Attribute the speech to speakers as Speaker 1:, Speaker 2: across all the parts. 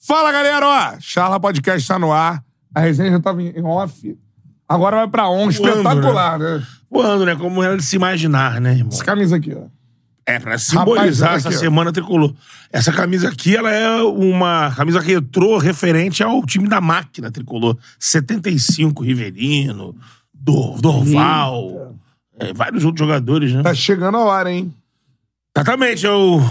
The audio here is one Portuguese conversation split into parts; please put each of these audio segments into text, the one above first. Speaker 1: Fala, galera! Ó, Charla Podcast está no ar. A resenha já estava em off. Agora vai pra on. Espetacular, né?
Speaker 2: Voando, né? Como era de se imaginar, né, irmão?
Speaker 1: Essa camisa aqui, ó.
Speaker 2: É, pra simbolizar
Speaker 1: olha
Speaker 2: essa
Speaker 1: aqui, ó.
Speaker 2: semana tricolor. Essa camisa aqui, ela é uma camisa retrô referente ao time da máquina tricolor. 75, Riverino, Dor- Dorval, é, vários outros jogadores, né?
Speaker 1: Tá chegando a hora, hein?
Speaker 2: Exatamente, eu...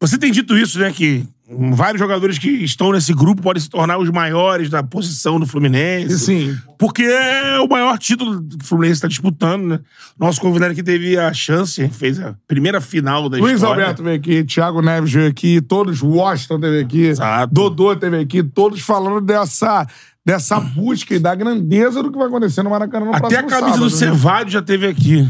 Speaker 2: Você tem dito isso, né? Que hum, vários jogadores que estão nesse grupo podem se tornar os maiores da posição do Fluminense.
Speaker 1: E sim.
Speaker 2: Porque é o maior título que o Fluminense está disputando, né? Nosso convidado aqui teve a chance, fez a primeira final da
Speaker 1: Luiz
Speaker 2: história.
Speaker 1: Alberto veio aqui, Thiago Neves veio aqui, todos, Washington teve aqui,
Speaker 2: Exato.
Speaker 1: Dodô teve aqui, todos falando dessa, dessa busca e da grandeza do que vai acontecer no Maracanã no
Speaker 2: Até a
Speaker 1: próximo
Speaker 2: camisa do
Speaker 1: sábado, né?
Speaker 2: Cervado já teve aqui.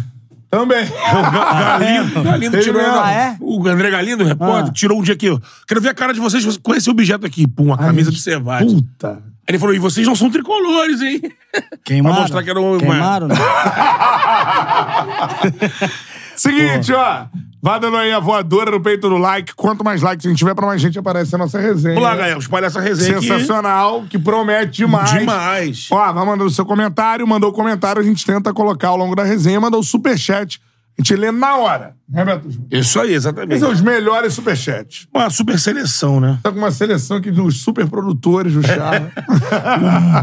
Speaker 1: Também.
Speaker 2: O Ga- Galindo, Galindo
Speaker 1: Teve
Speaker 2: tirou.
Speaker 1: mesmo?
Speaker 3: Ah, é?
Speaker 2: O André Galindo,
Speaker 1: Ah.
Speaker 2: repórter, tirou um dia aqui. ó. Quero ver a cara de vocês com esse objeto aqui. Pum, a camisa do Cervado. Aí
Speaker 1: Puta.
Speaker 2: Ele falou: e vocês não são tricolores, hein?
Speaker 3: Queimaram.
Speaker 2: Pra mostrar que era um-
Speaker 3: Queimaram, né?
Speaker 1: Seguinte, ó. Vá dando aí a voadora no peito do like. Quanto mais likes a gente tiver, pra mais gente aparece a nossa resenha.
Speaker 2: Vamos lá, galera, espalha essa resenha aqui.
Speaker 1: Sensacional, que promete demais.
Speaker 2: Demais.
Speaker 1: Ó, vai mandando seu comentário, mandou o comentário, a gente tenta colocar ao longo da resenha, mandou o superchat. A gente lê na hora, né, Beto? Júnior?
Speaker 2: Isso aí, exatamente.
Speaker 1: Esses são os melhores superchats.
Speaker 2: Uma super seleção, né?
Speaker 1: Tá com uma seleção aqui dos super produtores do Charla.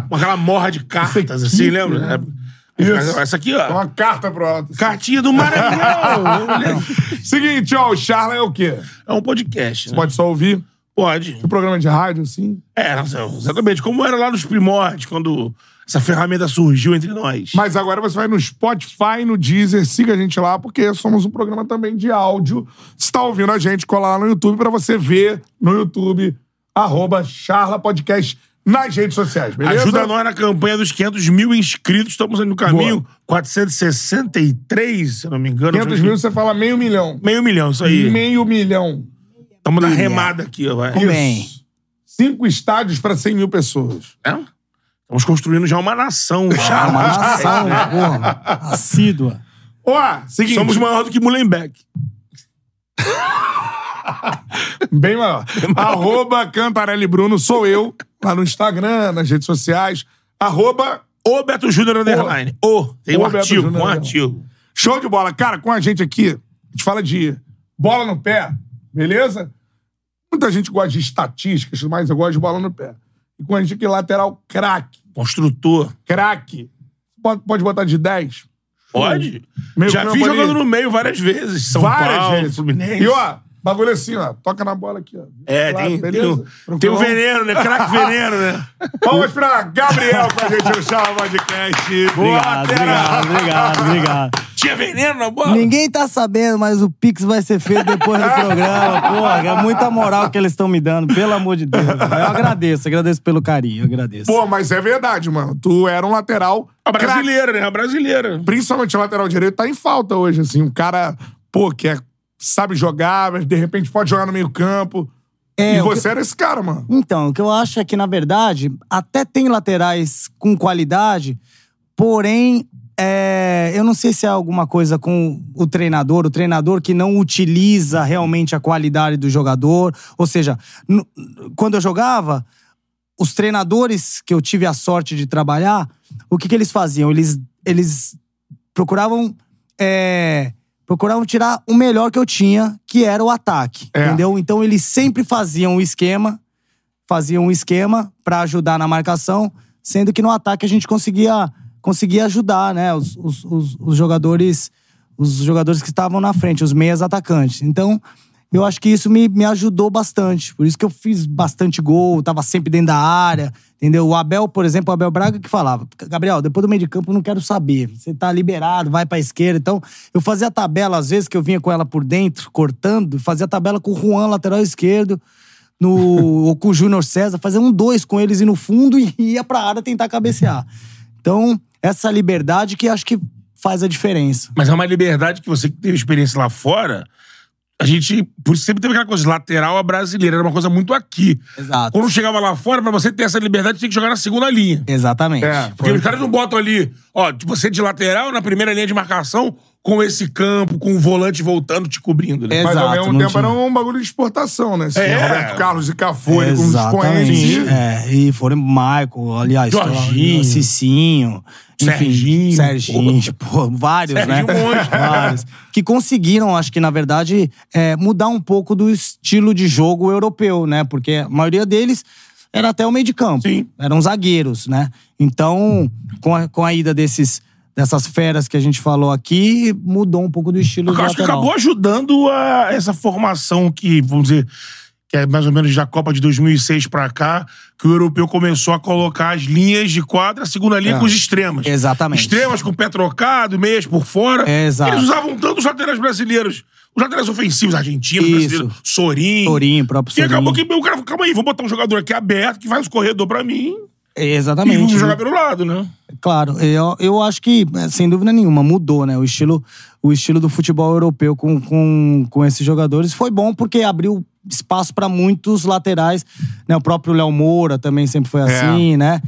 Speaker 2: Com aquela morra de cartas,
Speaker 1: Essa
Speaker 2: assim,
Speaker 1: equipe,
Speaker 2: lembra?
Speaker 1: né?
Speaker 2: É.
Speaker 1: Isso.
Speaker 2: Essa aqui, ó.
Speaker 1: uma carta pro alto.
Speaker 2: Cartinha do Maranhão.
Speaker 1: Seguinte, ó, o Charla é o quê?
Speaker 2: é um podcast, né?
Speaker 1: Pode só ouvir.
Speaker 2: Pode.
Speaker 1: Um programa de rádio, assim.
Speaker 2: É, exatamente. Como era lá nos primórdios, quando essa ferramenta surgiu entre nós.
Speaker 1: Mas agora você vai no Spotify, no Deezer, siga a gente lá, porque somos um programa também de áudio. Se tá ouvindo a gente, cola lá no YouTube pra você ver no YouTube, arroba Charla Podcast nas redes sociais, beleza?
Speaker 2: Ajuda nós na campanha dos 500 mil inscritos. Estamos ali no caminho. 463, se eu não me engano.
Speaker 1: 500 mil, você fala meio milhão.
Speaker 2: Meio milhão, isso aí.
Speaker 1: Meio milhão.
Speaker 2: Estamos na remada aqui, ó. Vai.
Speaker 3: Como bem.
Speaker 1: Isso. Cinco estádios pra 100 mil pessoas.
Speaker 2: É? Estamos construindo já uma
Speaker 1: Ah,
Speaker 2: nação.
Speaker 3: É
Speaker 2: Já.
Speaker 3: uma nação, porra. Assídua.
Speaker 1: Ó, seguinte.
Speaker 2: Somos maior do que Mullenbeck.
Speaker 1: Bem maior. Arroba Cantarelli Bruno, sou eu. Lá no Instagram, nas redes sociais. Arroba
Speaker 2: Ô Beto Júnior Underline. Ô, tem um
Speaker 1: Ô, Beto
Speaker 2: artigo,
Speaker 1: Júnior
Speaker 2: um
Speaker 1: Underline.
Speaker 2: artigo.
Speaker 1: Show de bola. Cara, com a gente aqui, a gente fala de bola no pé, beleza? Muita gente gosta de estatísticas, mas eu gosto de bola no pé. E com a gente aqui, lateral craque.
Speaker 2: Construtor.
Speaker 1: Craque. Pode, pode botar de 10?
Speaker 2: Pode?
Speaker 1: Meio
Speaker 2: Já
Speaker 1: campo
Speaker 2: vi
Speaker 1: ali.
Speaker 2: jogando no meio várias vezes. São
Speaker 1: Várias
Speaker 2: Paulo,
Speaker 1: vezes.
Speaker 2: Fluminense.
Speaker 1: E ó, bagulho assim, ó. Toca na bola aqui, ó.
Speaker 2: É,
Speaker 1: Claro,
Speaker 2: tem, tem,
Speaker 1: beleza? um-
Speaker 2: o,
Speaker 1: Tranquilão?
Speaker 2: tem o veneno, né? Craque veneno, né?
Speaker 1: Vamos pra Gabriel pra gente deixar o podcast. Boa,
Speaker 3: Obrigado,
Speaker 1: lateral.
Speaker 3: obrigado, obrigado, obrigado.
Speaker 2: Tinha veneno na bola.
Speaker 3: Ninguém tá sabendo, mas o Pix vai ser feito depois do programa, porra. É muita moral que eles estão me dando, pelo amor de Deus. Eu agradeço, agradeço pelo carinho, eu agradeço.
Speaker 1: Pô, mas é verdade, mano. Tu era um lateral.
Speaker 2: A
Speaker 1: craque.
Speaker 2: brasileira, né? A brasileira.
Speaker 1: principalmente o lateral direito, tá em falta hoje, assim. Um cara, pô, que é- sabe jogar, mas de repente pode jogar no meio-campo.
Speaker 3: É,
Speaker 1: e
Speaker 3: o que-
Speaker 1: você era esse cara, mano.
Speaker 3: Então, o que eu acho é que, na verdade, até tem laterais com qualidade, porém, é, eu não sei se é alguma coisa com o treinador, o treinador que não utiliza realmente a qualidade do jogador. Ou seja, n- quando eu jogava, os treinadores que eu tive a sorte de trabalhar, o que, que eles faziam? Eles, eles procuravam. é, procuravam tirar o melhor que eu tinha, que era o ataque.
Speaker 1: É.
Speaker 3: Entendeu? Então eles sempre faziam o esquema, faziam um esquema pra ajudar na marcação, sendo que no ataque a gente conseguia, conseguia ajudar, né? Os, os, os, os jogadores. Os jogadores que estavam na frente, os meias atacantes. Então, eu acho que isso me, me ajudou bastante. Por isso que eu fiz bastante gol, tava sempre dentro da área, entendeu? O Abel, por exemplo, o Abel Braga que falava: Gabriel, depois do meio de campo eu não quero saber. Você tá liberado, vai pra esquerda. Então, eu fazia a tabela, às vezes, que eu vinha com ela por dentro, cortando, fazia a tabela com o Juan, lateral esquerdo, no, ou com o Júnior César, fazia um dois com eles e no fundo e ia pra área tentar cabecear. Então, essa liberdade que acho que faz a diferença.
Speaker 2: Mas é uma liberdade que você que teve experiência lá fora. A gente, por isso sempre teve aquela coisa lateral a brasileira. Era uma coisa muito aqui.
Speaker 3: Exato.
Speaker 2: Quando chegava lá fora, pra você ter essa liberdade, tinha que jogar na segunda linha.
Speaker 3: Exatamente.
Speaker 1: É.
Speaker 2: tipo, Porque os caras não botam ali, ó, de você de lateral na primeira linha de marcação com esse campo, com o volante voltando, te cobrindo, né?
Speaker 3: É,
Speaker 1: Mas
Speaker 3: Exato,
Speaker 1: ao mesmo
Speaker 3: não
Speaker 1: tempo
Speaker 3: tinha.
Speaker 1: era um bagulho de exportação, né? Assim,
Speaker 2: É.
Speaker 1: Roberto Carlos e Cafu, ele com os
Speaker 3: Exatamente.
Speaker 1: expoentes.
Speaker 3: É, e foram Michael, aliás,
Speaker 2: Jorginho.
Speaker 3: Cicinho, enfim,
Speaker 2: Serginho,
Speaker 3: Serginho, pô, vários,
Speaker 2: Serginho
Speaker 3: né?
Speaker 2: um monte.
Speaker 3: vários. Que conseguiram, acho que, na verdade, é, mudar um pouco do estilo de jogo europeu, né? Porque a maioria deles era até o meio de campo.
Speaker 2: Sim.
Speaker 3: Eram zagueiros, né? Então, com a, com a ida desses. Dessas feras que a gente falou aqui, mudou um pouco do estilo do
Speaker 2: Eu acho que
Speaker 3: lateral.
Speaker 2: acabou ajudando a essa formação que, vamos dizer, que é mais ou menos da Copa de 2006 pra cá, que o europeu começou a colocar as linhas de quadra, a segunda linha
Speaker 3: É.
Speaker 2: com os extremos.
Speaker 3: Exatamente.
Speaker 2: Extremas com o pé trocado, meias por fora.
Speaker 3: É, exato.
Speaker 2: Eles usavam tanto os laterais brasileiros, os laterais ofensivos, argentinos,
Speaker 3: Isso.
Speaker 2: brasileiros, Sorin.
Speaker 3: Torinho, próprio
Speaker 2: E acabou
Speaker 3: Sorin.
Speaker 2: que o cara falou, calma aí, vou botar um jogador aqui aberto que vai no corredor pra mim e
Speaker 3: Exatamente.
Speaker 2: vamos
Speaker 3: né?
Speaker 2: jogar pelo lado, né?
Speaker 3: Claro, eu, eu acho que, eh, sem dúvida nenhuma, mudou, né? O estilo, o estilo do futebol europeu com, com, com esses jogadores foi bom porque abriu espaço para muitos laterais, né? O próprio Léo Moura também sempre
Speaker 2: É.
Speaker 3: foi assim, né?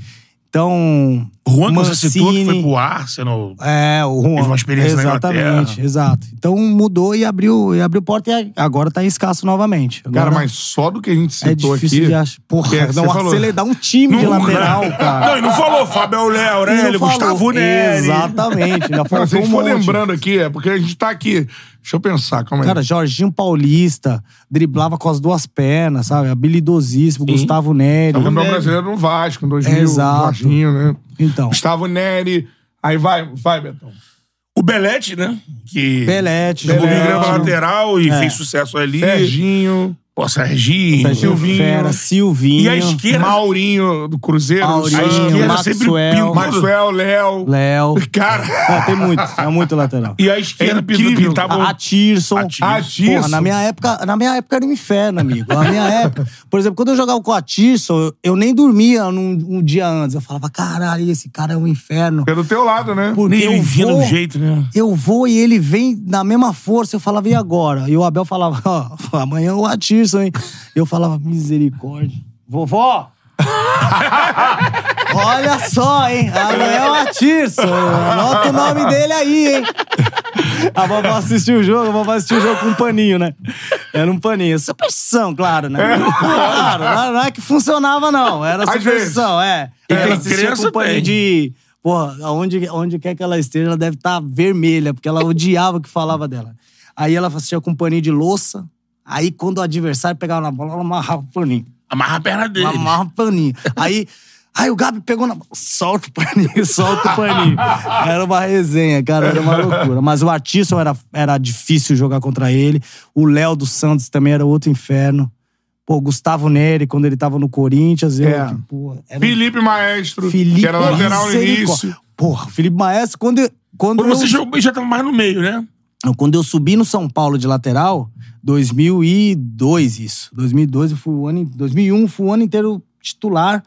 Speaker 3: Então,
Speaker 2: Juan, que você
Speaker 3: Mancini,
Speaker 2: citou, que foi pro Arsenal.
Speaker 3: é, o Juan.
Speaker 2: Teve uma experiência na
Speaker 3: Exatamente,
Speaker 2: Inglaterra.
Speaker 3: exato. Então mudou e abriu, e abriu porta e agora tá escasso novamente. Agora
Speaker 1: Cara, mas só do que a gente
Speaker 3: é
Speaker 1: citou
Speaker 3: difícil
Speaker 1: aqui.
Speaker 3: de achar. Porra,
Speaker 1: É,
Speaker 3: não
Speaker 1: você falou.
Speaker 3: acelerar um time de lateral, cara.
Speaker 2: Não, e não falou Fabel Léo,
Speaker 3: E
Speaker 2: Aurélio,
Speaker 3: Ah. não
Speaker 2: Gustavo
Speaker 3: falou.
Speaker 2: Neri.
Speaker 3: Exatamente, ainda
Speaker 1: Não, se a
Speaker 3: faltou um
Speaker 1: gente for
Speaker 3: monte.
Speaker 1: lembrando aqui, é porque a gente tá aqui. Deixa eu pensar, calma aí.
Speaker 3: Cara, Jorginho Paulista driblava com as duas pernas, sabe? Habilidosíssimo, Gustavo Neri. É,
Speaker 1: Tava É campeão brasileiro no Vasco, em 2000,
Speaker 3: Exato.
Speaker 1: Jorginho, né?
Speaker 3: Então,
Speaker 1: Gustavo Neri. Aí vai, vai, Betão.
Speaker 2: O Belete, né? Que
Speaker 3: Belete,
Speaker 2: jogou bem grande na
Speaker 3: Belete,
Speaker 2: lateral
Speaker 3: É.
Speaker 2: e fez sucesso ali.
Speaker 1: Serginho,
Speaker 2: Pô, Serginho.
Speaker 3: Serginho
Speaker 1: Silvinho.
Speaker 3: Fera, Silvinho,
Speaker 2: E a esquerda.
Speaker 1: Maurinho do Cruzeiro,
Speaker 3: Maurinho,
Speaker 1: Santos,
Speaker 2: esquerda
Speaker 3: Maxwell,
Speaker 2: sempre pinta.
Speaker 1: é Maxwell, Léo.
Speaker 3: Léo.
Speaker 1: Cara,
Speaker 3: Ah, tem muito, é muito lateral.
Speaker 2: E a esquerda
Speaker 1: É incrível.
Speaker 2: pintava.
Speaker 3: A Atirson.
Speaker 2: Atirson.
Speaker 1: Atirson.
Speaker 3: Porra, na minha época, na minha época era um inferno, amigo. Na minha época, por exemplo, quando eu jogava com o Atirson, eu, eu nem dormia num, um dia antes. Eu falava, caralho, esse cara é um inferno.
Speaker 1: é do teu lado, né?
Speaker 3: Porque
Speaker 2: Nem
Speaker 3: eu
Speaker 2: vinha
Speaker 3: vou,
Speaker 2: do jeito, né?
Speaker 3: Eu vou e ele vem na mesma força. Eu falava, e agora? E o Abel falava, ó, amanhã o Atirson, hein? Eu falava, misericórdia. Vovó! Olha só, hein? Amanhã é o Atirson. Anota o nome dele aí, hein? A vovó assistiu o jogo, a vovó assistiu o jogo com um paninho, né? Era um paninho. Superstição, claro, né? Claro, não- não é que funcionava, não. Era
Speaker 1: Às vezes.
Speaker 3: superstição, é. E
Speaker 2: É,
Speaker 3: quem assistia
Speaker 2: criança
Speaker 3: com um paninho
Speaker 2: tem.
Speaker 3: de e, porra, aonde, onde quer que ela esteja, ela deve estar vermelha, porque ela odiava o que falava dela. Aí ela assistia com um paninho de louça. Aí, quando o adversário pegava na bola, ela amarrava o paninho.
Speaker 2: Amarra a perna dele.
Speaker 3: Amarra o paninho. Aí, aí o Gabi pegou na bola. Solta o paninho, solta o paninho. Era uma resenha, cara. Era uma loucura. Mas o Artisson era, era difícil jogar contra ele. O Léo dos Santos também era outro inferno. Pô, o Gustavo Neri, quando ele tava no Corinthians, eu,
Speaker 1: É.
Speaker 3: que, pô, era um
Speaker 1: Felipe Maestro,
Speaker 3: Felipe
Speaker 1: que era lateral no
Speaker 3: misericórdia.
Speaker 1: início.
Speaker 3: Porra, Felipe Maestro, quando eu, quando,
Speaker 2: Quando
Speaker 3: eu,
Speaker 2: você jogou, já tava mais no meio, né?
Speaker 3: não, quando eu subi no São Paulo de lateral, 2002 isso. 2002 eu fui o ano, in- 2001 fui o ano inteiro titular.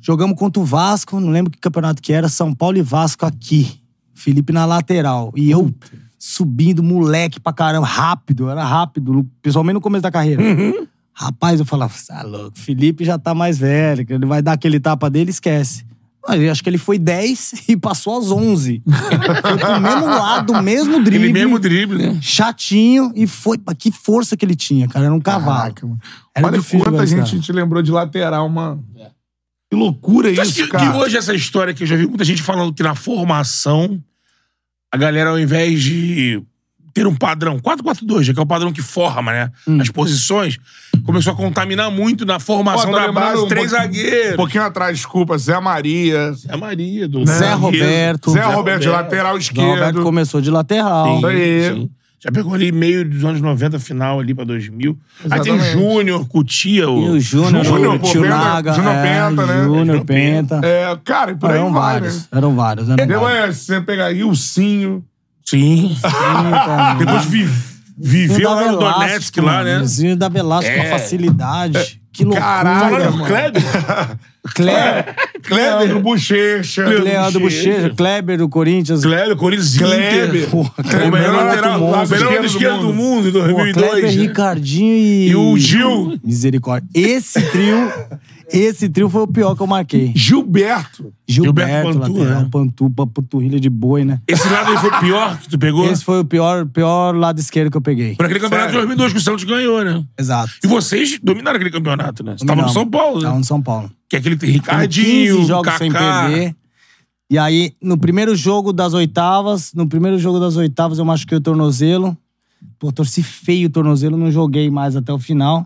Speaker 3: Jogamos contra o Vasco, não lembro que campeonato que era, São Paulo e Vasco aqui. Felipe na lateral e eu subindo moleque pra caramba, rápido, eu era rápido, principalmente no começo da carreira. Rapaz, eu falava, "Cê é louco, Felipe já tá mais velho, que ele vai dar aquele tapa dele, esquece. Mas eu acho que ele foi 10 e passou aos 11. foi pro mesmo lado, mesmo drible.
Speaker 2: Ele mesmo drible, né?
Speaker 3: Chatinho e foi. Que força que ele tinha, cara. Era um cavalo.
Speaker 1: Caraca, mano.
Speaker 3: Era
Speaker 1: Olha
Speaker 3: difícil
Speaker 1: quanta
Speaker 3: jogar esse
Speaker 1: gente
Speaker 3: cara.
Speaker 1: te lembrou de lateral, mano. Que loucura
Speaker 2: Você É. acha
Speaker 1: isso,
Speaker 2: que,
Speaker 1: cara.
Speaker 2: que hoje essa história que eu já vi muita gente falando que na formação, a galera, ao invés de ter um padrão, 4-4-2, já que é o padrão que forma, né?
Speaker 1: Hum.
Speaker 2: As posições, começou a contaminar muito na
Speaker 1: Pô,
Speaker 2: formação
Speaker 1: tô
Speaker 2: da
Speaker 1: lembrando
Speaker 2: base, três
Speaker 1: pouquinho- Um
Speaker 2: zagueiros.
Speaker 1: pouquinho atrás, desculpa, Zé Maria.
Speaker 2: É a Maria do
Speaker 3: Zé
Speaker 2: Zagueiro.
Speaker 3: Roberto.
Speaker 1: Zé Roberto, de
Speaker 2: Roberto.
Speaker 1: lateral
Speaker 3: Zé Roberto
Speaker 1: esquerdo.
Speaker 3: começou de lateral.
Speaker 2: Sim,
Speaker 1: aí.
Speaker 2: sim. Já pegou ali meio dos anos 90, final ali pra 2000. Aí tem
Speaker 1: Exatamente.
Speaker 2: Júnior, Cutia.
Speaker 3: E o Júnior,
Speaker 1: Júnior,
Speaker 3: o
Speaker 1: pô,
Speaker 3: Tio
Speaker 1: Penta-
Speaker 3: Naga.
Speaker 1: Júnior
Speaker 3: é,
Speaker 1: Penta, né?
Speaker 3: Júnior
Speaker 2: Júnior Penta.
Speaker 3: Penta.
Speaker 1: É, cara, e por aí
Speaker 3: eram,
Speaker 1: vai, né?
Speaker 3: vários, eram vários. Eram
Speaker 1: Deu
Speaker 3: vários.
Speaker 1: é, você pegar Ilcinho.
Speaker 2: Sim.
Speaker 3: Sim, também.
Speaker 2: Depois vi- viveu
Speaker 3: da
Speaker 2: lá no
Speaker 3: Velasco,
Speaker 2: Donetsk, lá, né?
Speaker 3: mano. Zinho da Velasco com a
Speaker 2: É.
Speaker 3: facilidade. Que loucura,
Speaker 1: Caralho,
Speaker 2: Olha,
Speaker 3: mano.
Speaker 2: Kleber.
Speaker 3: Kleber,
Speaker 1: Cleber Bochecha.
Speaker 3: Leandro
Speaker 2: Bochecha.
Speaker 3: Bochecha, Kleber do Corinthians.
Speaker 2: Kleber, Corinthians,
Speaker 1: Kleber.
Speaker 2: Inter.
Speaker 3: Porra, Kleber
Speaker 2: O melhor
Speaker 3: era
Speaker 2: lateral,
Speaker 3: outro
Speaker 2: o
Speaker 3: monstro.
Speaker 2: melhor esquerdo do mundo em
Speaker 3: Pô,
Speaker 2: 2002.
Speaker 3: Kleber,
Speaker 2: né?
Speaker 3: Ricardinho e...
Speaker 2: E o Gil.
Speaker 3: Misericórdia. Esse trio, esse trio foi o pior que eu marquei.
Speaker 1: Gilberto.
Speaker 3: Gilberto,
Speaker 2: Gilberto Pantu,
Speaker 3: lateral,
Speaker 2: né?
Speaker 3: Pantu, pa- panturrilha de boi, né?
Speaker 2: Esse lado aí foi o pior que tu pegou?
Speaker 3: Esse foi o pior, pior lado esquerdo que eu peguei.
Speaker 2: Por aquele campeonato de 2002 que o Santos ganhou, né?
Speaker 3: Exato.
Speaker 2: E vocês dominaram aquele campeonato, né? Você tava no
Speaker 3: Não,
Speaker 2: São Paulo,
Speaker 3: Tava
Speaker 2: né?
Speaker 3: no São Paulo.
Speaker 2: Que é aquele que tem
Speaker 3: Foram
Speaker 2: Ricardinho,
Speaker 3: 15 jogos
Speaker 2: Kaká.
Speaker 3: sem perder. E aí, no primeiro jogo das oitavas, no primeiro jogo das oitavas eu machuquei o tornozelo. Pô, torci feio o tornozelo, não joguei mais até o final.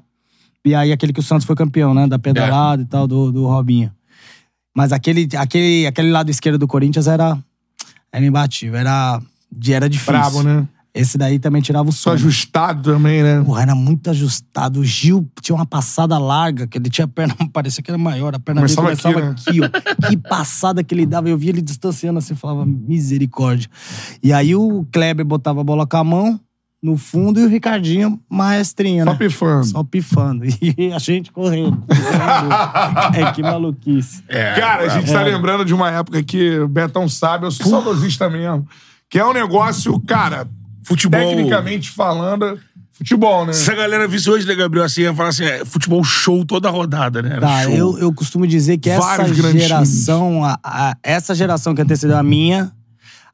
Speaker 3: E aí, aquele que o Santos foi campeão, né? Da pedalada
Speaker 1: É.
Speaker 3: e tal, do, do Robinho. Mas aquele, aquele, aquele lado esquerdo do Corinthians era, era imbatível, era, era difícil.
Speaker 1: Brabo, né?
Speaker 3: Esse daí também tirava o
Speaker 1: Só
Speaker 3: sono.
Speaker 1: ajustado também, né?
Speaker 3: Porra, era muito ajustado. O Gil tinha uma passada larga, que ele tinha a perna, parecia que era maior, a perna
Speaker 1: Começava
Speaker 3: dele começava aqui, né?
Speaker 1: aqui,
Speaker 3: ó. que passada que ele dava. Eu via ele distanciando assim, falava, misericórdia. E aí o Kleber botava a bola com a mão no fundo e o Ricardinho, maestrinho,
Speaker 1: É. Só
Speaker 3: né?
Speaker 1: pifando.
Speaker 3: Só pifando. E a gente correndo. correndo. é que maluquice.
Speaker 2: É,
Speaker 1: Cara, a gente tá
Speaker 3: É.
Speaker 1: lembrando de uma época que o Betão sabe, eu sou saudosista mesmo. Que é um negócio, cara,
Speaker 2: futebol.
Speaker 1: tecnicamente falando, futebol, né?
Speaker 2: Se a galera visse hoje, né, Gabriel, assim, ia falar assim: é, futebol show toda rodada, né? Era
Speaker 3: Tá,
Speaker 2: show.
Speaker 3: eu, eu costumo dizer que essa
Speaker 1: um Vários grandes
Speaker 3: geração, a- a- essa geração que antecedeu a minha,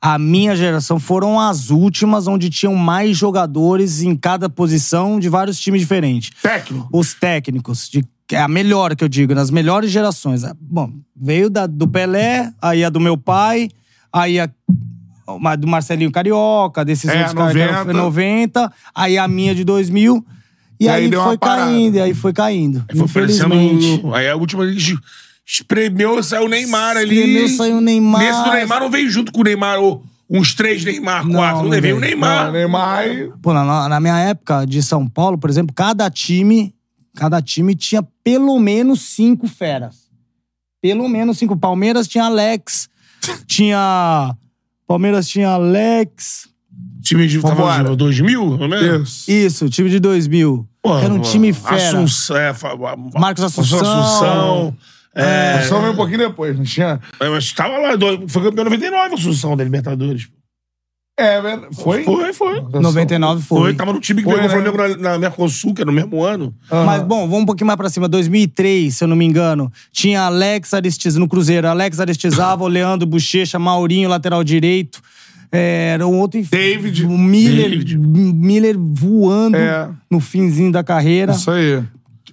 Speaker 3: a minha geração foram as últimas onde tinham mais jogadores em cada posição de vários times diferentes.
Speaker 1: Técnico.
Speaker 3: Os técnicos, de, que é a melhor que eu digo, nas melhores gerações. Ah, Bom, veio da, do Pelé, aí a do meu pai, aí a uma do Marcelinho Carioca, desses
Speaker 1: É,
Speaker 3: outros caras que eram
Speaker 1: 90.
Speaker 3: 90, aí a minha de 2000, e,
Speaker 1: E aí
Speaker 3: aí,
Speaker 1: deu uma
Speaker 3: foi
Speaker 1: parada. É,
Speaker 3: caindo, e aí foi caindo.
Speaker 2: Aí Foi
Speaker 1: um
Speaker 3: infelizmente.
Speaker 2: parecendo. Aí a última gente espremeu, saiu o Neymar ali.
Speaker 3: Espremeu, saiu o Neymar.
Speaker 2: Nesse do Neymar não veio junto com o Neymar, ou uns três Neymar,
Speaker 3: Não,
Speaker 2: quatro. Não,
Speaker 3: não
Speaker 2: veio o
Speaker 3: veio.
Speaker 2: Neymar.
Speaker 1: Não, Neymar e-
Speaker 3: Pô, na, na minha época de São Paulo, por exemplo, cada time, cada time tinha pelo menos cinco feras. Pelo menos cinco. Palmeiras tinha Alex, tinha. Palmeiras tinha Alex.
Speaker 2: Time de tava
Speaker 1: Vambora.
Speaker 2: onde? 2000, não é?
Speaker 1: Isso.
Speaker 3: Isso, time de 2000. Era um time fera.
Speaker 2: Assunção, é, fa- a-
Speaker 3: Marcos Assunção.
Speaker 2: Assunção. É,
Speaker 1: Só veio um pouquinho depois, não tinha.
Speaker 2: mas tava lá, do- foi campeão 99 o Assunção da Libertadores.
Speaker 1: É, velho, foi?
Speaker 2: Foi, foi.
Speaker 3: 99 foi.
Speaker 2: Foi, tava no time que
Speaker 1: Foi,
Speaker 2: pegou o
Speaker 1: né?
Speaker 2: Flamengo na, na Mercosul, que era no mesmo ano.
Speaker 1: Aham.
Speaker 3: Mas, bom, vamos um pouquinho mais pra cima. 2003, se eu não me engano, tinha Alex Aristiz no Cruzeiro. Alex Aristizava, Leandro Bochecha, Maurinho, lateral direito. É, era um outro... inf-
Speaker 1: David.
Speaker 3: O Miller,
Speaker 2: David.
Speaker 3: M- Miller voando
Speaker 1: É.
Speaker 3: no finzinho da carreira.
Speaker 1: Isso aí.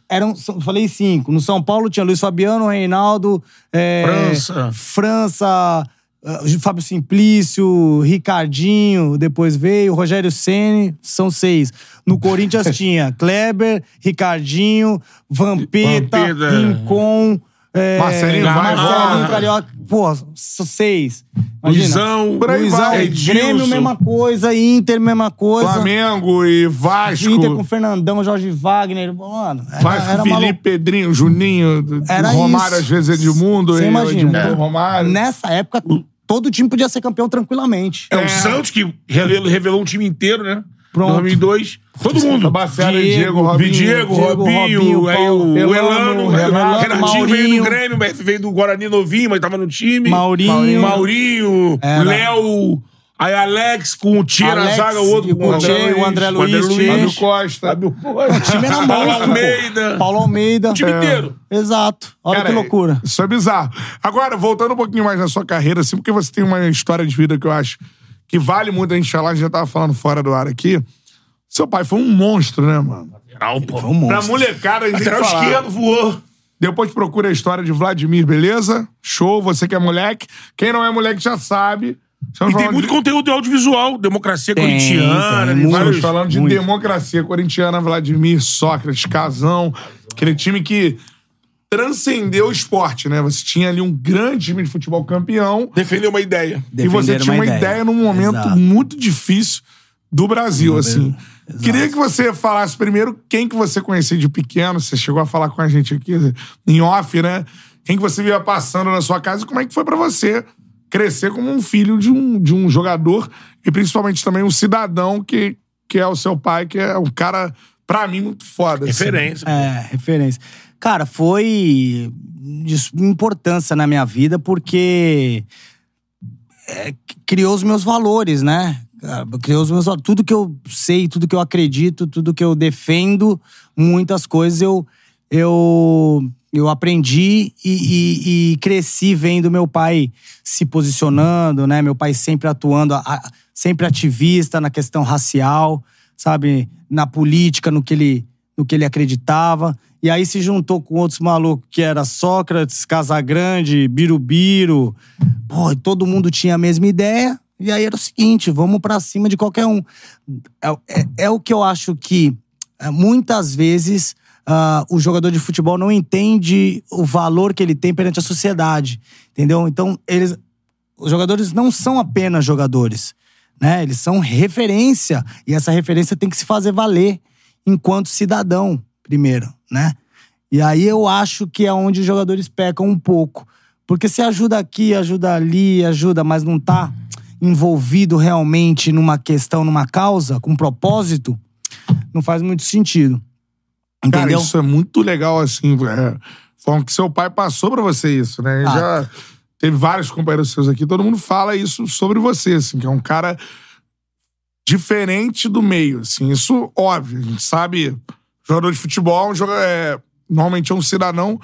Speaker 3: Eram, são- falei cinco. No São Paulo tinha Luiz Fabiano, Reinaldo... é,
Speaker 2: França.
Speaker 3: França... eh, Fábio Simplício, Ricardinho, depois veio, Rogério Ceni, são seis. No Corinthians tinha Kleber, Ricardinho, Vampeta,
Speaker 2: Vampeta.
Speaker 3: Rincon, eh,
Speaker 1: Marcelinho vai e
Speaker 3: Marcelinho
Speaker 1: volta.
Speaker 3: Carioca. Pô, são seis. Imagina.
Speaker 2: Luizão,
Speaker 1: Por aí
Speaker 3: Luizão,
Speaker 1: vai,
Speaker 2: Edilson.
Speaker 3: Grêmio, mesma coisa, Inter, mesma coisa.
Speaker 1: Flamengo e Vasco.
Speaker 3: Inter com Fernandão, Jorge Wagner, mano. Era,
Speaker 1: Vasco,
Speaker 3: era
Speaker 1: Felipe,
Speaker 3: maluco.
Speaker 1: Pedrinho, Juninho,
Speaker 3: Era
Speaker 1: Romário,
Speaker 3: isso.
Speaker 1: às vezes Edmundo,
Speaker 3: Você
Speaker 1: e
Speaker 3: imagina,
Speaker 1: Edmundo,
Speaker 3: né?
Speaker 1: Romário.
Speaker 3: Nessa época, todo time podia ser campeão tranquilamente.
Speaker 2: É, o Santos que revelou, revelou um time inteiro, né?
Speaker 3: Pronto. Tá
Speaker 2: Em 2002. Todo mundo.
Speaker 1: Baciara,
Speaker 3: Diego,
Speaker 1: Diego, Robinho.
Speaker 2: Diego,
Speaker 3: Diego,
Speaker 2: Robinho,
Speaker 3: Robinho,
Speaker 2: aí
Speaker 3: Paulo,
Speaker 2: o
Speaker 1: Elano,
Speaker 2: Elano, Elano
Speaker 1: Renato,
Speaker 2: Renatinho veio
Speaker 3: Maurinho.
Speaker 2: do Grêmio, mas veio do Guarani novinho, mas tava no time.
Speaker 3: Maurinho.
Speaker 2: Maurinho,
Speaker 3: Era.
Speaker 2: Léo, aí Alex com o Tia na
Speaker 3: Alex
Speaker 2: zaga, o outro
Speaker 3: e
Speaker 2: com
Speaker 3: com o Tia, o André
Speaker 2: com o
Speaker 3: Luiz, Tia.
Speaker 1: Fábio
Speaker 3: Gente.
Speaker 1: Costa.
Speaker 2: O
Speaker 3: time era
Speaker 2: Paulo
Speaker 3: monstro, pô.
Speaker 2: Almeida.
Speaker 3: Paulo Almeida. é.
Speaker 2: O time inteiro.
Speaker 3: Exato. Olha
Speaker 1: Cara,
Speaker 3: que loucura.
Speaker 1: Isso é bizarro. Agora, voltando um pouquinho mais na sua carreira, assim, porque você tem uma história de vida que eu acho que vale muito a gente falar, a gente já tava falando fora do ar aqui. Seu pai foi um monstro, né, mano?
Speaker 2: Geral, pô.
Speaker 3: Um monstro.
Speaker 1: Pra molecada, a gente tem que
Speaker 2: Lateral
Speaker 1: falar.
Speaker 2: esquerdo voou.
Speaker 1: Depois procura a história de Vladimir, beleza? Show, você que é moleque. Quem não é moleque já sabe. Estamos
Speaker 2: E tem
Speaker 1: falando
Speaker 2: muito
Speaker 1: de-
Speaker 2: conteúdo audiovisual, democracia
Speaker 3: Tem,
Speaker 2: corintiana,
Speaker 3: tem,
Speaker 2: tem
Speaker 3: muito.
Speaker 1: Estamos
Speaker 2: vários-
Speaker 1: falando de
Speaker 3: Muito.
Speaker 1: democracia corintiana, Vladimir, Sócrates, Casão, aquele time que transcendeu o esporte, né? Você tinha ali um grande time de futebol campeão
Speaker 2: defendeu uma ideia.
Speaker 1: e você
Speaker 3: Defenderam
Speaker 1: tinha uma ideia, num momento
Speaker 3: Exato.
Speaker 1: muito difícil do Brasil, assim.
Speaker 3: Exato.
Speaker 1: Queria que você falasse primeiro quem que você conhecia de pequeno, você chegou a falar com a gente aqui em off, né? Quem que você via passando na sua casa e como é que foi pra você crescer como um filho de um, de um jogador e principalmente também um cidadão que, que é o seu pai, que é um cara, pra mim, muito foda. assim.
Speaker 2: Referência.
Speaker 3: É, referência. Cara, foi de importância na minha vida porque é, criou os meus valores, né? Cara, Criou os meus valores. Tudo que eu sei, tudo que eu acredito, tudo que eu defendo, muitas coisas eu, eu Eu aprendi e, e- e cresci vendo meu pai se posicionando, né? Meu pai sempre atuando, a- a- sempre ativista na questão racial, sabe? Na política, no que ele, no que ele acreditava. E aí se juntou com outros malucos que era Sócrates, Casagrande, Birubiru. Pô, e todo mundo tinha a mesma ideia. E aí era o seguinte, vamos pra cima de qualquer um. É, é- é o que eu acho que é, muitas vezes ah, o jogador de futebol não entende o valor que ele tem perante a sociedade, entendeu? Então, eles, os jogadores não são apenas jogadores, né? Eles são referência e essa referência tem que se fazer valer enquanto cidadão, primeiro, né? E aí eu acho que é onde os jogadores pecam um pouco. Porque se ajuda aqui, ajuda ali, ajuda, mas não tá envolvido realmente numa questão, numa causa, com propósito, não faz muito sentido.
Speaker 1: Cara,
Speaker 3: Entendeu?
Speaker 1: isso é muito legal, assim. É, forma que seu pai passou pra você isso, né?
Speaker 3: Ah.
Speaker 1: Já teve vários companheiros seus aqui, todo mundo fala isso sobre você, assim, que é um cara diferente do meio, assim. Isso, óbvio, a gente sabe. Jogador de futebol, é um joga- é, normalmente é um cidadão.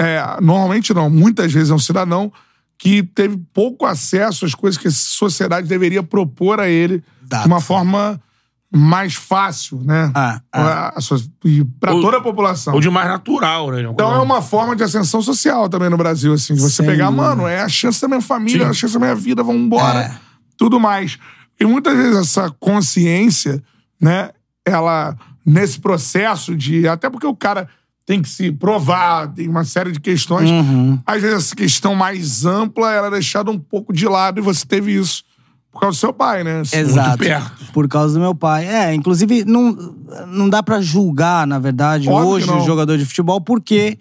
Speaker 1: é, normalmente não, muitas vezes é um cidadão que teve pouco acesso às coisas que a sociedade deveria propor a ele
Speaker 3: Exato.
Speaker 1: de uma forma mais fácil, né?
Speaker 3: Ah, ah.
Speaker 1: Pra- a so- e pra
Speaker 2: Ou-
Speaker 1: toda a população.
Speaker 3: então.
Speaker 2: Ou de mais natural, né?
Speaker 1: Então é uma forma de ascensão social também no Brasil, assim. de Você
Speaker 3: Sem
Speaker 1: pegar,
Speaker 3: dúvida.
Speaker 1: mano, é a chance da minha família,
Speaker 2: Sim.
Speaker 1: é a chance da minha vida, vamos embora.
Speaker 3: É.
Speaker 1: Tudo mais. E muitas vezes essa consciência, né, ela, nesse processo de. Até porque o cara tem que se provar, tem uma série de questões.
Speaker 3: Uhum.
Speaker 1: Às vezes essa questão mais ampla era deixada um pouco de lado e você teve isso. Por causa do seu pai, né? Assim,
Speaker 3: Exato.
Speaker 1: Muito perto.
Speaker 3: Por causa do meu pai. É, inclusive, não, não dá pra julgar, na verdade,
Speaker 1: Óbvio que
Speaker 3: hoje
Speaker 1: não.
Speaker 3: o jogador de futebol, porque,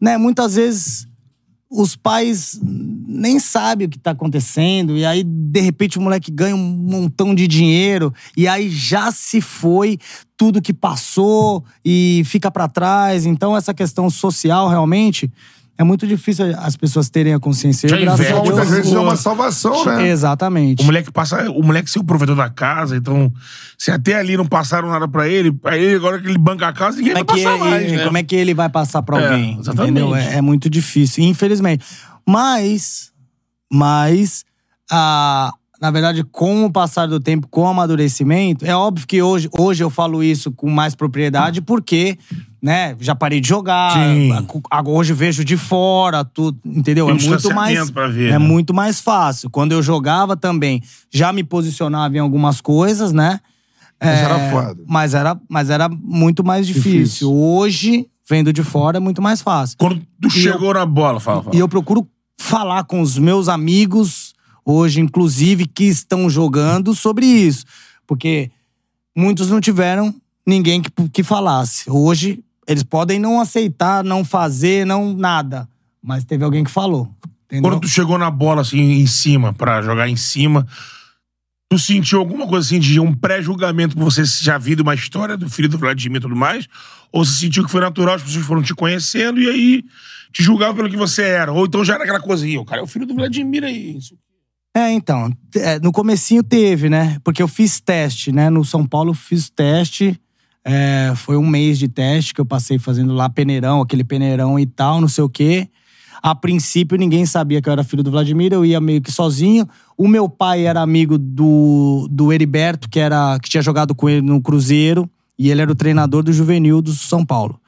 Speaker 3: né, muitas vezes os pais nem sabem o que tá acontecendo, e aí, de repente, o moleque ganha um montão de dinheiro, e aí já se foi tudo que passou e fica pra trás. Então, essa questão social, realmente, é muito difícil as pessoas terem a consciência.
Speaker 2: Já
Speaker 3: Eu, graças
Speaker 2: inverte
Speaker 3: a
Speaker 1: Então, muitas
Speaker 2: Deus,
Speaker 1: vezes é
Speaker 2: boa.
Speaker 1: uma salvação, né?
Speaker 3: Deus. Exatamente.
Speaker 2: O moleque passa, o moleque ser o provedor da casa, então se até ali não passaram nada pra ele, aí agora que ele banca a casa, ninguém
Speaker 3: como é,
Speaker 2: vai
Speaker 3: que
Speaker 2: passar
Speaker 3: ele,
Speaker 2: mais, né?
Speaker 3: como é que ele vai passar pra
Speaker 2: É,
Speaker 3: alguém?
Speaker 2: exatamente.
Speaker 3: entendeu? É, é muito difícil, infelizmente. Mas, mas, a, na verdade, com o passar do tempo, com o amadurecimento, é óbvio que hoje, hoje eu falo isso com mais propriedade, porque, né, já parei de jogar,
Speaker 2: Sim.
Speaker 3: a- hoje vejo de fora, tudo, entendeu?
Speaker 2: Tem
Speaker 3: É
Speaker 2: um
Speaker 3: muito mais.
Speaker 2: distanciamento pra ver,
Speaker 3: é
Speaker 2: né?
Speaker 3: muito mais fácil. Quando eu jogava também, já me posicionava em algumas coisas, né? É,
Speaker 1: Mas era foda.
Speaker 3: Mas era, mas era muito mais difícil.
Speaker 1: Difícil.
Speaker 3: Hoje, vendo de fora, é muito mais fácil.
Speaker 2: Quando tu chegou na bola, fala, fala.
Speaker 3: E eu procuro falar com os meus amigos, hoje, inclusive, que estão jogando, sobre isso. Porque muitos não tiveram ninguém que, que falasse. Hoje, eles podem não aceitar, não fazer, não nada. Mas teve alguém que falou. Entendeu?
Speaker 2: Quando tu chegou na bola, assim, em cima, pra jogar em cima, tu sentiu alguma coisa assim de um pré-julgamento por você já vir de uma história do filho do Vladimir e tudo mais? Ou você sentiu que foi natural, as pessoas foram te conhecendo e aí te julgavam pelo que você era? Ou então já era aquela coisa, "Ih, o cara é o filho do Vladimir aí. isso."
Speaker 3: É, então, t- é, no comecinho teve, né? Porque eu fiz teste, né? No São Paulo eu fiz teste. é, foi um mês de teste que eu passei fazendo lá peneirão, aquele peneirão e tal, não sei o quê. A princípio, ninguém sabia que eu era filho do Vladimir, eu ia meio que sozinho. O meu pai era amigo do, do Heriberto, que, era, que tinha jogado com ele no Cruzeiro, e ele era o treinador do juvenil do São Paulo.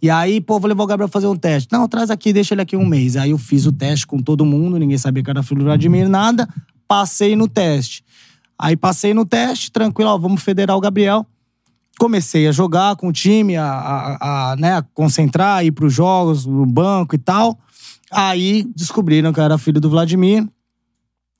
Speaker 3: E aí, pô, vou levar o Gabriel fazer um teste. Não, traz aqui, deixa ele aqui um mês. Aí eu fiz o teste com todo mundo, ninguém sabia que era filho do Vladimir, nada. Passei no teste. Aí passei no teste, tranquilo, ó, vamos federar o Gabriel. Comecei a jogar com o time, a, a- a, né, a concentrar, ir pros jogos, no banco e tal. Aí descobriram que eu era filho do Vladimir.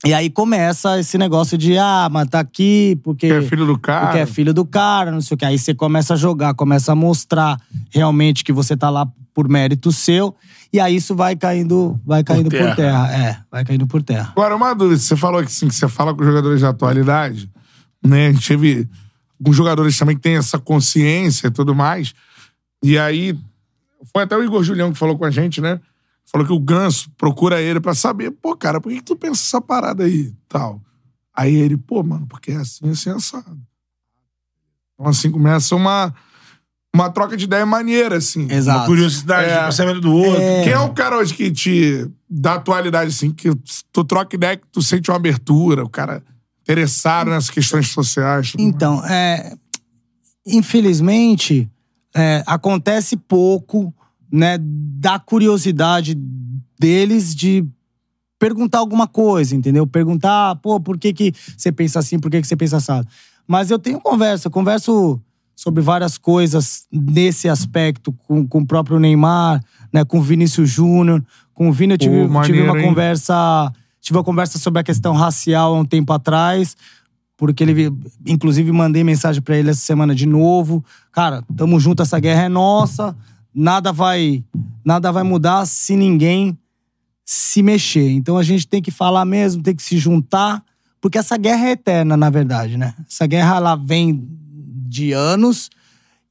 Speaker 3: E aí começa esse negócio de, ah, mas tá aqui porque
Speaker 1: Que é filho do cara.
Speaker 3: porque é filho do cara, não sei o que. Aí você começa a jogar, começa a mostrar realmente que você tá lá por mérito seu. E aí isso vai caindo, vai caindo por terra.
Speaker 2: terra.
Speaker 3: É, vai caindo por terra.
Speaker 1: Agora, uma dúvida. Você falou que, assim, que você fala com os jogadores da atualidade, né? A gente teve alguns jogadores também que têm essa consciência e tudo mais. E aí, foi até o Igor Julião que falou com a gente, né? Falou que o Ganso procura ele pra saber, pô, cara, por que, que tu pensa essa parada aí e tal? Aí ele, pô, mano, porque é assim, assim, assado. Então, assim, começa uma uma troca de ideia maneira, assim.
Speaker 3: Exato.
Speaker 2: Uma curiosidade,
Speaker 1: É.
Speaker 2: um pensamento do outro.
Speaker 1: Quem é o cara hoje que te dá atualidade, assim, que tu troca ideia, que tu sente uma abertura, o cara interessado nessas questões sociais? tudo mais?
Speaker 3: Então, é, infelizmente, é, acontece pouco né, da curiosidade deles de perguntar alguma coisa, entendeu? Perguntar, pô, por que, que você pensa assim, por que, que você pensa assado. Mas eu tenho conversa, eu converso sobre várias coisas nesse aspecto com, com o próprio Neymar, né, com o Vinícius Júnior, com o Vini eu tive,
Speaker 1: Pô,
Speaker 3: tive uma
Speaker 1: maneiro, hein?
Speaker 3: conversa, tive uma conversa sobre a questão racial há um tempo atrás, porque ele, inclusive, mandei mensagem pra ele essa semana de novo. Cara, tamo junto, essa guerra é nossa. Nada vai, nada vai mudar se ninguém se mexer. Então a gente tem que falar mesmo, tem que se juntar, porque essa guerra é eterna, na verdade, né? Essa guerra ela vem de anos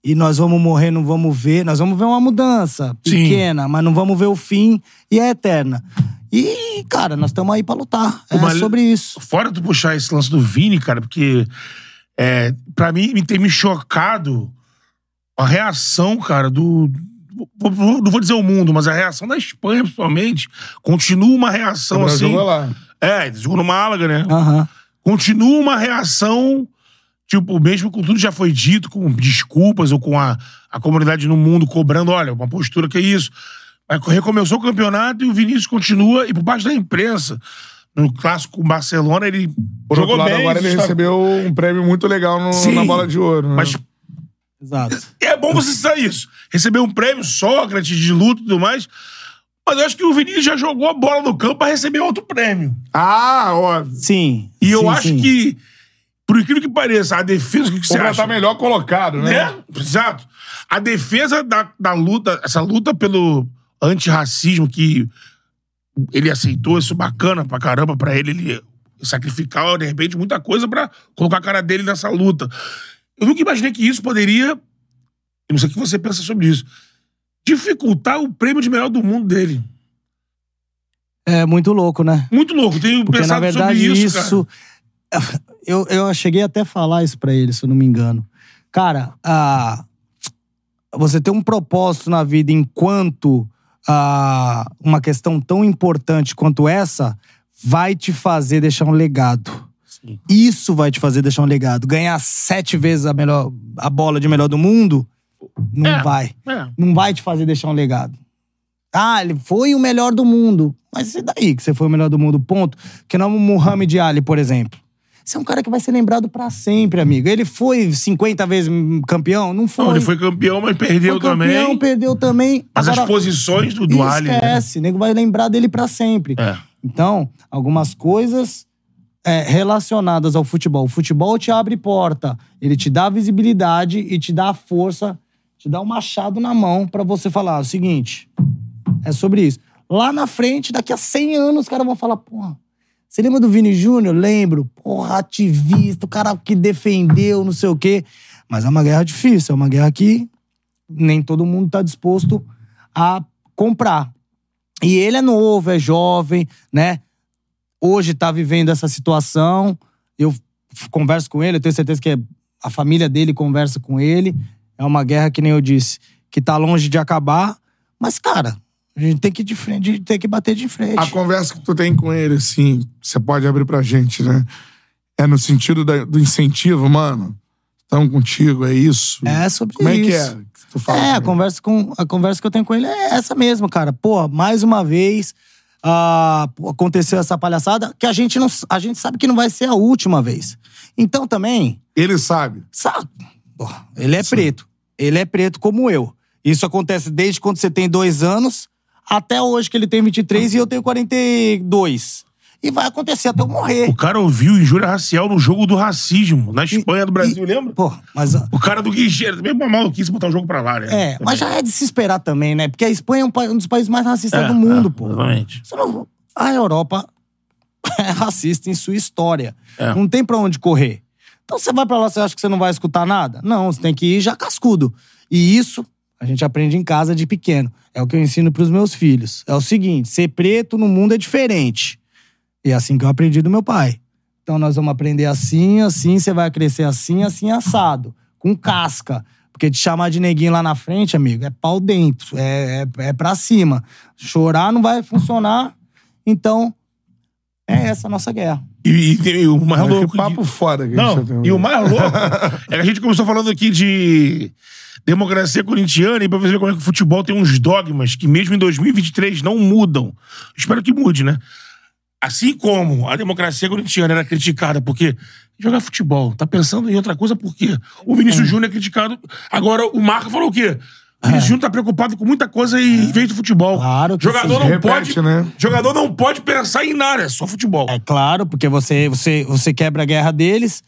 Speaker 3: e nós vamos morrer, não vamos ver. Nós vamos ver uma mudança
Speaker 2: Sim.
Speaker 3: pequena, mas não vamos ver o fim e é eterna. E, cara, nós estamos aí pra lutar. É
Speaker 2: Uma-
Speaker 3: sobre isso.
Speaker 2: Fora tu puxar esse lance do Vini, cara, porque é, pra mim me tem me chocado a reação, cara, do. vou- vou- Não vou dizer o mundo, mas a reação da Espanha, principalmente, continua uma reação
Speaker 1: O Brasil
Speaker 2: assim.
Speaker 1: vai lá.
Speaker 2: É, ele jogou no Málaga, né?
Speaker 3: Aham.
Speaker 2: Continua uma reação, tipo, mesmo com tudo já foi dito, com desculpas ou com a, a comunidade no mundo cobrando, olha, uma postura que é isso. Mas recomeçou o campeonato e o Vinícius continua, e por baixo da imprensa, no clássico com o Barcelona, ele
Speaker 1: Por outro
Speaker 2: jogou
Speaker 1: lado,
Speaker 2: bem.
Speaker 1: agora ele
Speaker 2: sabe?
Speaker 1: recebeu um prêmio muito legal no-
Speaker 2: Sim.
Speaker 1: na bola de ouro. Né?
Speaker 2: Mas
Speaker 3: Exato.
Speaker 2: é bom você citar isso. Recebeu um prêmio, Sócrates, de luto e tudo mais. Mas eu acho que o Vinícius já jogou a bola no campo para receber outro prêmio.
Speaker 1: Ah, óbvio.
Speaker 3: Sim.
Speaker 2: E eu
Speaker 3: sim,
Speaker 2: acho
Speaker 3: sim.
Speaker 2: que, por incrível que pareça, a defesa, o que, que você
Speaker 1: Completar
Speaker 2: acha?
Speaker 1: tá melhor colocado, né?
Speaker 2: né? Exato. A defesa da, da luta, essa luta pelo antirracismo que ele aceitou, isso bacana pra caramba pra ele, ele sacrificar, de repente, muita coisa pra colocar a cara dele nessa luta. Eu nunca imaginei que isso poderia, eu não sei o que você pensa sobre isso, dificultar o prêmio de melhor do mundo dele.
Speaker 3: É muito louco, né?
Speaker 2: Muito louco, tenho
Speaker 3: Porque, na
Speaker 2: pensado
Speaker 3: verdade,
Speaker 2: sobre isso, cara.
Speaker 3: isso. Eu, eu cheguei até a falar isso pra ele, se eu não me engano. Cara, ah, você ter um propósito na vida enquanto ah, uma questão tão importante quanto essa vai te fazer deixar um legado.
Speaker 2: Sim.
Speaker 3: Isso vai te fazer deixar um legado. Ganhar sete vezes a, melhor, a bola de melhor do mundo não
Speaker 2: É.
Speaker 3: vai.
Speaker 2: É.
Speaker 3: não vai te fazer deixar um legado. Ah, ele foi o melhor do mundo. Mas e daí que você foi o melhor do mundo? Ponto. Que não é o Muhammad Ali, por exemplo. Você é um cara que vai ser lembrado pra sempre, amigo. Ele foi 50 vezes hum, campeão? Não foi.
Speaker 2: Não, ele foi campeão, mas perdeu
Speaker 3: Foi campeão,
Speaker 2: também.
Speaker 3: perdeu também.
Speaker 2: Mas as
Speaker 3: Agora,
Speaker 2: posições do, do Ali. né?
Speaker 3: Esquece, nego vai lembrar dele pra sempre.
Speaker 2: É.
Speaker 3: Então, algumas coisas é, relacionadas ao futebol. O futebol te abre porta, ele te dá visibilidade e te dá a força, te dá o machado na mão pra você falar o seguinte: é sobre isso. Lá na frente, daqui a 100 anos, os caras vão falar, porra. Você lembra do Vini Júnior? Lembro. Porra, ativista, o cara que defendeu, não sei o quê. Mas é uma guerra difícil, é uma guerra que nem todo mundo tá disposto a comprar. E ele é novo, é jovem, né? Hoje tá vivendo essa situação. Eu f- converso com ele, eu tenho certeza que é- a família dele conversa com ele. É uma guerra, que nem eu disse, que tá longe de acabar. Mas, cara, a gente tem que ir de frente, a gente tem que bater de frente.
Speaker 1: A conversa que tu tem com ele, assim, você pode abrir pra gente, né? É no sentido da- do incentivo, mano. Estamos contigo, é isso.
Speaker 3: É sobre
Speaker 1: Como é
Speaker 3: isso.
Speaker 1: que é que tu fala?
Speaker 3: É, a
Speaker 1: com ele?
Speaker 3: conversa, com, a conversa que eu tenho com ele é essa mesmo, cara. Pô, mais uma vez ah, pô, aconteceu essa palhaçada que a gente, não, a gente sabe que não vai ser a última vez. Então também,
Speaker 1: Ele sabe.
Speaker 3: sabe? Pô, ele é preto. Ele é preto como eu. Isso acontece desde quando você tem dois anos até hoje que ele tem 23 e eu tenho 42. E vai acontecer até eu morrer.
Speaker 2: O cara ouviu injúria racial no jogo do racismo, na Espanha, do Brasil, lembra?
Speaker 3: Pô, mas... ah,
Speaker 2: O cara do guichê, mesmo uma maluquice botar o jogo pra lá, né?
Speaker 3: É, mas já é de se esperar também, né? Porque a Espanha é um, pa- um dos países mais racistas
Speaker 2: É,
Speaker 3: do mundo,
Speaker 2: é,
Speaker 3: pô.
Speaker 2: Exatamente.
Speaker 3: Você não- A Europa é racista em sua história.
Speaker 2: É.
Speaker 3: Não tem pra onde correr. Então você vai pra lá, você acha que você não vai escutar nada? Não, você tem que ir já cascudo. E isso a gente aprende em casa de pequeno. É o que eu ensino pros meus filhos. É o seguinte: ser preto no mundo é diferente. E é assim que eu aprendi do meu pai. Então nós vamos aprender assim, assim, você vai crescer assim, assim, assado. Com casca. Porque te chamar de neguinho lá na frente, amigo, é pau dentro, é, é, é pra cima. Chorar não vai funcionar. Então, é essa a nossa guerra.
Speaker 2: E, e- e o
Speaker 1: Mas
Speaker 2: mais É louco.
Speaker 1: né? que papo
Speaker 2: de-
Speaker 1: foda que a gente tá
Speaker 2: Não,
Speaker 1: tendo.
Speaker 2: e o mais louco é que a gente começou falando aqui de democracia corintiana e pra você ver como é que o futebol tem uns dogmas que mesmo em 2023 não mudam. Espero que mude, né? Assim como a democracia corintiana era criticada porque jogar futebol, tá pensando em outra coisa por quê? O Vinícius Júnior é criticado. Agora, o Marco falou o quê? O Vinícius Júnior tá preocupado com muita coisa e em vez de futebol.
Speaker 3: Claro que
Speaker 2: jogador
Speaker 3: sim.
Speaker 2: Então não
Speaker 1: Repete,
Speaker 2: pode,
Speaker 1: né?
Speaker 2: Jogador não pode pensar em nada, é só futebol.
Speaker 3: É claro, porque você, você, você quebra a guerra deles.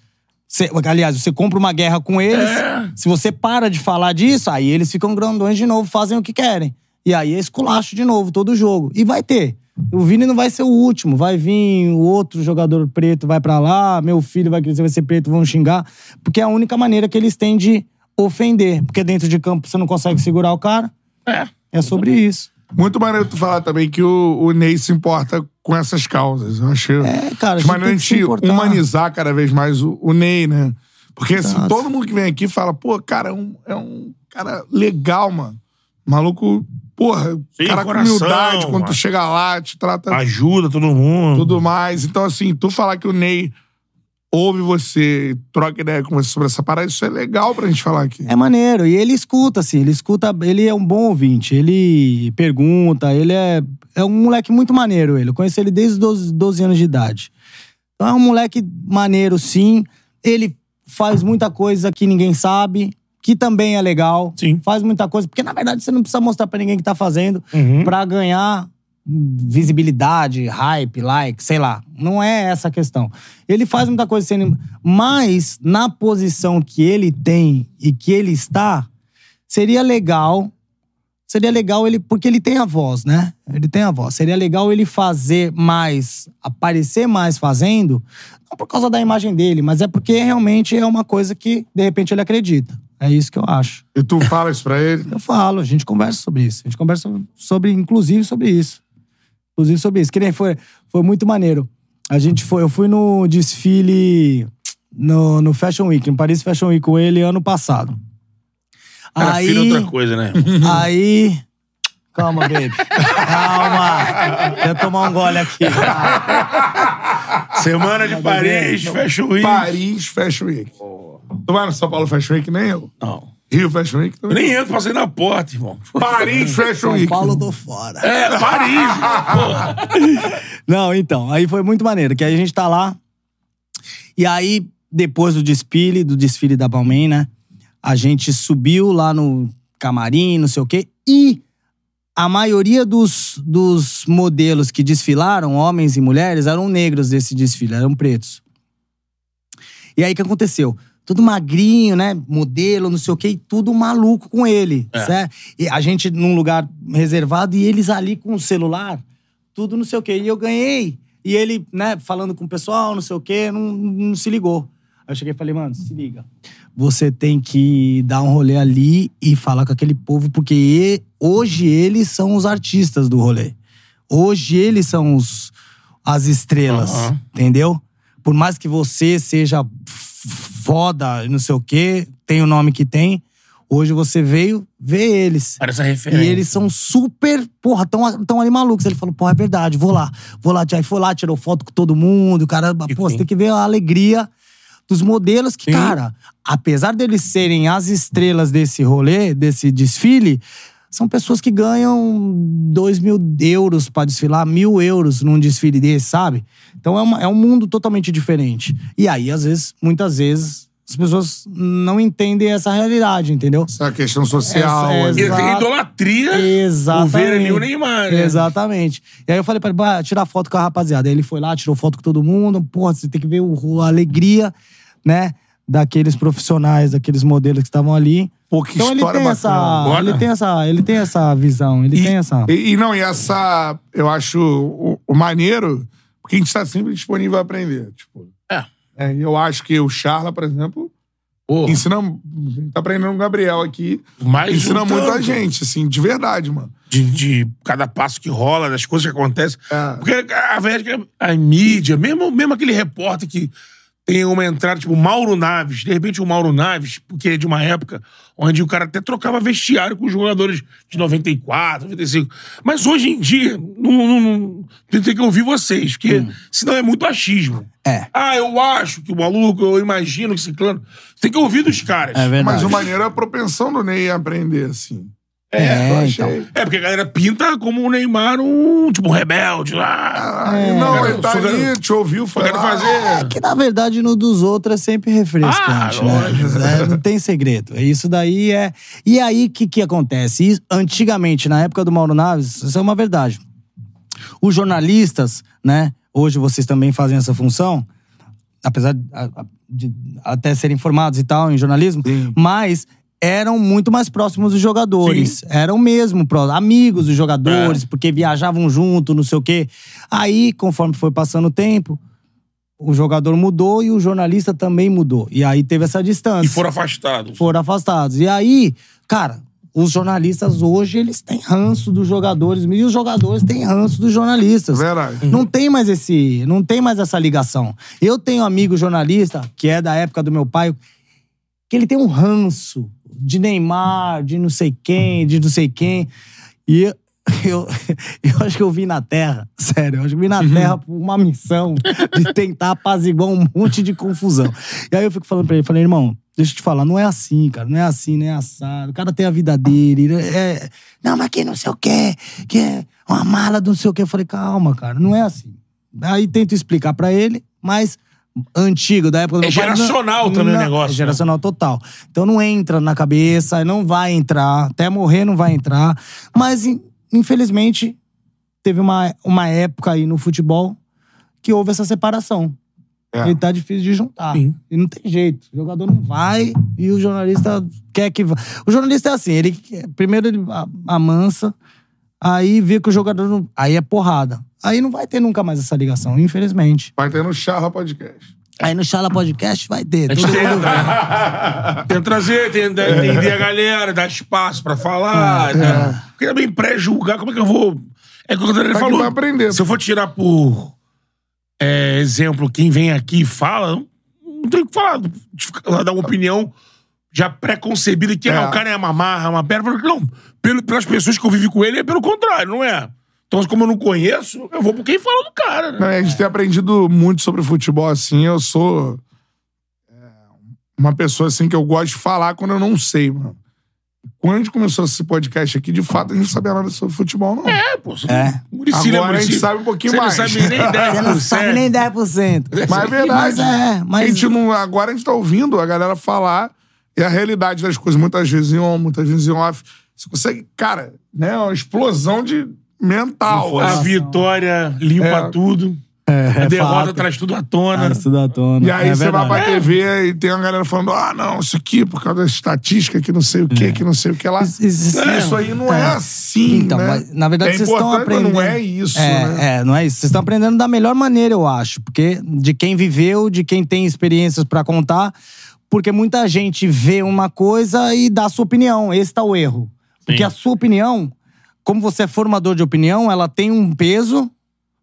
Speaker 3: Você- aliás, você compra uma guerra com eles.
Speaker 2: É.
Speaker 3: Se você para de falar disso, aí eles ficam grandões de novo, fazem o que querem. E aí é esculacho de novo, todo jogo. E vai ter. O Vini não vai ser o último. Vai vir o outro jogador preto, vai pra lá. Meu filho vai crescer, vai ser preto, vão xingar. Porque é a única maneira que eles têm de ofender. Porque dentro de campo você não consegue segurar o cara.
Speaker 2: É.
Speaker 3: É sobre isso.
Speaker 1: Muito maneiro tu falar também que o, o Ney se importa com essas causas. Eu achei.
Speaker 3: É, cara, a
Speaker 1: acho
Speaker 3: gente
Speaker 1: maneiro a
Speaker 3: tem que se
Speaker 1: gente
Speaker 3: importar.
Speaker 1: humanizar cada vez mais o, o Ney, né? Porque assim,
Speaker 3: Exato.
Speaker 1: todo mundo que vem aqui fala, pô, cara, é um, é um cara legal, mano. Maluco, porra,
Speaker 2: Sim,
Speaker 1: cara com
Speaker 2: coração,
Speaker 1: humildade, quando
Speaker 2: mano.
Speaker 1: tu chega lá, te trata
Speaker 2: Ajuda todo mundo.
Speaker 1: tudo mais. Então, assim, tu falar que o Ney ouve você, troca ideia com você sobre essa parada, isso é legal pra gente falar aqui.
Speaker 3: É maneiro. E ele escuta, assim, ele escuta, ele é um bom ouvinte, ele pergunta, ele é, é um moleque muito maneiro, ele. Eu conheço ele desde os 12, 12 anos de idade. Então é um moleque maneiro, sim. Ele faz muita coisa que ninguém sabe, que também é legal.
Speaker 2: Sim.
Speaker 3: Faz muita coisa, porque na verdade você não precisa mostrar pra ninguém que tá fazendo
Speaker 2: Uhum.
Speaker 3: pra ganhar visibilidade, hype, like, sei lá. Não é essa a questão. Ele faz muita coisa sendo. Mas, na posição que ele tem e que ele está, seria legal. Seria legal ele. Porque ele tem a voz, né? Ele tem a voz. Seria legal ele fazer mais, aparecer mais fazendo, não por causa da imagem dele, mas é porque realmente é uma coisa que, de repente, ele acredita. É isso que eu acho.
Speaker 1: E tu fala isso pra ele?
Speaker 3: Eu falo, a gente conversa sobre isso. A gente conversa sobre, inclusive, sobre isso. Inclusive sobre isso. Que nem foi, foi muito maneiro. A gente foi, eu fui no desfile no, no Fashion Week, no Paris Fashion Week com ele ano passado.
Speaker 2: Cara,
Speaker 3: aí,
Speaker 2: filho é outra coisa, né?
Speaker 3: aí. Calma, baby. Calma. Deixa eu tomar um gole aqui.
Speaker 2: Semana de
Speaker 3: Não,
Speaker 2: Paris,
Speaker 3: não.
Speaker 2: fecha o Rio.
Speaker 1: Paris Fashion Week. Tu vai no São Paulo Fashion Week, nem eu.
Speaker 2: Não.
Speaker 1: Rio Fashion Week
Speaker 2: Eu
Speaker 1: também.
Speaker 2: nem entro, passei na porta, irmão.
Speaker 1: Paris Fashion
Speaker 3: São
Speaker 1: Week.
Speaker 3: Paulo, eu tô fora.
Speaker 2: É, Paris. porra.
Speaker 3: Não, então, aí foi muito maneiro, que aí a gente tá lá. E aí, depois do desfile, do desfile da Balmain, né? A gente subiu lá no camarim, não sei o quê. E a maioria dos, dos modelos que desfilaram, homens e mulheres, eram negros desse desfile, eram pretos. E aí, o que aconteceu? Tudo magrinho, né? Modelo, não sei o quê, e tudo maluco com ele.
Speaker 2: É.
Speaker 3: certo? E a gente num lugar reservado e eles ali com o celular tudo não sei o quê. E eu ganhei. E ele, né, falando com o pessoal, não sei o quê, não, não se ligou. Aí eu cheguei e falei, mano, se liga. Você tem que dar um rolê ali e falar com aquele povo, porque e- hoje eles são os artistas do rolê. Hoje eles são os, as estrelas,
Speaker 2: Aham.
Speaker 3: entendeu? Por mais que você seja f- foda, não sei o quê, tem o nome que tem, hoje você veio ver eles.
Speaker 2: Cara, essa
Speaker 3: E
Speaker 2: referência.
Speaker 3: eles são super, porra, tão, tão ali malucos. Ele falou, porra, é verdade, vou lá. Vou lá, aí foi lá, tirou foto com todo mundo. O cara, pô,
Speaker 2: sim.
Speaker 3: você tem que ver a alegria dos modelos que,
Speaker 2: Sim.
Speaker 3: cara, apesar deles serem as estrelas desse rolê, desse desfile, são pessoas que ganham 2 mil euros pra desfilar, mil euros num desfile desse, sabe? Então é, uma- é um mundo totalmente diferente. E aí, às vezes, muitas vezes, as pessoas não entendem essa realidade, entendeu?
Speaker 1: Essa questão social. né?
Speaker 3: Essa-
Speaker 1: ali.
Speaker 2: Ele tem
Speaker 3: Exato.
Speaker 2: idolatria.
Speaker 3: Exatamente.
Speaker 2: O Verne e o Neymar, né?
Speaker 3: Exatamente. E aí eu falei pra ele, "Bah, tirar foto com a rapaziada. Aí ele foi lá, tirou foto com todo mundo. Porra, você tem que ver o- a alegria, né? Daqueles profissionais, daqueles modelos que estavam ali.
Speaker 1: Pô, que
Speaker 3: então ele
Speaker 1: história
Speaker 3: tem, essa,
Speaker 1: bacana.
Speaker 3: ele
Speaker 2: Bora.
Speaker 3: tem essa. Ele tem essa visão, ele
Speaker 1: E-
Speaker 3: tem essa.
Speaker 1: E, e não, e essa, eu acho o, o maneiro, porque a gente tá sempre disponível a aprender. Tipo,
Speaker 2: É.
Speaker 1: É, e eu acho que o Charla, por exemplo,
Speaker 2: Porra,
Speaker 1: ensina. Tá aprendendo com o Gabriel aqui.
Speaker 2: Mas
Speaker 1: ensina
Speaker 2: um
Speaker 1: muito a
Speaker 2: tanto
Speaker 1: gente, assim, de verdade, mano.
Speaker 2: De, de cada passo que rola, das coisas que acontecem.
Speaker 1: É.
Speaker 2: Porque a verdade é que a mídia, mesmo, mesmo aquele repórter que Tem uma entrada, tipo, Mauro Naves. De repente, o Mauro Naves, porque é de uma época onde o cara até trocava vestiário com os jogadores de 94, 95. Mas hoje em dia, não, não, não- tem tem que ouvir vocês, porque senão é muito achismo.
Speaker 3: Hum. É.
Speaker 2: Ah, eu acho que o maluco, eu imagino que ciclano. Tem que ouvir dos caras.
Speaker 3: É verdade.
Speaker 1: Mas o maneiro é a propensão do Ney a aprender, assim.
Speaker 3: É,
Speaker 1: eu
Speaker 3: então.
Speaker 1: achei.
Speaker 2: É, porque a galera pinta como o Neymar um, tipo, um rebelde lá.
Speaker 3: É.
Speaker 1: Ah, Não,
Speaker 2: Cara,
Speaker 1: ele tá
Speaker 2: eu sou
Speaker 1: ali,
Speaker 2: garoto.
Speaker 1: te ouviu,
Speaker 2: Eu
Speaker 1: falando.
Speaker 2: quero fazer.
Speaker 3: Que na verdade no dos outros é sempre refrescante,
Speaker 2: É Ah, lógico.
Speaker 3: né? É, não tem segredo. É Isso daí é. E aí, o que, que acontece? Isso- antigamente, na época do Mauro Naves, isso é uma verdade. Os jornalistas, né? Hoje vocês também fazem essa função, apesar de, a- a- de até serem formados e tal em jornalismo, mas eram muito mais próximos dos jogadores. Eram mesmo pró- amigos dos jogadores,
Speaker 2: É.
Speaker 3: porque viajavam junto, não sei o quê. Aí, conforme foi passando o tempo, o jogador mudou e o jornalista também mudou. E aí teve essa distância.
Speaker 2: E foram afastados.
Speaker 3: Foram afastados. E aí, cara, os jornalistas hoje, eles têm ranço dos jogadores. E os jogadores têm ranço dos jornalistas.
Speaker 1: Verdade.
Speaker 3: Não tem mais esse, não tem mais essa ligação. Eu tenho um amigo jornalista que é da época do meu pai, que ele tem um ranço de Neymar, de não sei quem, de não sei quem. E eu, eu, eu acho que eu vim na Terra, sério, eu acho que eu vim na
Speaker 2: Uhum.
Speaker 3: Terra por uma missão de tentar apaziguar um monte de confusão. E aí eu fico falando pra ele, falei, irmão, deixa eu te falar, não é assim, cara, não é assim, não é assado. O cara tem a vida dele, né? é, não, mas que não sei o quê, que é uma mala do não sei o quê. Eu falei, calma, cara, não é assim. Aí tento explicar pra ele, mas antigo, da época do
Speaker 2: É
Speaker 3: meu pai, não-
Speaker 2: geracional também o
Speaker 3: não-
Speaker 2: negócio,
Speaker 3: É
Speaker 2: né?
Speaker 3: geracional sensacional total. Então não entra na cabeça, não vai entrar, até morrer não vai entrar. Mas, in- infelizmente, teve uma, uma época aí no futebol que houve essa separação.
Speaker 1: É.
Speaker 3: E tá difícil de juntar.
Speaker 2: Sim.
Speaker 3: E não tem jeito. O jogador não vai e o jornalista quer que vá. O jornalista é assim, ele quer- primeiro ele a- amansa, aí vê que o jogador não. Aí é porrada. Aí não vai ter nunca mais essa ligação, infelizmente.
Speaker 1: Vai ter no Charra Podcast.
Speaker 3: Aí no Chala Podcast vai ter. Todo
Speaker 2: Tenta,
Speaker 3: mundo vai.
Speaker 2: tenta trazer, tenta entender a galera, dar espaço pra
Speaker 1: É.
Speaker 2: falar. né? Porque também pré-julgar, como é que eu vou. É o que o André
Speaker 1: que
Speaker 2: falou.
Speaker 1: vai aprender.
Speaker 2: Se eu for tirar por é, exemplo quem vem aqui e fala, não- não tem o que falar. Ela dá uma opinião já pré-concebida que ah,
Speaker 1: É.
Speaker 2: o cara é uma marra, uma perna. Não, pelo, pelas pessoas que eu vivi com ele é pelo contrário, não é? Então, como eu não conheço, eu vou por quem fala do cara. Né?
Speaker 1: Não, a gente tem aprendido muito sobre futebol, assim. Eu sou é, uma pessoa, assim, que eu gosto de falar quando eu não sei, mano. Quando a gente começou esse podcast aqui, de fato, a gente não sabia nada sobre futebol, não.
Speaker 2: É, pô.
Speaker 3: É.
Speaker 2: Muricy,
Speaker 1: Agora a gente sabe um pouquinho mais.
Speaker 2: Você não sabe nem 10%.
Speaker 3: Você não sabe nem 10%.
Speaker 1: Mas é verdade.
Speaker 3: Mas é, mas-
Speaker 1: A gente não, agora a gente tá ouvindo a galera falar e a realidade das coisas, muitas vezes em on, muitas vezes em off. Você consegue, cara, né? Uma explosão de mental.
Speaker 2: A
Speaker 1: assim.
Speaker 2: vitória limpa
Speaker 1: É.
Speaker 2: tudo. a derrota
Speaker 3: é fato. Ah,
Speaker 2: traz tudo à tona.
Speaker 3: Isso da é. tona.
Speaker 1: E aí
Speaker 3: É
Speaker 1: você
Speaker 3: verdade.
Speaker 1: vai pra TV e tem uma galera falando: ah, não, isso aqui por causa da estatística, que não sei o quê, que não sei o que lá.
Speaker 3: É. Isso- isso-
Speaker 1: É, isso aí não é, assim.
Speaker 3: Então,
Speaker 1: né?
Speaker 3: mas, na verdade,
Speaker 1: é
Speaker 3: vocês estão
Speaker 1: importante, mas
Speaker 3: aprendendo.
Speaker 1: Não é isso,
Speaker 3: é,
Speaker 1: né?
Speaker 3: É, não é isso. Vocês estão aprendendo da melhor maneira, eu acho. Porque de quem viveu, de quem tem experiências pra contar. Porque muita gente vê uma coisa e dá a sua opinião. Esse tá o erro. Porque
Speaker 2: Sim.
Speaker 3: a sua opinião, como você é formador de opinião, ela tem um peso,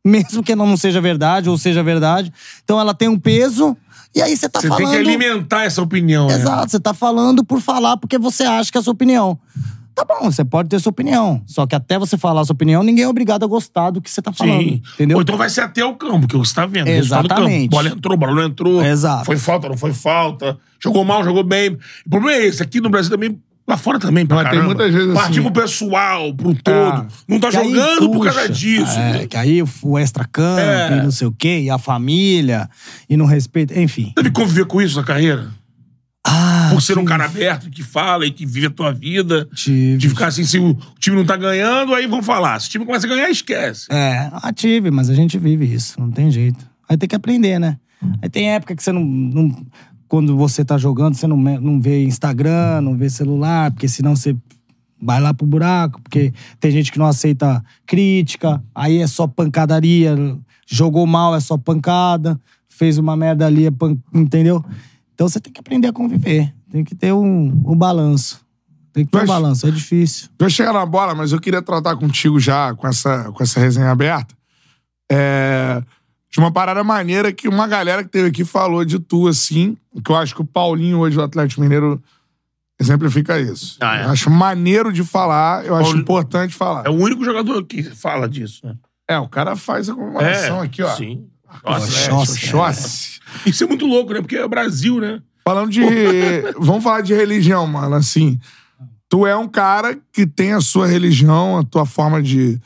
Speaker 3: mesmo que ela não seja verdade ou seja verdade. Então ela tem um peso. E aí você tá
Speaker 2: Você tem
Speaker 3: falando.
Speaker 2: que alimentar essa opinião. né?
Speaker 3: Exato, você tá falando por falar porque você acha que é a sua opinião. Tá bom, você pode ter sua opinião. Só que até você falar a sua opinião, ninguém é obrigado a gostar do que você tá falando.
Speaker 2: Sim.
Speaker 3: Entendeu?
Speaker 2: Ou então vai ser até o campo, que você tá vendo. o resultado do campo.
Speaker 3: Exatamente.
Speaker 2: Bola entrou, bola não entrou.
Speaker 3: Exato.
Speaker 2: Foi falta, não foi falta. Jogou mal, jogou bem. O problema é esse. Aqui no Brasil também, lá fora também, pra
Speaker 1: Mas tem
Speaker 2: caramba.
Speaker 1: muitas vezes assim.
Speaker 2: Partir pro pessoal, pro todo.
Speaker 1: É.
Speaker 2: Não tá
Speaker 3: Ah, Que aí
Speaker 2: jogando por
Speaker 3: puxa.
Speaker 2: causa disso.
Speaker 3: É, que aí o extra-campo
Speaker 2: É.
Speaker 3: e não sei o quê, e a família, e não respeita, enfim.
Speaker 2: Teve que conviver com isso na carreira?
Speaker 3: Ah,
Speaker 2: Por ser um cara aberto, que fala e que vive a tua vida.
Speaker 3: tive.
Speaker 2: De ficar assim, se o time não tá ganhando, aí vão falar. Se o time começa a ganhar, esquece.
Speaker 3: É, ah, tive, mas a gente vive isso, não tem jeito. Aí tem que aprender, né? Aí tem época que você não. não- quando você tá jogando, você não, me- não vê Instagram, não vê celular, porque senão você vai lá pro buraco, porque tem gente que não aceita crítica, aí é só pancadaria, jogou mal é só pancada, fez uma merda ali, é pan- entendeu? Então você tem que aprender a conviver, tem que ter um, um balanço. Tem que ter um
Speaker 1: Mas-
Speaker 3: balanço, é difícil.
Speaker 1: Já chegar na bola, mas eu queria tratar contigo já com essa, com essa resenha aberta. É, Tinha uma parada maneira que uma galera que teve aqui falou de tu, assim, que eu acho que o Paulinho hoje do Atlético Mineiro exemplifica isso.
Speaker 2: Ah, é.
Speaker 1: Eu acho maneiro de falar, eu acho
Speaker 2: Paulinho-
Speaker 1: importante falar.
Speaker 2: É o único jogador que fala disso, né?
Speaker 1: É, o cara faz a comemoração aqui, ó.
Speaker 2: É, Sim.
Speaker 1: Nossa,
Speaker 2: Nossa, é.
Speaker 3: Nossa,
Speaker 1: Xosse.
Speaker 2: Isso é muito louco, né? Porque é Brasil, né?
Speaker 1: Falando de. Vamos falar de religião, mano. Assim, tu é um cara que tem a sua religião, a tua forma de,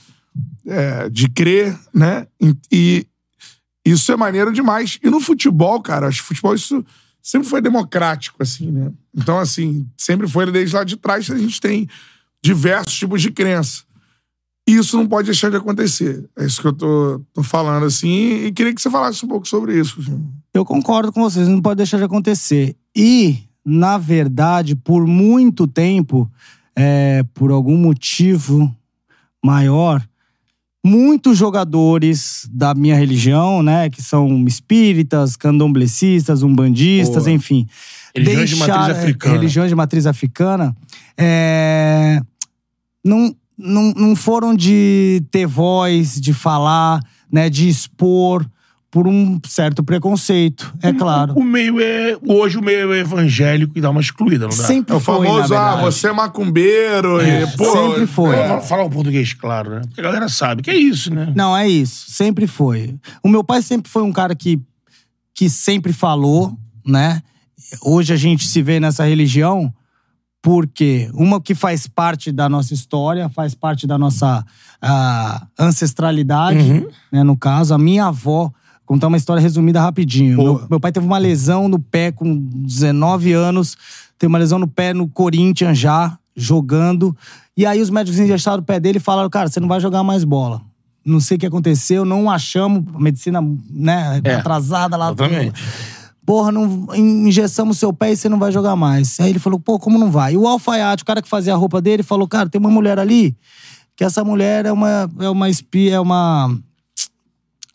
Speaker 1: é, de crer, né? E, e isso é maneiro demais. E no futebol, cara, acho que futebol isso sempre foi democrático, assim, né? Então, assim, sempre foi desde lá de trás a gente tem diversos tipos de crença. E isso não pode deixar de acontecer. É isso que eu tô, tô falando, assim, e queria que você falasse um pouco sobre isso. Assim.
Speaker 3: Eu concordo com vocês, não pode deixar de acontecer. E, na verdade, por muito tempo, é, por algum motivo maior, muitos jogadores da minha religião, né, que são espíritas, candomblecistas, umbandistas,
Speaker 2: Boa.
Speaker 3: enfim,
Speaker 2: Religiões de matriz
Speaker 3: deixaram- é,
Speaker 2: africana.
Speaker 3: Religiões de matriz africana. é, não, não, não foram de ter voz, de falar, né, de expor por um certo preconceito, é claro.
Speaker 2: O meio é. Hoje o meio é evangélico e dá uma excluída, não dá?
Speaker 3: Sempre
Speaker 1: É o
Speaker 3: foi,
Speaker 1: famoso,
Speaker 3: na
Speaker 1: ah,
Speaker 3: verdade.
Speaker 1: você é macumbeiro
Speaker 2: É,
Speaker 1: e, pô...
Speaker 3: sempre foi.
Speaker 1: é.
Speaker 2: Fala- Falar um português, claro, né? Porque a galera sabe que é isso, né?
Speaker 3: Não, é isso. Sempre foi. O meu pai sempre foi um cara que, que sempre falou, né? Hoje a gente se vê nessa religião porque uma que faz parte da nossa história, faz parte da nossa ah, ancestralidade,
Speaker 2: Uhum.
Speaker 3: né? No caso, a minha avó. Contar uma história resumida rapidinho.
Speaker 1: Boa.
Speaker 3: Meu, meu pai teve uma lesão no pé com 19 anos, teve uma lesão no pé no Corinthians já, jogando. E aí os médicos injetaram o pé dele e falaram: cara, você não vai jogar mais bola. Não sei o que aconteceu, não achamos, medicina né,
Speaker 2: É.
Speaker 3: atrasada lá.
Speaker 2: Exatamente.
Speaker 3: Porra, não, injeçamos seu pé e você não vai jogar mais. Aí ele falou, pô, como não vai? E o alfaiate, o cara que fazia a roupa dele, falou, cara, tem uma mulher ali, que essa mulher é uma, é uma espia, é uma...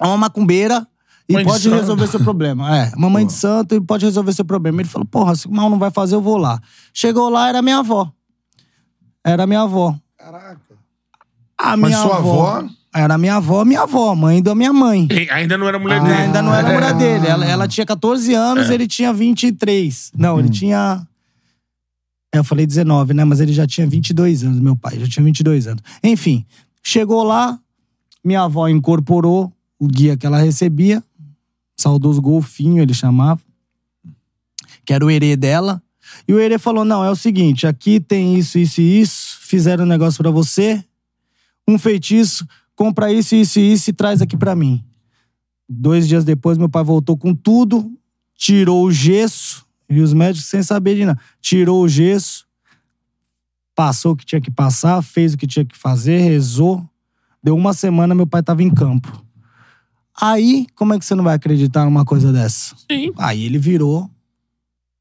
Speaker 3: É uma macumbeira e
Speaker 2: Mãe de
Speaker 3: pode
Speaker 2: santo.
Speaker 3: resolver seu problema. É, mamãe de santo e pode resolver seu problema. Ele falou, porra, se o mal não vai fazer, eu vou lá. Chegou lá, era minha avó. Era minha avó.
Speaker 1: Caraca.
Speaker 3: A
Speaker 1: Mas
Speaker 3: minha
Speaker 1: sua
Speaker 3: avó...
Speaker 1: avó?
Speaker 3: Era minha avó, minha avó, mãe da minha mãe.
Speaker 2: E Ainda não era mulher
Speaker 3: Né,
Speaker 2: dele.
Speaker 3: ainda não era
Speaker 1: É.
Speaker 3: mulher dele. Ela, ela tinha 14 anos, ele tinha 23. Não, ele tinha. é, Eu falei 19, né? Mas ele já tinha 22 anos, meu pai. Já tinha 22 anos. Enfim, chegou lá, minha avó incorporou o guia que ela recebia. Saudoso Golfinho, ele chamava. Que era o herê dela. E o herê falou: não, é o seguinte, aqui tem isso, isso e isso. Fizeram um negócio pra você. Um feitiço. Compra isso, isso e isso e traz aqui pra mim. Dois dias depois, meu pai voltou com tudo, tirou o gesso, e os médicos sem saber de nada. Tirou o gesso, passou o que tinha que passar, fez o que tinha que fazer, rezou. Deu uma semana, meu pai tava em campo. Aí, como é que você não vai acreditar numa coisa dessa?
Speaker 2: Sim.
Speaker 3: Aí ele virou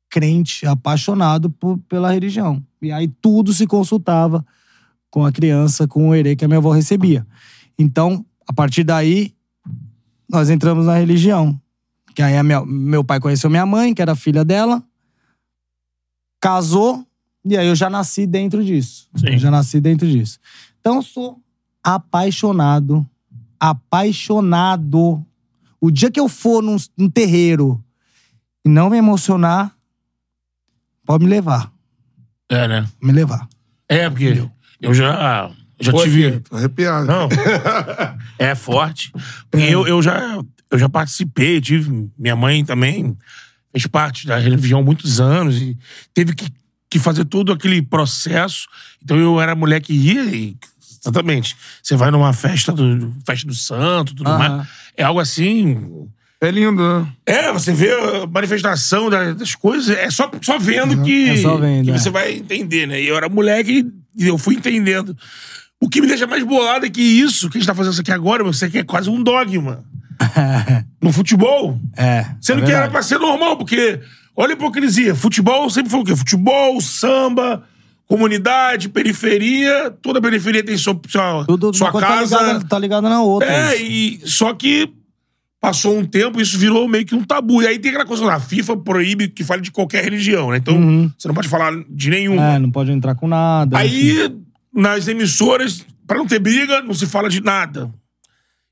Speaker 3: crente, apaixonado por- pela religião. E aí tudo se consultava com a criança, com o herê que a minha avó recebia. Então, a partir daí, nós entramos na religião. Que aí a minha- meu pai conheceu minha mãe, que era filha dela, casou, e aí eu já nasci dentro disso.
Speaker 2: Sim.
Speaker 3: Eu já nasci dentro disso. Então eu sou apaixonado, apaixonado. O dia que eu for num, num terreiro e não me emocionar, pode me levar,
Speaker 2: É, né?
Speaker 3: me levar.
Speaker 2: É, porque eu já, já
Speaker 1: Pô,
Speaker 2: tive.
Speaker 1: filho, Tô arrepiado.
Speaker 2: Não. é forte. Porque eu, eu, já, eu já participei, tive. Minha mãe também fez parte da religião há muitos anos e teve que, que fazer todo aquele processo. Então eu era mulher que ia e. Exatamente. Você vai numa festa do, festa do santo, tudo
Speaker 3: Aham.
Speaker 2: mais. É algo assim.
Speaker 1: É lindo, né?
Speaker 2: É, você vê a manifestação da- das coisas, é só, só vendo que,
Speaker 3: é só vendo,
Speaker 2: que
Speaker 3: é.
Speaker 2: você vai entender, né? E eu era moleque e eu fui entendendo. O que me deixa mais bolado é que isso que a gente tá fazendo isso aqui agora, você que é quase um dogma. no futebol.
Speaker 3: É.
Speaker 2: Sendo
Speaker 3: é
Speaker 2: que era
Speaker 3: verdade.
Speaker 2: pra ser normal, porque olha a hipocrisia. Futebol sempre foi o quê? Futebol, samba, comunidade, periferia. Toda periferia tem sua, sua,
Speaker 3: Tudo uma
Speaker 2: sua
Speaker 3: coisa
Speaker 2: casa.
Speaker 3: tá ligada, tá ligada na outra.
Speaker 2: É,
Speaker 3: isso.
Speaker 2: e só que passou um tempo isso virou meio que um tabu. E aí tem aquela coisa lá, a FIFA proíbe que fale de qualquer religião, né? Então
Speaker 3: Uhum.
Speaker 2: você não pode falar de nenhuma.
Speaker 3: É, não pode entrar com nada.
Speaker 2: aí nas emissoras, pra não ter briga, não se fala de nada.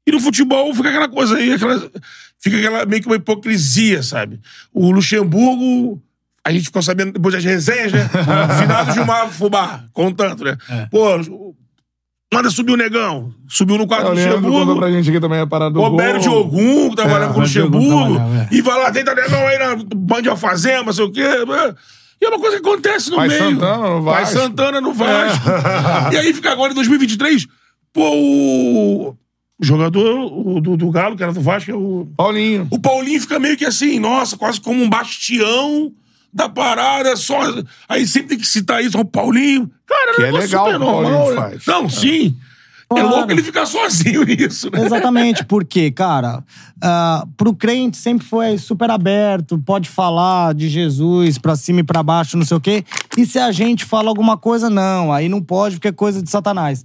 Speaker 2: E E no futebol fica aquela coisa aí, aquela- fica aquela meio que uma hipocrisia, sabe? O Luxemburgo. A gente ficou sabendo depois das resenhas, né? Final do Gilmar Fubá, contando, né?
Speaker 3: É.
Speaker 2: Pô, manda subir o negão. Subiu no
Speaker 1: É,
Speaker 2: quadro
Speaker 1: O
Speaker 2: do
Speaker 1: Leandro contou
Speaker 2: Luxemburgo.
Speaker 1: pra gente aqui também a parada do gol.
Speaker 2: Roberto Diogun, que trabalhava
Speaker 1: É,
Speaker 2: com o
Speaker 1: Roberto
Speaker 2: Luxemburgo,
Speaker 4: trabalhava, é.
Speaker 2: e vai lá, tenta negão aí na Band de Alfazema, sei o quê. né? E é uma coisa que acontece no
Speaker 1: Pai
Speaker 2: meio.
Speaker 1: Santana no
Speaker 2: Pai
Speaker 1: Vasco. É.
Speaker 2: Santana no Vasco. E aí fica agora em 2023, pô, o o jogador o do, do Galo, que era do Vasco, é o
Speaker 1: Paulinho.
Speaker 2: o Paulinho fica meio que assim, nossa, quase como um bastião da parada, só. Aí sempre tem que citar isso, o Paulinho. Cara,
Speaker 1: Que
Speaker 2: é
Speaker 1: é
Speaker 2: um negócio
Speaker 1: legal
Speaker 2: super
Speaker 1: que o Paulinho
Speaker 2: normal. né?
Speaker 1: faz.
Speaker 2: Não, sim. É
Speaker 3: Claro.
Speaker 2: louco ele ficar sozinho nisso, né?
Speaker 3: Exatamente, porque, cara, ah, pro crente sempre foi super aberto, pode falar de Jesus pra cima e pra baixo, não sei o quê. E se a gente fala alguma coisa, não, aí não pode porque é coisa de Satanás.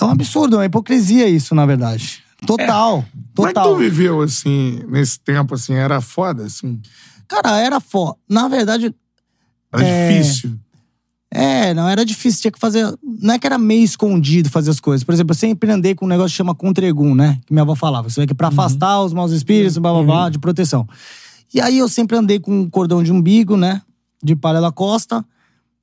Speaker 3: É um absurdo, é uma hipocrisia isso, na verdade. Total,
Speaker 1: Como é que
Speaker 3: total.
Speaker 1: tu viveu, assim, nesse tempo, assim? Era foda, assim?
Speaker 3: Cara, era fó. Na verdade,
Speaker 1: Era
Speaker 3: É.
Speaker 1: difícil.
Speaker 3: É, não era difícil, tinha que fazer. Não é que era meio escondido fazer as coisas. Por exemplo, eu sempre andei com um negócio que chama contregum, né? Que minha avó falava. Isso é que pra afastar os maus espíritos, blá blá blá, de proteção. E aí eu sempre andei com um cordão de umbigo, né? De palha da costa.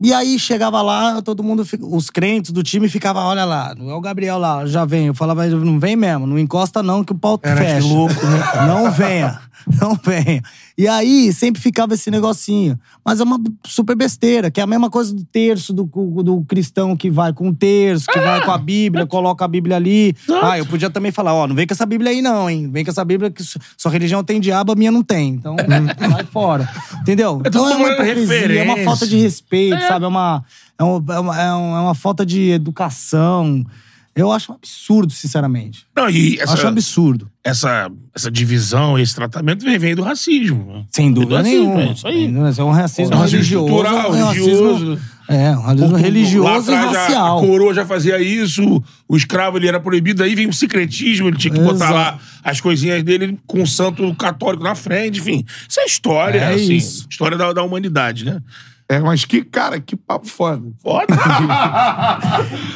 Speaker 3: E aí chegava lá, todo mundo, fi- os crentes do time ficavam, olha lá, não é o Gabriel lá, já vem. Eu falava, não vem mesmo, não encosta não que o pau fecha. Não venha, não venha. E aí sempre ficava esse negocinho. Mas é uma super besteira, que é a mesma coisa do terço do, do cristão que vai com o terço, que vai com a Bíblia, coloca a Bíblia ali. Ah, eu podia também falar, ó, não vem com essa Bíblia aí não, hein? Vem com essa Bíblia que su- sua religião tem diabo, a minha não tem. Então, vai fora. Entendeu?
Speaker 2: É tudo
Speaker 3: Então é uma
Speaker 2: uma
Speaker 3: hipocrisia, é uma
Speaker 2: referência.
Speaker 3: falta de respeito, sabe? É uma, é, um- é uma, é um- é uma falta de educação. Eu acho um absurdo, sinceramente.
Speaker 2: Não, e essa,
Speaker 3: Acho um absurdo.
Speaker 2: essa, essa divisão, esse tratamento vem, vem do racismo. né?
Speaker 3: Sem
Speaker 2: do
Speaker 3: dúvida
Speaker 2: racismo,
Speaker 3: nenhuma.
Speaker 2: é isso aí.
Speaker 3: Sem dúvida, Isso é um racismo
Speaker 2: É um racismo
Speaker 3: religioso.
Speaker 2: cultural,
Speaker 3: é um racismo-
Speaker 2: religioso.
Speaker 3: É, um
Speaker 2: Por
Speaker 3: racismo
Speaker 2: tudo. Lá
Speaker 3: religioso e
Speaker 2: atrás, A
Speaker 3: racial.
Speaker 2: coroa já fazia isso, o escravo ele era proibido, aí vem o secretismo, ele tinha que botar
Speaker 3: Exato.
Speaker 2: lá as coisinhas dele com o santo católico na frente, enfim. Isso é história,
Speaker 3: É
Speaker 2: assim,
Speaker 3: isso.
Speaker 2: história da, da humanidade, né?
Speaker 1: É, mas que, cara, que papo foda.
Speaker 2: Foda.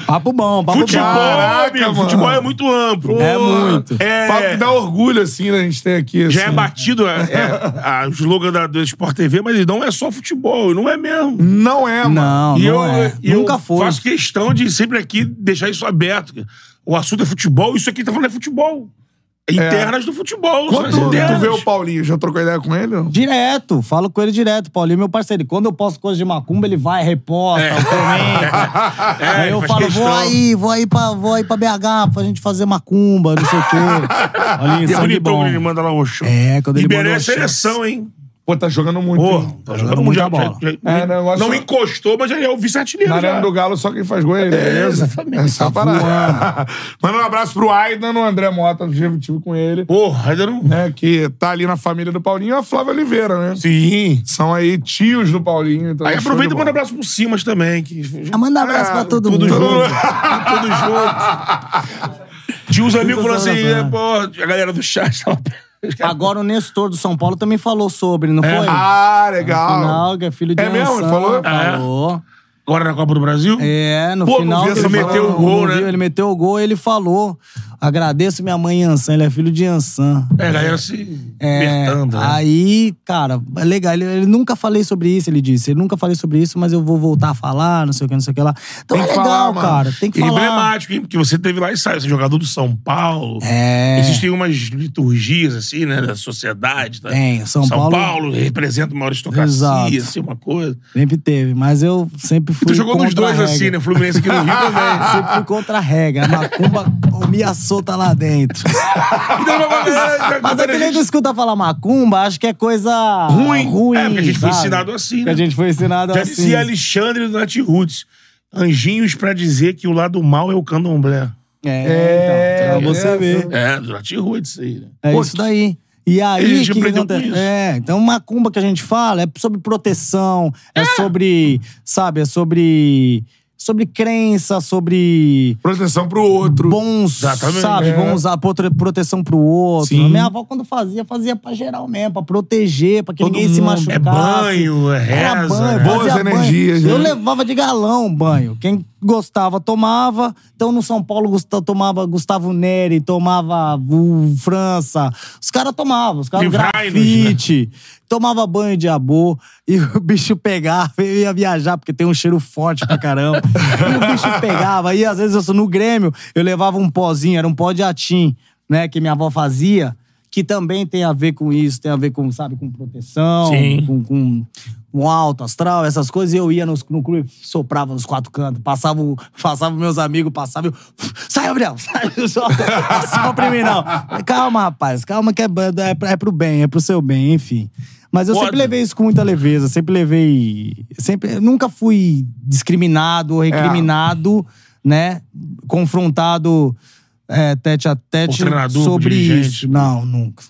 Speaker 3: Papo bom, papo
Speaker 2: tá, futebol,
Speaker 3: bom.
Speaker 1: Caraca,
Speaker 2: amigo,
Speaker 1: mano.
Speaker 2: futebol é muito amplo.
Speaker 3: É muito.
Speaker 2: É,
Speaker 1: Papo que dá orgulho, assim, né? A gente tem aqui,
Speaker 3: um
Speaker 1: assim.
Speaker 2: já é batido é, é, a- o slogan da, do Sport TV, mas não é só futebol, não é mesmo.
Speaker 1: Não é, mano.
Speaker 3: Não,
Speaker 2: E
Speaker 3: não
Speaker 2: eu,
Speaker 3: é.
Speaker 2: e eu
Speaker 3: Nunca foi.
Speaker 2: faço questão de sempre aqui deixar isso aberto. cara. O assunto é futebol, isso aqui tá falando é futebol. É internas do futebol. são
Speaker 1: Quando
Speaker 2: as
Speaker 1: tu, tu
Speaker 2: internas.
Speaker 1: vê o Paulinho, já trocou ideia com ele? não?
Speaker 3: Direto, falo com ele direto. Paulinho é meu parceiro. E Quando eu posto coisa de macumba, ele vai, reposta, comenta.
Speaker 2: É,
Speaker 3: aí eu
Speaker 2: faz
Speaker 3: falo,
Speaker 2: questão.
Speaker 3: vou aí, vou aí, pra, vou aí pra BH pra gente fazer macumba, não sei o quê. Paulinho,
Speaker 2: E é
Speaker 3: sangue
Speaker 2: bonitão
Speaker 3: bom.
Speaker 2: quando ele manda lá o show.
Speaker 3: É, quando ele
Speaker 2: Liberou
Speaker 3: mandou
Speaker 2: a
Speaker 3: o show.
Speaker 2: seleção, hein?
Speaker 1: Pô, tá jogando muito.
Speaker 2: Pô,
Speaker 1: hein?
Speaker 2: tá jogando
Speaker 3: muita
Speaker 2: mundial.
Speaker 3: bola.
Speaker 2: Já, já,
Speaker 1: É, negócio-
Speaker 2: não encostou, mas já é o vice-artilheiro.
Speaker 1: Na
Speaker 2: já.
Speaker 1: Arena do Galo, só quem faz gol é ele, beleza?
Speaker 2: exatamente.
Speaker 1: Essa é a parada. Manda um abraço pro Aidan, o André Mota, eu tive com ele,
Speaker 2: Porra, ainda não.
Speaker 1: né? Que tá ali na família do Paulinho, e a Flávia Oliveira, né?
Speaker 2: Sim.
Speaker 1: São aí tios do Paulinho. Então
Speaker 2: Aí
Speaker 1: show
Speaker 2: aproveita
Speaker 1: de
Speaker 2: e manda um
Speaker 1: bola.
Speaker 2: abraço pro Simas também. Que...
Speaker 3: Ah, Manda abraço pra todo
Speaker 2: Tudo
Speaker 3: mundo.
Speaker 2: junto. Tudo junto. Tinha uns amigos falando assim,
Speaker 3: abraços, né?
Speaker 2: é, pô, a galera do chat tava.
Speaker 3: Agora o Nestor do São Paulo também falou sobre, não foi?
Speaker 1: Ah, legal.
Speaker 3: Final, que é filho de
Speaker 1: É mesmo? Ele
Speaker 3: Ansan,
Speaker 1: falou?
Speaker 3: Falou.
Speaker 2: Agora na Copa do Brasil?
Speaker 3: É, no
Speaker 2: Ah, Pô, não
Speaker 3: final.
Speaker 2: vi
Speaker 3: ele
Speaker 2: essa
Speaker 3: falou,
Speaker 2: meteu o gol,
Speaker 3: não
Speaker 2: né?
Speaker 3: viu, Ele meteu o gol e ele falou: agradeço minha mãe Ansan, ele é filho de Ansan.
Speaker 2: É, a galera se
Speaker 3: É,
Speaker 2: apertando, né?
Speaker 3: aí, cara, é legal. Ele, ele nunca falei sobre isso, ele disse. Ele nunca falei sobre isso, mas eu vou voltar a falar, não sei o que, não sei o que lá. Então
Speaker 1: Tem
Speaker 3: é
Speaker 1: que
Speaker 3: legal,
Speaker 1: falar, mano.
Speaker 3: cara. Tem que
Speaker 2: E
Speaker 3: falar.
Speaker 2: emblemático, hein? Porque você teve lá e saiu, você é jogador do São Paulo.
Speaker 3: É.
Speaker 2: Existem umas liturgias, assim, né? Da sociedade. Tá?
Speaker 3: Tem, São
Speaker 2: Paulo...
Speaker 3: Paulo-
Speaker 2: representa uma aristocracia,
Speaker 3: Exato.
Speaker 2: assim, uma coisa.
Speaker 3: Sempre teve, mas eu sempre fui.
Speaker 2: Tu jogou nos
Speaker 3: contra a
Speaker 2: dois,
Speaker 3: regra.
Speaker 2: assim, né? Fluminense aqui no Rio também.
Speaker 3: Sempre fui contra a regra. A macumba me açouta lá dentro.
Speaker 2: Então,
Speaker 3: Mas é que nem tu escuta falar macumba, acho que é coisa ruim.
Speaker 2: É, porque a gente foi
Speaker 3: sabe?
Speaker 2: ensinado assim,
Speaker 3: Porque
Speaker 2: né?
Speaker 3: a gente foi ensinado
Speaker 2: Já
Speaker 3: assim.
Speaker 2: dizia Alexandre Nati Roots. Anjinhos pra dizer que o lado mal é o candomblé.
Speaker 3: É, então, pra você
Speaker 1: é,
Speaker 3: ver.
Speaker 2: É, do Nati Roots isso aí, né?
Speaker 3: É
Speaker 2: Pô,
Speaker 3: isso daí. E
Speaker 2: E a
Speaker 3: aí,
Speaker 2: gente
Speaker 3: o que, que
Speaker 2: aprendeu
Speaker 3: acontece?
Speaker 2: com isso.
Speaker 3: É, então macumba que a gente fala é sobre proteção,
Speaker 2: Ah!
Speaker 3: é, sobre, sabe, é sobre sobre crença, sobre
Speaker 1: Proteção pro outro.
Speaker 3: bons,
Speaker 2: Exatamente.
Speaker 3: sabe,
Speaker 1: É.
Speaker 3: bons a prote- proteção pro outro.
Speaker 1: Sim.
Speaker 3: Minha avó quando fazia, fazia pra geral mesmo, pra proteger, pra que
Speaker 1: Todo
Speaker 3: ninguém se
Speaker 1: mundo.
Speaker 3: machucasse.
Speaker 2: É banho, é
Speaker 3: assim, Era
Speaker 2: reza.
Speaker 3: banho,
Speaker 2: né?
Speaker 1: Boas
Speaker 3: fazia banho.
Speaker 1: energias,
Speaker 3: Eu
Speaker 1: né?
Speaker 3: levava de galão banho. Quem gostava, tomava. Então no São Paulo Gusta- tomava Gustavo Neri, tomava o França. Os caras tomavam, os caras
Speaker 2: Livreiros,
Speaker 3: grafite. Tomava banho de abô e o bicho pegava, eu ia viajar porque tem um cheiro forte pra caramba. e o bicho pegava. E às vezes eu sou no Grêmio, eu levava um pozinho, era um pó de atim, né, que minha avó fazia. Que também tem a ver com isso, tem a ver com, sabe, com proteção,
Speaker 2: Sim.
Speaker 3: com, com um alto astral, essas coisas. E eu ia nos, no clube, soprava nos quatro cantos, passava, o- passava meus amigos, passava eu. Sai, Gabriel! Sai, só, só pra mim, não. Calma, rapaz, calma que é, ba- é, pra- é pro bem, é pro seu bem, enfim. Mas eu
Speaker 2: Pode.
Speaker 3: sempre levei isso com muita leveza, sempre levei. Sempre, eu nunca fui discriminado ou recriminado, né? Confrontado é, tete a
Speaker 2: Por
Speaker 3: tete
Speaker 2: Um treinador, por
Speaker 3: sobre
Speaker 2: dirigente.
Speaker 3: isso. Não, nunca.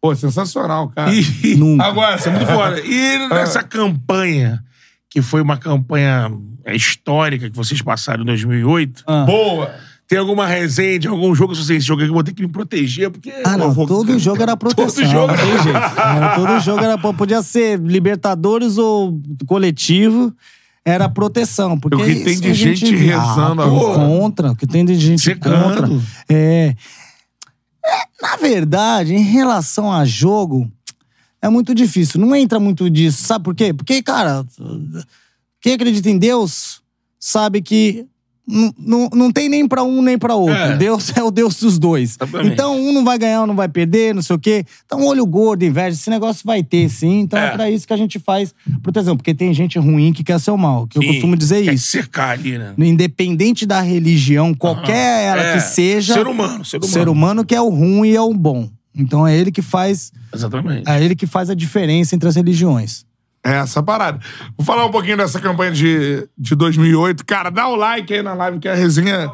Speaker 1: Pô, sensacional, cara.
Speaker 2: E-
Speaker 3: Nunca.
Speaker 2: Agora, você Ah, é muito fora.
Speaker 3: Ah.
Speaker 2: E nessa campanha, que foi uma campanha é, histórica que vocês passaram em 2008,
Speaker 3: Ah.
Speaker 2: boa! Tem alguma resenha de algum jogo? Se você esse jogo aqui, eu vou ter que me proteger, porque...
Speaker 3: Ah, não.
Speaker 2: eu vou-
Speaker 3: Todo jogo era proteção.
Speaker 2: Todo jogo
Speaker 3: não tem jeito. Não, todo jogo era. pro- Podia ser Libertadores ou coletivo. Era proteção. Porque
Speaker 1: O que tem
Speaker 3: isso
Speaker 1: de
Speaker 3: a
Speaker 1: gente rezando
Speaker 3: ah, pô,
Speaker 1: agora.
Speaker 3: contra. O que tem de gente
Speaker 2: Secando.
Speaker 3: contra. É. É, Na verdade, em relação a jogo, é muito difícil. Não entra muito disso. Sabe por quê? Porque, cara, quem acredita em Deus sabe que n- n- não tem nem pra um nem pra outro.
Speaker 2: É.
Speaker 3: Deus é o Deus dos dois.
Speaker 2: Exatamente.
Speaker 3: Então, um não vai ganhar, um não vai perder, não sei o quê. Então, olho gordo, inveja, esse negócio vai ter, sim. Então, é,
Speaker 2: É.
Speaker 3: pra isso que a gente faz proteção. Porque tem gente ruim que quer seu mal, que
Speaker 2: Sim,
Speaker 3: eu costumo dizer
Speaker 2: quer
Speaker 3: isso.
Speaker 2: cercar ali, né?
Speaker 3: Independente da religião, qualquer ela
Speaker 2: É,
Speaker 3: que seja,
Speaker 2: Ser humano, ser
Speaker 3: o
Speaker 2: humano.
Speaker 3: ser humano que é o ruim e é o bom. Então, é ele que faz,
Speaker 2: Exatamente.
Speaker 3: é ele que faz a diferença entre as religiões.
Speaker 1: É essa parada. Vou falar um pouquinho dessa campanha de, de 2008. Cara, dá o like aí na live, que a resenha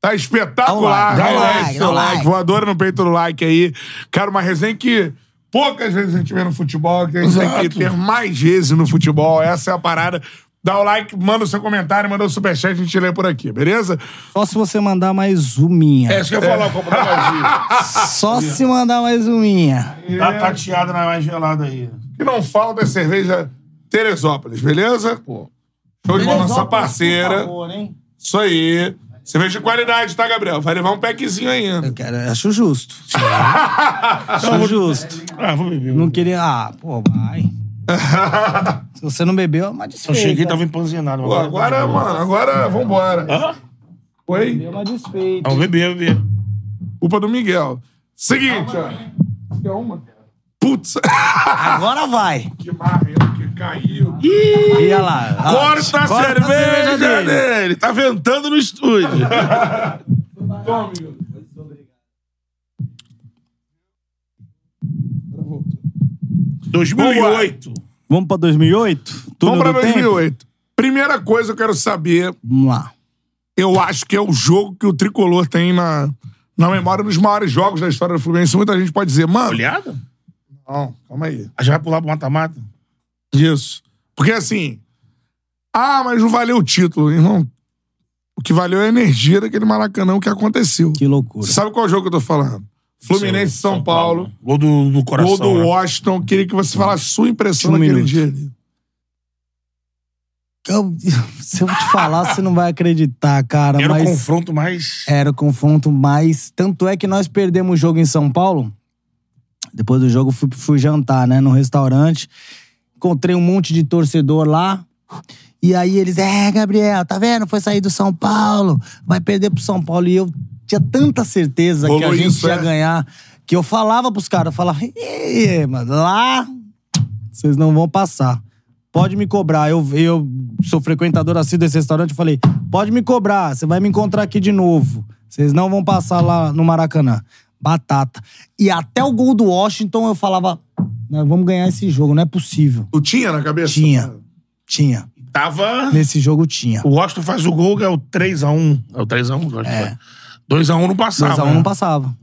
Speaker 1: tá espetacular.
Speaker 3: Dá o like, dá o
Speaker 1: Dá
Speaker 3: like,
Speaker 1: seu
Speaker 3: dá o like.
Speaker 1: Voadora no peito do like aí. Cara, uma resenha que poucas vezes a gente vê no futebol, que a gente tem que ter mais vezes no futebol. Essa é a parada. Dá o like, manda o seu comentário, manda o superchat, a gente lê por aqui, beleza?
Speaker 3: Só se você mandar mais uminha.
Speaker 2: É isso que eu ia falar, o copo tá vazio.
Speaker 3: Só se mandar mais uminha.
Speaker 2: Tá tateado na mais gelada aí.
Speaker 1: E não falta é cerveja Teresópolis, beleza? Pô. Show de bola, nossa parceira. Isso aí. Cerveja de qualidade, tá, Gabriel? Vai levar um packzinho ainda.
Speaker 3: Eu quero, acho justo. acho justo.
Speaker 2: Ah, vou beber.
Speaker 3: Não queria. Ah, pô, vai. Se você não bebeu, é uma
Speaker 2: Eu
Speaker 3: desfeita.
Speaker 2: cheguei e tava empanzinado.
Speaker 1: Pô, agora, mano, agora vambora.
Speaker 2: Hã?
Speaker 1: Foi
Speaker 3: É uma desfeita.
Speaker 2: Não, beber, beber.
Speaker 1: culpa do Miguel. Seguinte, ó. Quer uma? Putz,
Speaker 3: Agora vai.
Speaker 1: que marrento que caiu.
Speaker 3: E olha lá. Ah,
Speaker 2: Corta a cerveja dele. Tá ventando no estúdio.
Speaker 1: Toma, Miguel.
Speaker 3: Vamos pra 2008? Tudo
Speaker 1: Vamos pra
Speaker 3: do tempo?
Speaker 1: 2008. Primeira coisa que eu quero saber,
Speaker 3: Vamos lá.
Speaker 1: eu acho que é o jogo que o Tricolor tem na, na memória, um dos maiores jogos da história do Fluminense. Muita gente pode dizer, mano...
Speaker 2: Olhada?
Speaker 1: Não, calma aí.
Speaker 2: Ah, já vai pular pro mata-mata?
Speaker 1: Isso. Porque assim. Ah, mas não valeu o título, irmão. O que valeu é a energia daquele Maracanã, o que aconteceu.
Speaker 3: Que loucura.
Speaker 1: Você sabe qual jogo que eu tô falando? Fluminense e São, Paulo.
Speaker 2: Gol do, do coração.
Speaker 1: Gol do
Speaker 2: né?
Speaker 1: Washington. Queria que você falasse sua impressão
Speaker 3: Um
Speaker 1: naquele
Speaker 3: minuto.
Speaker 1: dia ali.
Speaker 3: Eu- se eu te falar, você não vai acreditar, cara.
Speaker 2: Era
Speaker 3: mas...
Speaker 2: o confronto mais...
Speaker 3: Era o confronto mais. Tanto é que nós perdemos o jogo em São Paulo. Depois do jogo, fui, fui jantar, né, no restaurante. Encontrei um monte de torcedor lá. E aí eles, é, Gabriel, tá vendo? Foi sair do São Paulo, vai perder pro São Paulo. E eu tinha tanta certeza que
Speaker 1: Rolou
Speaker 3: a gente
Speaker 1: isso,
Speaker 3: ia
Speaker 1: é?
Speaker 3: ganhar, que eu falava pros caras, eu falava, "Ih, mano, lá vocês não vão passar. Pode me cobrar. Eu, eu sou frequentador assim desse restaurante. Eu falei, pode me cobrar. Você vai me encontrar aqui de novo. Vocês não vão passar lá no Maracanã. Batata. E até o gol do Washington eu falava, nós vamos ganhar esse jogo. Não é possível.
Speaker 1: Tu tinha na cabeça?
Speaker 3: Tinha. Tinha.
Speaker 2: Tava...
Speaker 3: Nesse jogo tinha.
Speaker 2: O Washington faz o gol, é o 3x1. É o 3x1, é. 2x1 não passava. né?
Speaker 3: 2x1 não passava.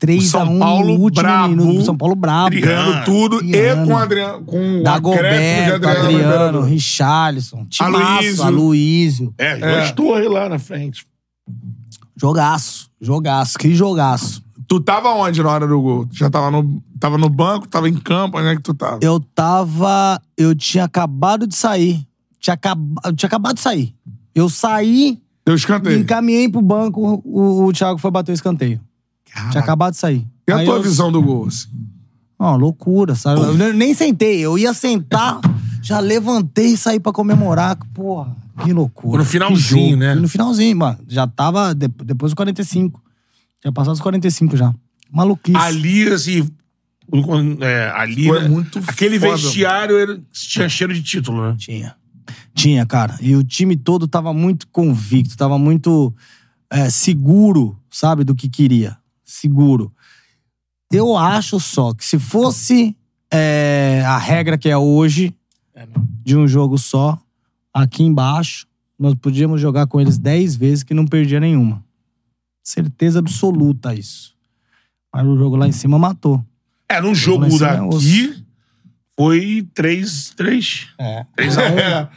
Speaker 3: 3x1
Speaker 1: São
Speaker 3: no
Speaker 1: Paulo
Speaker 3: último
Speaker 1: brabo.
Speaker 3: minuto. São Paulo brabo.
Speaker 1: Ganhando tudo.
Speaker 3: Adriano.
Speaker 1: E com o Adriano. Com o acréscimo
Speaker 3: Dagoberto,
Speaker 1: de Adriano.
Speaker 3: Adriano,
Speaker 1: Imperador.
Speaker 3: Richarlison, Timaço,
Speaker 1: Aloysio.
Speaker 3: Aloysio.
Speaker 2: É, dois torres lá na frente.
Speaker 3: Jogaço, jogaço, que jogaço.
Speaker 1: Tu tava onde na hora do gol? Tu Já tava no, tava no banco, tava em campo, onde é que tu tava?
Speaker 3: Eu tava. Eu tinha acabado de sair. Tinha, acaba- eu tinha acabado de sair. Eu saí,
Speaker 1: Eu escanteio.
Speaker 3: encaminhei pro banco, o, o Thiago foi bater o escanteio. Tinha acabado de sair.
Speaker 1: E a
Speaker 3: Aí
Speaker 1: tua
Speaker 3: eu-
Speaker 1: visão do gol, assim?
Speaker 3: Ó, loucura, sabe? Eu nem sentei. Eu ia sentar, já levantei e saí pra comemorar. Porra, que loucura.
Speaker 2: No
Speaker 3: que
Speaker 2: finalzinho,
Speaker 3: jogo.
Speaker 2: né?
Speaker 3: No finalzinho, mano. Já tava de- depois dos 45. Tinha passado os 45 já. Maluquice.
Speaker 2: Ali, assim. quando- é, ali.
Speaker 1: Pô, é
Speaker 2: né,
Speaker 1: muito
Speaker 2: Aquele
Speaker 1: foda,
Speaker 2: vestiário era, tinha cheiro de título, né?
Speaker 3: Tinha. Tinha, cara. E o time todo tava muito convicto, tava muito é, seguro, sabe, do que queria. Seguro. Eu acho só que se fosse é, a regra que é hoje, de um jogo só, aqui embaixo, nós podíamos jogar com eles 10 vezes que não perdia nenhuma. Certeza absoluta isso. Mas o jogo lá em cima matou.
Speaker 2: É, no jogo
Speaker 3: Mas isso é
Speaker 2: daqui foi 3 3
Speaker 3: É.
Speaker 2: 3
Speaker 1: É.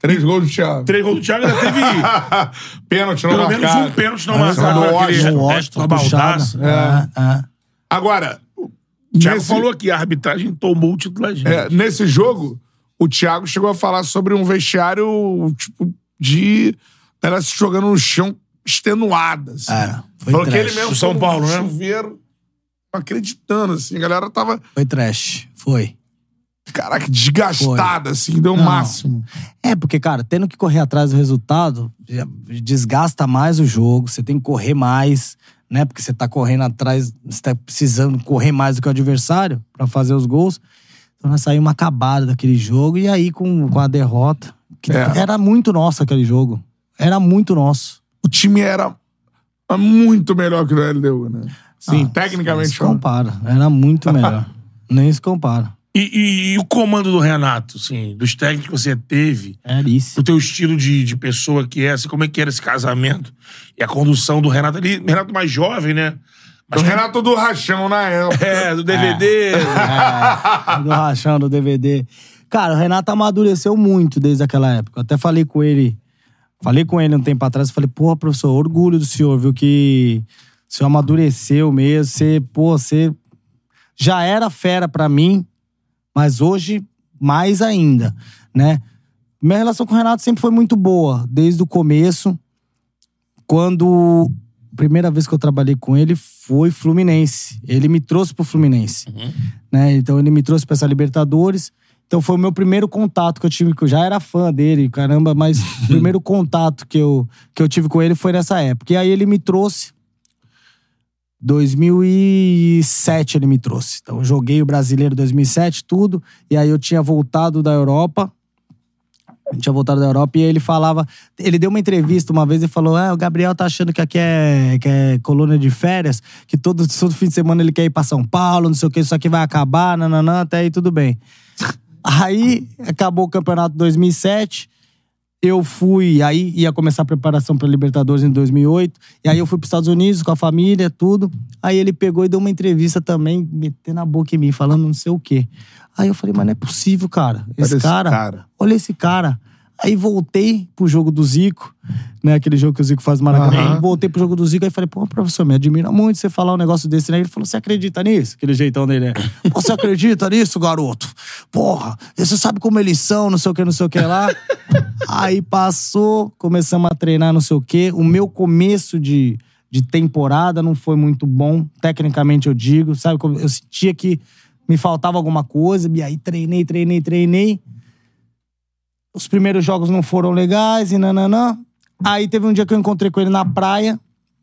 Speaker 1: Três gols do Thiago.
Speaker 2: 3 gols do Thiago ainda teve
Speaker 1: Pênalti não
Speaker 2: um. pelo menos
Speaker 1: marcado.
Speaker 2: um pênalti não
Speaker 1: Ah,
Speaker 2: marcado.
Speaker 1: do
Speaker 2: naquele
Speaker 1: Washington,
Speaker 2: resto da baldaça.
Speaker 3: É, é.
Speaker 1: Agora,
Speaker 2: O Thiago
Speaker 1: nesse-
Speaker 2: falou aqui, a arbitragem tomou o título da gente.
Speaker 1: É, nesse jogo, o Thiago chegou a falar sobre um vestiário, tipo, de. Ela se jogando no chão extenuada. Assim.
Speaker 3: Era. É, Foi
Speaker 1: Falou que
Speaker 3: trash.
Speaker 1: ele mesmo
Speaker 2: O São
Speaker 1: foi no
Speaker 2: Paulo, né?
Speaker 1: chuveiro, acreditando, assim. A galera tava,
Speaker 3: Foi trash. Foi.
Speaker 1: caraca, desgastada, assim, deu o
Speaker 3: Não.
Speaker 1: máximo.
Speaker 3: É, porque, cara, tendo que correr atrás do resultado, já desgasta mais o jogo, você tem que correr mais, né? Porque você tá correndo atrás, você tá precisando correr mais do que o adversário pra fazer os gols. Então nós saímos acabados daquele jogo, e aí com, com a derrota, que
Speaker 1: É.
Speaker 3: era muito nosso aquele jogo. Era muito nosso.
Speaker 1: O time era muito melhor que o da LDU, né? Sim, tecnicamente.
Speaker 3: Nem se
Speaker 1: falando.
Speaker 3: compara. Era muito melhor. Nem se compara.
Speaker 2: E, e- e o comando do Renato, assim, dos técnicos que você teve,
Speaker 3: Era isso.
Speaker 2: do teu estilo de, de pessoa que é, assim, como é que era esse casamento e a condução do Renato ali, Renato mais jovem, né?
Speaker 1: O Renato do Rachão na época.
Speaker 2: É, do DVD.
Speaker 3: É, do rachão, do DVD. Cara, o Renato amadureceu muito desde aquela época. Eu até falei com ele, falei com ele um tempo atrás, falei, porra, professor, orgulho do senhor, viu, que o senhor amadureceu mesmo, você, pô, você já era fera pra mim, mas hoje mais ainda, né? Minha relação com o Renato sempre foi muito boa, desde o começo. Quando a primeira vez que eu trabalhei com ele foi Fluminense. Ele me trouxe pro Fluminense né? Então ele me trouxe pra essa Libertadores. Então foi o meu primeiro contato que eu tive, que eu já era fã dele, caramba, mas o primeiro contato que eu, que eu tive com ele foi nessa época. E aí ele me trouxe. 2007 ele me trouxe. Então eu joguei o brasileiro 2007, tudo. E aí eu tinha voltado da Europa. Eu tinha voltado da Europa e aí ele falava. Ele deu uma entrevista uma vez e falou: É, o Gabriel tá achando que aqui é, que é colônia de férias, que todo, todo fim de semana ele quer ir pra São Paulo, não sei o que, isso aqui vai acabar, nananã, até aí tudo bem. Aí acabou o campeonato 2007. Eu fui, aí ia começar a preparação para Libertadores em 2008. E aí eu fui para os Estados Unidos com a família, tudo. Aí ele pegou e deu uma entrevista também, metendo a boca em mim, falando não sei o quê. Aí eu falei, mas não é possível, cara. Esse,
Speaker 1: Olha esse
Speaker 3: cara,
Speaker 1: cara.
Speaker 3: olha esse cara. Aí voltei pro jogo do Zico, né? Aquele jogo que o Zico faz no Maracanã.
Speaker 1: Aham.
Speaker 3: Voltei pro jogo do Zico, aí falei, pô, professor, me admira muito você falar um negócio desse, né? Ele falou, você acredita nisso? Aquele jeitão dele, né? Pô, você acredita nisso, garoto? Porra, você sabe como eles são, não sei o que, não sei o que lá. aí passou, começamos a treinar, não sei o que. O meu começo de, de temporada não foi muito bom, tecnicamente eu digo, sabe? como Eu sentia que me faltava alguma coisa, e aí treinei, treinei, treinei os primeiros jogos não foram legais e nananã. Aí teve um dia que eu encontrei com ele na praia.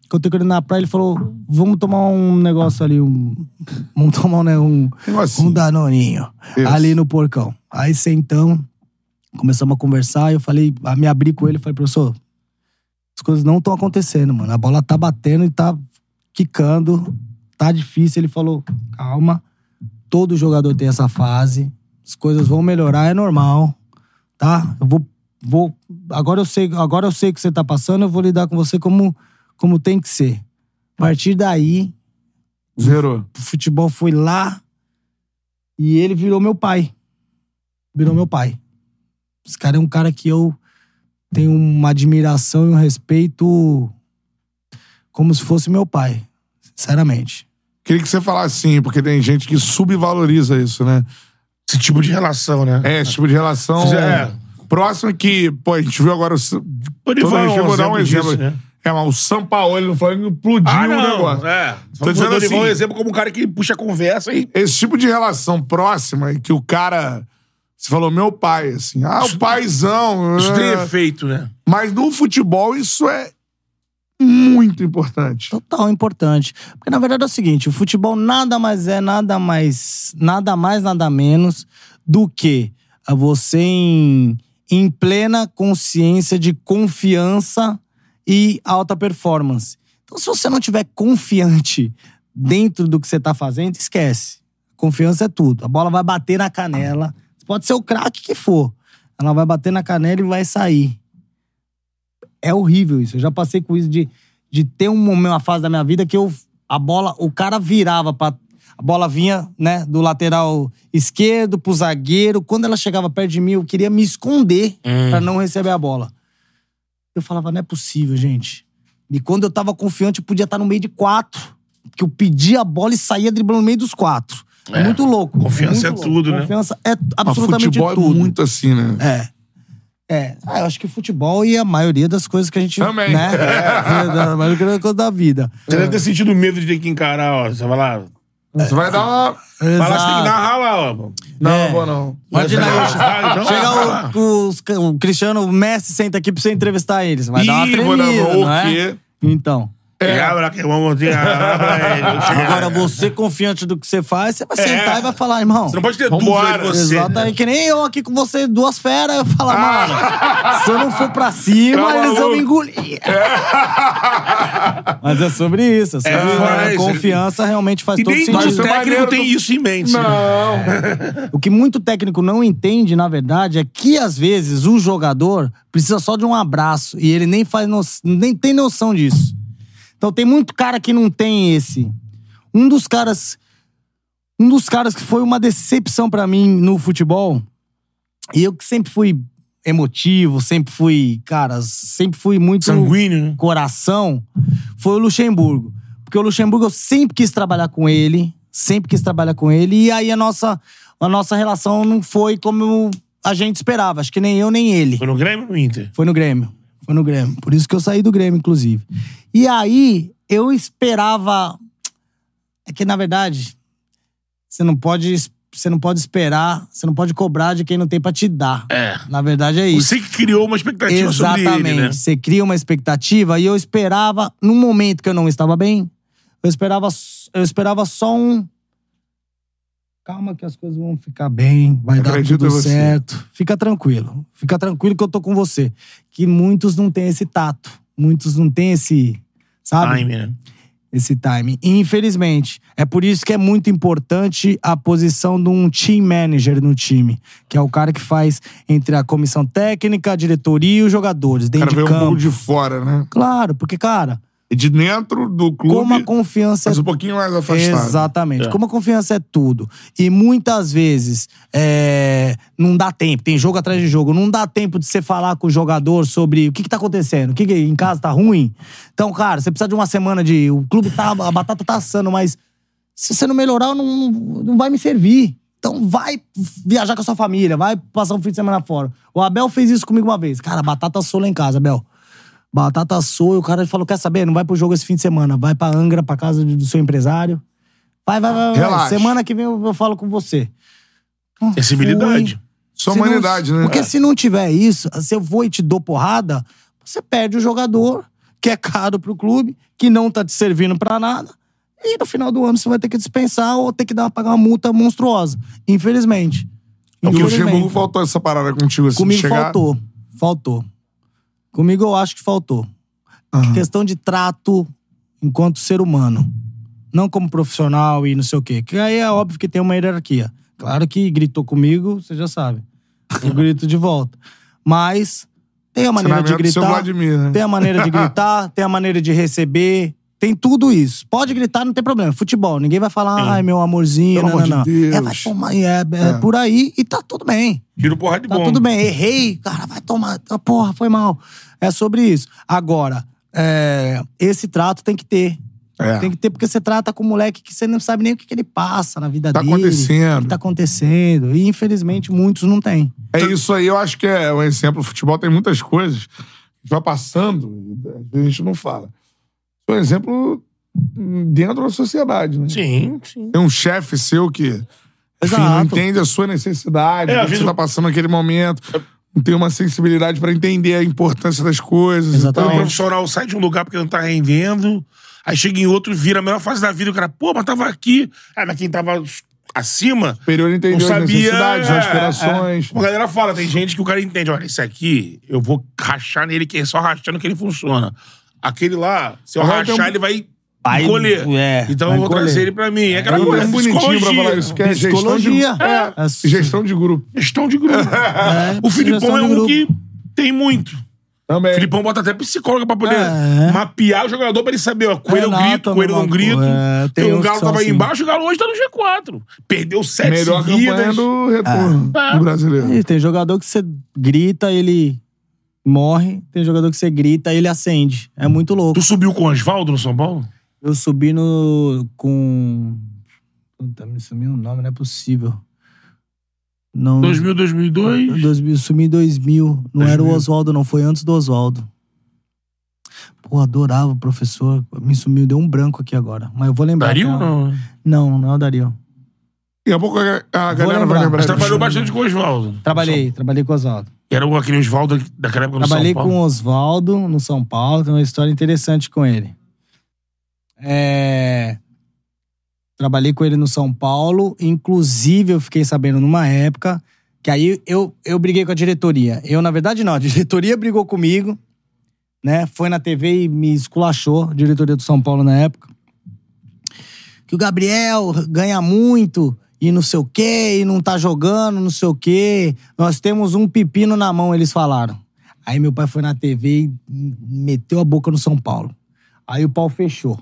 Speaker 3: Encontrei com ele na praia, ele falou: vamos tomar um negócio ali, um. Vamos tomar um, ne- um,
Speaker 1: Negocinho.
Speaker 3: um danoninho.
Speaker 1: Isso.
Speaker 3: Ali no porcão. Aí sentamos, começamos a conversar, eu falei, a me abri com ele, falei, professor, as coisas não estão acontecendo, mano. A bola tá batendo e tá quicando, tá difícil. Ele falou, calma, todo jogador tem essa fase, as coisas vão melhorar, é normal, tá? Eu vou, vou agora eu sei, agora eu sei o que você tá passando, eu vou lidar com você como, como tem que ser. A partir daí,
Speaker 1: Zerou.
Speaker 3: pro futebol foi lá e ele virou meu pai. Virou meu pai. Esse cara é um cara que eu tenho uma admiração e um respeito como se fosse meu pai, sinceramente.
Speaker 1: Queria que você falasse assim, porque tem gente que subvaloriza isso, né?
Speaker 2: Esse tipo de relação, né?
Speaker 1: É, esse tipo de relação.
Speaker 2: É.
Speaker 1: Próximo que, pô, a gente viu agora o. Sa-
Speaker 2: Dorival
Speaker 1: Toda vez que eu
Speaker 2: é um
Speaker 1: vou dar um exemplo.
Speaker 2: exemplo disso, né?
Speaker 1: É, mas o Sampaoli no Flamengo implodiu
Speaker 2: Ah,
Speaker 1: o
Speaker 2: não.
Speaker 1: negócio.
Speaker 2: É.
Speaker 1: Tô dizendo
Speaker 2: Dorival é um
Speaker 1: assim-
Speaker 2: exemplo como um cara que puxa a conversa e...
Speaker 1: Esse tipo de relação próxima em que o cara. Você falou, meu pai, assim. Ah, o paizão.
Speaker 2: Isso tem
Speaker 1: é.
Speaker 2: efeito, né?
Speaker 1: Mas no futebol isso é muito importante.
Speaker 3: Total importante. Porque na verdade é o seguinte, o futebol nada mais é, nada mais, nada mais, nada menos do que a você em, em plena consciência de confiança e alta performance. Então se você não tiver confiante dentro do que você tá fazendo, esquece. Confiança é tudo. A bola vai bater na canela. Pode ser o craque que for. Ela vai bater na canela e vai sair. É horrível isso. Eu já passei com isso de, de ter um momento, uma fase da minha vida que eu, a bola, o cara virava pra. A bola vinha, né, do lateral esquerdo pro zagueiro. Quando ela chegava perto de mim, eu queria me esconder
Speaker 2: Hum.
Speaker 3: pra não receber a bola. Eu falava, não é possível, gente. E quando eu tava confiante, eu podia estar no meio de quatro. Porque eu pedia a bola e saía driblando no meio dos quatro. É,
Speaker 2: É.
Speaker 3: muito louco.
Speaker 2: Confiança
Speaker 3: muito
Speaker 2: é
Speaker 3: louco.
Speaker 2: tudo, né?
Speaker 3: Confiança é
Speaker 1: Mas
Speaker 3: absolutamente
Speaker 1: futebol
Speaker 3: tudo.
Speaker 1: é muito assim, né?
Speaker 3: É. É. Ah, eu acho que futebol e a maioria das coisas que a gente.
Speaker 1: Também.
Speaker 3: Né? É, da- a maioria das coisas da vida.
Speaker 2: Você deve ter sentido medo de ter que encarar, ó. Você vai lá...
Speaker 1: Você vai dar uma.
Speaker 2: Vai lá, você tem que
Speaker 3: Exato.
Speaker 2: narrar lá, ó.
Speaker 1: Não,
Speaker 3: É.
Speaker 1: não vou não.
Speaker 3: Imagina
Speaker 2: Vai,
Speaker 3: aí,
Speaker 2: vai, então vai lá.
Speaker 3: chega o, os- o Cristiano o Messi senta aqui pra você entrevistar eles. Vai dar uma
Speaker 1: Ih, vou
Speaker 3: tremida,
Speaker 1: dar uma- o
Speaker 3: não é?
Speaker 1: quê?
Speaker 3: Então.
Speaker 1: É.
Speaker 2: Abra que é vamos ter.
Speaker 3: Agora,
Speaker 2: Agora
Speaker 3: você confiante do que você faz, você vai
Speaker 1: É.
Speaker 3: sentar e vai falar, irmão.
Speaker 2: Você não pode ter
Speaker 1: Vambora.
Speaker 2: dúvida de você.
Speaker 3: Exato,
Speaker 2: né?
Speaker 3: aí que nem eu aqui com você, duas feras, eu falo, mano, se eu não for pra cima,
Speaker 1: Ah. Tá
Speaker 3: eles vão me
Speaker 1: maluco.
Speaker 3: engolir. Mas é sobre isso, é sobre
Speaker 2: É,
Speaker 3: isso, né?
Speaker 2: é
Speaker 3: a
Speaker 2: isso.
Speaker 3: confiança realmente faz
Speaker 2: E
Speaker 3: todo
Speaker 2: nem
Speaker 3: sentido.
Speaker 2: todo
Speaker 1: Mas é
Speaker 2: técnico
Speaker 1: maneiro
Speaker 2: tem
Speaker 1: do-
Speaker 2: isso em mente. né?
Speaker 1: Não.
Speaker 3: O que muito técnico não entende, na verdade, é que às vezes o jogador precisa só de um abraço e ele nem faz no- nem tem noção disso. Então tem muito cara que não tem esse. Um dos caras um dos caras que foi uma decepção pra mim no futebol, e eu que sempre fui emotivo, sempre fui, cara, sempre fui muito
Speaker 2: Sanguíneo, né?
Speaker 3: coração foi o Luxemburgo. Porque o Luxemburgo eu sempre quis trabalhar com ele, sempre quis trabalhar com ele, e aí a nossa, a nossa relação não foi como a gente esperava. Acho que nem eu, nem ele.
Speaker 2: Foi no Grêmio ou no Inter?
Speaker 3: Foi no Grêmio. Foi no Grêmio. Por isso que eu saí do Grêmio, inclusive. E aí, eu esperava. É que, na verdade, você não pode. Você não pode esperar, você não pode cobrar de quem não tem pra te dar.
Speaker 2: É.
Speaker 3: Na verdade, é isso.
Speaker 2: Você que criou uma expectativa sobre ele, né?
Speaker 3: Você cria uma expectativa e eu esperava, num momento que eu não estava bem, eu esperava, eu esperava só um. Calma que as coisas vão ficar bem, vai
Speaker 1: Acredito
Speaker 3: dar
Speaker 1: em
Speaker 3: tudo
Speaker 1: você.
Speaker 3: certo. Fica tranquilo. Fica tranquilo que eu tô com você. Que muitos não têm esse tato. Muitos não têm esse. Sabe?
Speaker 2: Time, né?
Speaker 3: esse timing. E, Infelizmente. É por isso que é muito importante a posição de um team manager no time, que é o cara que faz entre a comissão técnica, a diretoria e os jogadores,
Speaker 1: O cara
Speaker 3: dentro
Speaker 1: veio
Speaker 3: de
Speaker 1: um pouco
Speaker 3: campo.
Speaker 1: de fora, né?
Speaker 3: Claro, porque, cara,
Speaker 1: E de dentro do clube,
Speaker 3: como a confiança é
Speaker 1: mas um pouquinho mais afastado.
Speaker 3: Exatamente.
Speaker 2: É.
Speaker 3: Como a confiança é tudo. E muitas vezes é, não dá tempo, tem jogo atrás de jogo, não dá tempo de você falar com o jogador sobre o que, que tá acontecendo, o que, que em casa tá ruim. Então, cara, você precisa de uma semana de. O clube tá. A batata tá assando, mas se você não melhorar, eu não, não vai me servir. Então vai viajar com a sua família, vai passar um fim de semana fora. O Abel fez isso comigo uma vez. Cara, a batata assou lá em casa, Abel. Batata assou e o cara falou: quer saber? Não vai pro jogo esse fim de semana, vai pra Angra, pra casa do seu empresário. Vai, vai, vai, vai.
Speaker 1: Relaxa.
Speaker 3: Semana que vem eu, eu falo com você. Ah,
Speaker 2: Sensibilidade.
Speaker 3: fui.
Speaker 1: Só
Speaker 3: Se não-
Speaker 1: humanidade, né?
Speaker 3: Porque assim, se não tiver isso, se eu vou e te dou porrada, você perde o jogador, que é caro pro clube, que não tá te servindo pra nada. E no final do ano você vai ter que dispensar ou ter que dar, pagar uma multa monstruosa. Infelizmente.
Speaker 1: E é o
Speaker 3: Infelizmente.
Speaker 1: Luxemburgo faltou essa parada contigo assim. de
Speaker 3: Comigo
Speaker 1: chegar...
Speaker 3: faltou. Faltou. Comigo eu acho que faltou.
Speaker 1: Aham.
Speaker 3: Questão de trato enquanto ser humano. Não como profissional e não sei o quê. Que aí é óbvio que tem uma hierarquia. Claro que gritou comigo, você já sabe. Eu grito de volta. Mas tem a maneira de
Speaker 1: Treinamento do seu
Speaker 3: gritar.
Speaker 1: Vladimir, né?
Speaker 3: Tem a maneira de gritar, tem a maneira de receber. Tem tudo isso. Pode gritar, não tem problema. Futebol, ninguém vai falar,
Speaker 2: Sim.
Speaker 3: ai, meu amorzinho,
Speaker 1: Pelo
Speaker 3: não,
Speaker 1: amor
Speaker 3: não,
Speaker 1: de
Speaker 3: não. É,
Speaker 1: Deus.
Speaker 3: vai tomar, é, é,
Speaker 1: É.
Speaker 3: por aí e tá tudo bem.
Speaker 2: Tiro porra de
Speaker 3: Tá
Speaker 2: bomba.
Speaker 3: tudo bem, errei, cara, vai tomar. ah, Porra, foi mal. É sobre isso. Agora, é, esse trato tem que ter.
Speaker 1: É.
Speaker 3: Tem que ter, porque você trata com um moleque que você não sabe nem o que, que ele passa na vida
Speaker 1: Tá
Speaker 3: dele.
Speaker 1: acontecendo.
Speaker 3: O que tá acontecendo. E infelizmente muitos não têm.
Speaker 1: É isso aí, eu acho que é um exemplo. O futebol tem muitas coisas. A gente vai passando e às vezes a gente não fala. Isso é um exemplo dentro da sociedade, né?
Speaker 2: Sim, sim.
Speaker 1: Tem um chefe seu que enfim, não
Speaker 3: Exato.
Speaker 1: entende a sua necessidade,
Speaker 2: É,
Speaker 1: o
Speaker 2: às
Speaker 1: que você
Speaker 2: vezes
Speaker 1: está
Speaker 2: eu-
Speaker 1: passando naquele momento. Não tem uma sensibilidade para entender a importância das coisas. é
Speaker 2: Então, o
Speaker 3: Exatamente.
Speaker 2: profissional sai de um lugar porque não tá rendendo, aí chega em outro e vira a melhor fase da vida. O cara, pô, mas tava aqui. Ah, mas quem tava acima
Speaker 1: Então, o superior entendeu as
Speaker 2: Não sabia,
Speaker 1: necessidades,
Speaker 2: é,
Speaker 1: as aspirações.
Speaker 2: A galera fala, tem gente que o cara entende, olha, esse aqui, eu vou rachar nele, que é só rachando que ele funciona. Aquele lá, se eu
Speaker 1: Agora
Speaker 2: rachar,
Speaker 1: tem um-
Speaker 2: ele vai,
Speaker 3: Vai-
Speaker 2: encolher.
Speaker 3: é,
Speaker 2: então
Speaker 3: vai
Speaker 2: eu vou
Speaker 3: encolher.
Speaker 2: trazer ele pra mim. É aquela
Speaker 1: É
Speaker 2: coisa,
Speaker 1: bonitinho pra
Speaker 2: psicologia.
Speaker 1: falar isso, que é gestão de,
Speaker 3: Psicologia.
Speaker 1: é,
Speaker 3: É.
Speaker 1: gestão de grupo.
Speaker 2: Gestão de grupo.
Speaker 3: É,
Speaker 2: o Filipão
Speaker 3: gestão
Speaker 2: é
Speaker 3: de
Speaker 2: um
Speaker 3: grupo.
Speaker 2: que tem muito.
Speaker 1: Também.
Speaker 2: O Filipão bota até psicóloga pra poder
Speaker 3: É.
Speaker 2: mapear o jogador pra ele saber, ó, coelho eu
Speaker 3: Renato
Speaker 2: grito,
Speaker 3: é
Speaker 2: coelho eu não
Speaker 3: uma
Speaker 2: grito.
Speaker 3: co- é,
Speaker 2: tem
Speaker 3: tem
Speaker 2: um galo
Speaker 3: uns que
Speaker 2: que
Speaker 3: são
Speaker 2: tava aí
Speaker 3: assim.
Speaker 2: embaixo, o galo hoje tá no G4. Perdeu sete
Speaker 1: Melhor campanha
Speaker 2: é seguidas.
Speaker 1: do retorno
Speaker 2: É.
Speaker 1: do brasileiro.
Speaker 3: E tem jogador que você grita, ele morre. Tem jogador que você grita, ele acende. É muito louco.
Speaker 2: Tu subiu com o Osvaldo no São Paulo?
Speaker 3: Eu subi no. com. Puta, me sumiu o nome, não é possível. Não.
Speaker 2: 2000, 2002?
Speaker 3: 2000, sumi em 2000. Não era o
Speaker 2: 2000.
Speaker 3: Oswaldo, não, foi antes do Oswaldo. Pô, adorava o professor. Me sumiu, deu um branco aqui agora. Mas eu vou lembrar.
Speaker 2: Dario ou
Speaker 3: cara.
Speaker 2: não?
Speaker 3: Não, não é o Dario.
Speaker 1: Daqui a pouco a, a galera vai
Speaker 3: lembrar.
Speaker 1: lembrar.
Speaker 2: Mas
Speaker 1: disso.
Speaker 2: trabalhou bastante com o Oswaldo.
Speaker 3: Trabalhei, trabalhei com o Oswaldo.
Speaker 2: Era um- aquele Oswaldo daquela época no
Speaker 3: Trabalhei
Speaker 2: São Paulo.
Speaker 3: com o Oswaldo no São Paulo, tem uma história interessante com ele. É, Trabalhei com ele no São Paulo, inclusive eu fiquei sabendo numa época que aí eu, eu briguei com a diretoria. Eu, na verdade, não, a diretoria brigou comigo, né? Foi na TV e me esculachou, a diretoria do São Paulo na época. Que o Gabriel ganha muito e não sei o quê, e não tá jogando, não sei o quê. Nós temos um pepino na mão, eles falaram. Aí meu pai foi na TV e meteu a boca no São Paulo. Aí o pau fechou.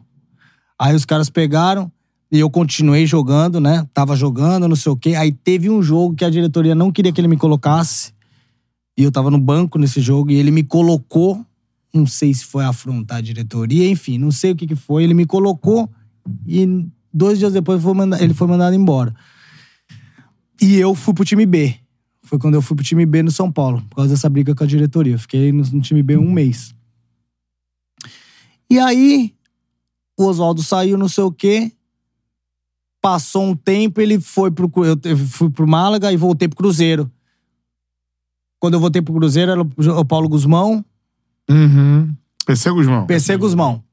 Speaker 3: Aí os caras pegaram e eu continuei jogando, né? Tava jogando, não sei o quê. Aí teve um jogo que a diretoria não queria que ele me colocasse. E eu tava no banco nesse jogo e ele me colocou. Não sei se foi afrontar a diretoria, enfim, não sei o que, que foi. Ele me colocou e dois dias depois foi manda- ele foi mandado embora. E eu fui pro time B. Foi quando eu fui pro time B no São Paulo, por causa dessa briga com a diretoria. Eu fiquei no, no time B um mês. E aí, o Oswaldo saiu, não sei o quê. Passou um tempo, ele foi pro, Cru- eu te- fui pro Málaga e voltei pro Cruzeiro. Quando eu voltei pro Cruzeiro, era o o Paulo Guzmão,
Speaker 1: Uhum. PC Guzmão.
Speaker 3: PC Guzmão.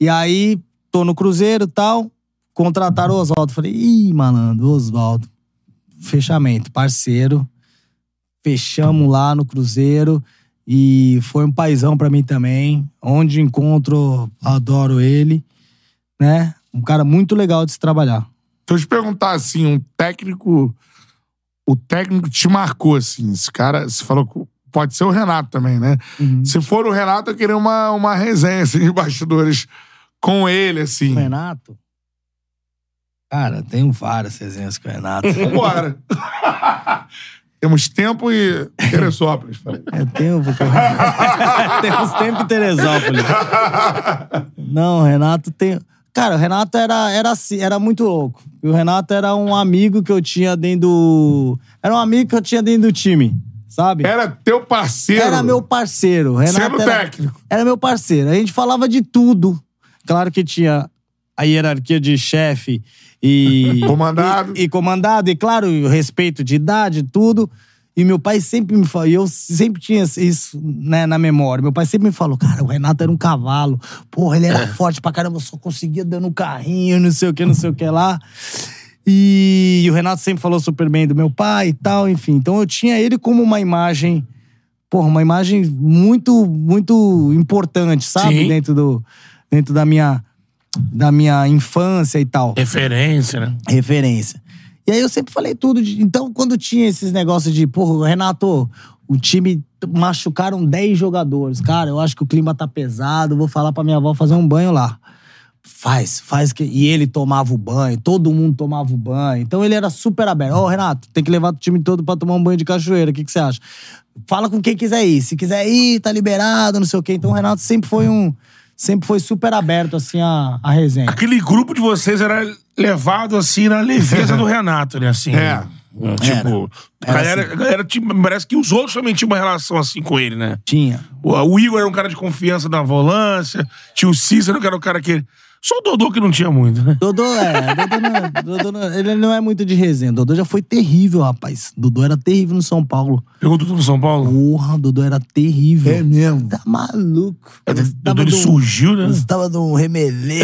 Speaker 3: E aí, tô no Cruzeiro e tal. Contrataram o Oswaldo. Falei, ih, malandro, Oswaldo. Fechamento, parceiro. Fechamos lá no Cruzeiro. E foi um paizão pra mim também. Onde encontro, adoro ele. Né? Um cara muito legal de se trabalhar.
Speaker 1: Se eu te perguntar assim, um técnico. O técnico te marcou, assim. Esse cara, você falou que pode ser o Renato também, né?
Speaker 3: Uhum.
Speaker 1: Se for o Renato, eu queria uma, uma resenha, assim, de bastidores com ele, assim.
Speaker 3: O Renato? Cara, tenho várias resenhas com o Renato.
Speaker 1: Vambora. Temos tempo e. Teresópolis, falei.
Speaker 3: Eu tenho. Temos tempo em Teresópolis. Não, o Renato tem. Cara, o Renato era, era, assim, era muito louco. E o Renato era um amigo que eu tinha dentro do. Era um amigo que eu tinha dentro do time, sabe?
Speaker 1: Era teu parceiro.
Speaker 3: Era meu parceiro. O Renato
Speaker 1: Sendo
Speaker 3: era,
Speaker 1: É técnico.
Speaker 3: Era meu parceiro. A gente falava de tudo. Claro que tinha a hierarquia de chefe e.
Speaker 1: Comandado.
Speaker 3: E, e comandado, e claro, o respeito de idade, tudo. E meu pai sempre me falou, e eu sempre tinha isso né, na memória. Meu pai sempre me falou, cara, o Renato era um cavalo. Porra, ele era forte pra caramba, só conseguia dando um carrinho, não sei o que, não sei o que lá. E, o Renato sempre falou super bem do meu pai e tal, enfim. Então eu tinha ele como uma imagem, porra, uma imagem muito, muito importante, sabe?
Speaker 2: Sim.
Speaker 3: Dentro, do, dentro da, minha, da minha infância e
Speaker 2: É.
Speaker 3: tal
Speaker 2: Referência, né?
Speaker 3: referência. E aí eu sempre falei tudo. de- então, quando tinha esses negócios de, porra, Renato, o time machucaram 10 jogadores. Cara, eu acho que o clima tá pesado, vou falar pra minha avó fazer um banho lá. Faz, faz que. E ele tomava o banho, todo mundo tomava o banho. Então ele era super aberto. Ô, Renato, tem que levar o time todo pra tomar um banho de cachoeira. O que, que você acha? Fala com quem quiser ir. Se quiser ir, tá liberado, não sei o quê. Então o Renato sempre foi um sempre foi super aberto, assim, a, a resenha.
Speaker 2: Aquele grupo de vocês era levado, assim, na leveza do Renato, né? Assim,
Speaker 1: É.
Speaker 2: né? Tipo, a galera, a galera tinha- parece que os outros também tinham uma relação assim com ele, né?
Speaker 3: Tinha.
Speaker 2: O, o Igor era um cara de confiança na volância, tinha o Cícero, que era o cara que. Só o Dodô que não tinha muito, né?
Speaker 3: Dodô é. Dodô não, Dodô não- ele não é muito de resenha. Dodô já foi terrível, rapaz. Dodô era terrível no São Paulo.
Speaker 2: Pegou tudo no São Paulo?
Speaker 3: Porra, Dodô era terrível.
Speaker 1: É mesmo.
Speaker 3: Tá maluco.
Speaker 2: É,
Speaker 3: Nós
Speaker 2: Dodô ele
Speaker 3: de um-
Speaker 2: surgiu, né?
Speaker 3: nós tava de um remelê.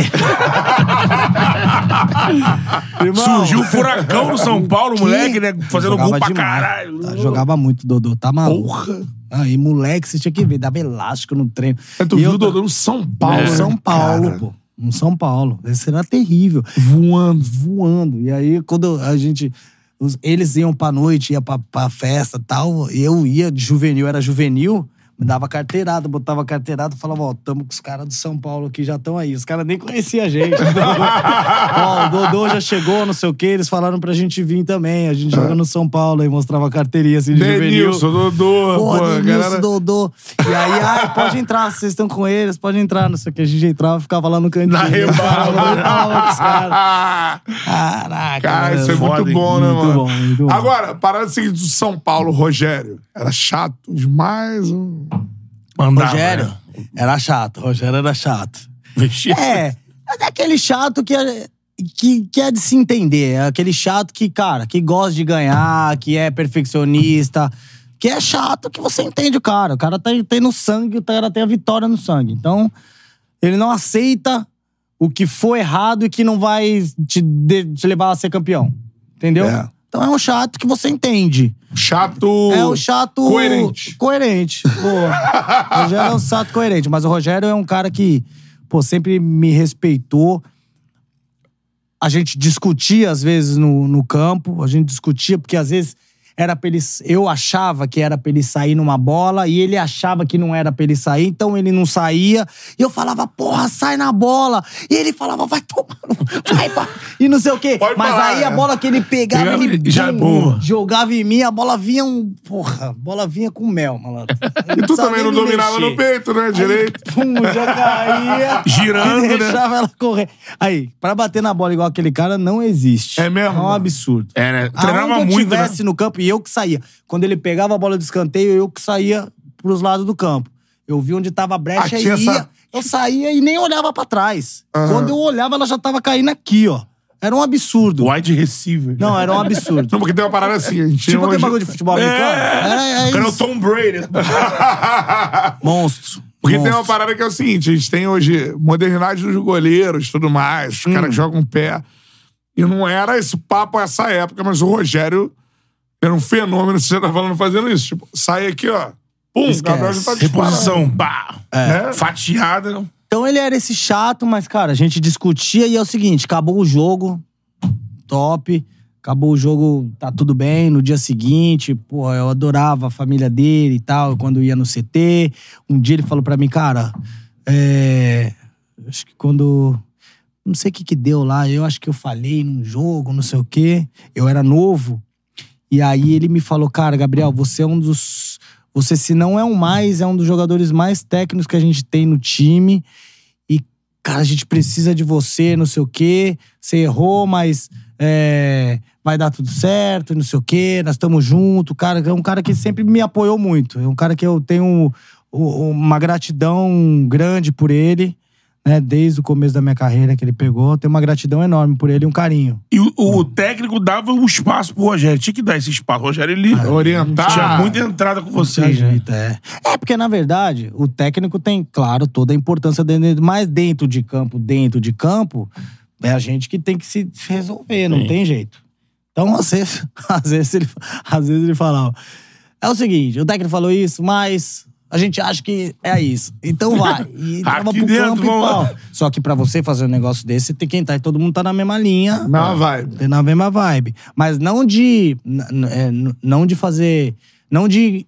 Speaker 2: Surgiu o furacão no São Paulo, moleque, né? Fazendo
Speaker 3: Jogava
Speaker 2: gol pra
Speaker 3: demais.
Speaker 2: caralho.
Speaker 3: Ah, Jogava muito, Dodô. Tá maluco. Aí, moleque, você tinha que ver. Dava elástico no treino.
Speaker 1: É, tu
Speaker 3: E
Speaker 1: viu
Speaker 3: eu-
Speaker 1: o Dodô no São Paulo.
Speaker 3: Paulo, São Paulo,
Speaker 1: É, cara.
Speaker 3: pô. Um São Paulo. Esse era terrível. Voando, voando. E aí, quando a gente. os- eles iam pra noite, ia pra, pra festa e tal. Eu ia de juvenil, era juvenil, me dava carteirada, botava carteirada, falava, ó, tamo com os caras do São Paulo que já estão aí. Os caras nem conheciam a gente. ó, o Dodô já chegou, não sei o quê, eles falaram pra gente vir também. A gente joga no São Paulo, aí mostrava a carteirinha assim de juvenil.
Speaker 1: É. Denilson, Dodô.
Speaker 3: Pô,
Speaker 1: Pô, a
Speaker 3: Denilson,
Speaker 1: galera...
Speaker 3: Dodô. E aí, ai, pode entrar, vocês estão com eles, pode entrar, não sei o que. A gente entrava e ficava lá no cantinho.
Speaker 2: Na rebala.
Speaker 3: Falava com os caras. Caraca,
Speaker 1: Cara,
Speaker 3: mano.
Speaker 1: isso é muito
Speaker 2: foda, hein?
Speaker 1: bom, né,
Speaker 3: Muito
Speaker 1: mano?
Speaker 3: bom, muito bom.
Speaker 1: Agora, parada é seguinte do São Paulo, Rogério. Era chato demais. um-
Speaker 2: Mandava.
Speaker 3: Rogério
Speaker 2: né?
Speaker 3: era chato, Rogério era chato.
Speaker 2: Vestia.
Speaker 3: É, mas é aquele chato que é, que, que é de se entender. É aquele chato que, cara, que gosta de ganhar, que é perfeccionista. Que é chato que você entende o cara. O cara tá, tem no sangue, o cara tem a vitória no sangue. Então, ele não aceita o que foi errado e que não vai te, de- te levar a ser campeão. Entendeu?
Speaker 1: É.
Speaker 3: Então é um chato que você entende.
Speaker 1: Chato.
Speaker 3: É o chato.
Speaker 1: Coerente.
Speaker 3: Coerente. Boa. O Rogério é um chato coerente, mas o Rogério é um cara que, pô, sempre me respeitou. A gente discutia, às vezes, no, no campo, a gente discutia, porque às vezes era pra ele. Eu achava que era pra ele sair numa bola e ele achava que não era pra ele sair, então ele não saía. E eu falava, porra, sai na bola. E ele falava, vai tomar, no- vai, vai. E não sei o quê.
Speaker 1: Pode
Speaker 3: Mas
Speaker 1: falar,
Speaker 3: aí a
Speaker 1: né?
Speaker 3: bola que ele pegava,
Speaker 2: Pegava
Speaker 3: ele
Speaker 2: e já é
Speaker 3: bum,
Speaker 2: boa.
Speaker 3: jogava em mim, a bola vinha um. Porra, a bola vinha com mel, malandro.
Speaker 1: E tu também não dominava no peito, né? Direito.
Speaker 3: Pum, já caía.
Speaker 2: Girando,
Speaker 3: e
Speaker 2: né?
Speaker 3: deixava ela correr. Aí, pra bater na bola igual aquele cara, não existe.
Speaker 1: É mesmo?
Speaker 3: É um absurdo.
Speaker 2: É, né?
Speaker 3: Aonde
Speaker 2: Treinava
Speaker 3: eu
Speaker 2: muito, né?
Speaker 3: tivesse no campo e eu que saía. Quando ele pegava a bola de escanteio, eu que saía pros lados do campo. Eu vi onde tava a
Speaker 1: Ah,
Speaker 3: brecha e ia.
Speaker 1: tinha essa-
Speaker 3: Eu saía e nem olhava pra trás.
Speaker 1: Aham.
Speaker 3: Quando eu olhava, ela já tava caindo aqui, ó. Era um absurdo.
Speaker 2: Wide né? receiver.
Speaker 3: Não, era um absurdo.
Speaker 1: Não, porque tem uma parada assim. A gente
Speaker 3: Tipo
Speaker 1: hoje...
Speaker 3: aquele bagulho de futebol americano. Era,
Speaker 2: É,
Speaker 3: era
Speaker 2: o cara é o
Speaker 3: isso.
Speaker 2: Tom Brady.
Speaker 3: Monstro.
Speaker 1: Porque tem
Speaker 3: monstro.
Speaker 1: uma parada que é o seguinte: a gente tem hoje modernidade dos goleiros tudo mais, os
Speaker 3: Hum.
Speaker 1: caras que jogam pé. E não era esse papo essa época, mas o Rogério era um fenômeno, você já tá falando fazendo isso. Tipo, sai aqui, ó. Pum, o Gabriel já tá disparando.
Speaker 2: Reposição, pá.
Speaker 1: É.
Speaker 2: Fatiada.
Speaker 3: Então ele era esse chato, mas, cara, a gente discutia e é o seguinte: acabou o jogo, top. Acabou o jogo, tá tudo bem. No dia seguinte, pô, eu adorava a família dele e tal, quando ia no CT. Um dia ele falou pra mim, cara, é. Acho que quando. Não sei o que que deu lá, eu acho que eu falei num jogo, não sei o quê. Eu era novo. E aí ele me falou, cara, Gabriel, você é um dos. Você, se não é um mais, é um dos jogadores mais técnicos que a gente tem no time. E, cara, a gente precisa de você, não sei o quê. Você errou, mas é, vai dar tudo certo, não sei o quê. Nós estamos juntos. Cara, é um cara que sempre me apoiou muito. É um cara que eu tenho u- uma gratidão grande por ele. Né, desde o começo da minha carreira que ele pegou, eu tenho uma gratidão enorme por ele e um carinho.
Speaker 2: E o, o técnico dava o espaço pro Rogério. Tinha que dar esse espaço. O Rogério, ele
Speaker 1: Ah, Orientar.
Speaker 2: tinha muita entrada com
Speaker 3: Tem
Speaker 2: vocês. né?
Speaker 3: jeito, é. É, porque na verdade, o técnico tem, claro, toda a importância dele, mas dentro de campo, dentro de campo, é a gente que tem que se resolver, não
Speaker 2: Sim.
Speaker 3: tem jeito. Então, às vezes, às vezes, ele, às vezes ele falava: é o seguinte, o técnico falou isso, mas a gente acha que é isso. Então vai. E tava
Speaker 2: Aqui
Speaker 3: pro
Speaker 2: dentro,
Speaker 3: campo e
Speaker 2: vamos lá.
Speaker 3: pau. Só que pra você fazer um negócio desse, você tem que entrar e todo mundo tá na mesma linha.
Speaker 1: Não, vai.
Speaker 3: Tem na mesma vibe. Mas não de. n- n- é, n- Não de fazer. Não de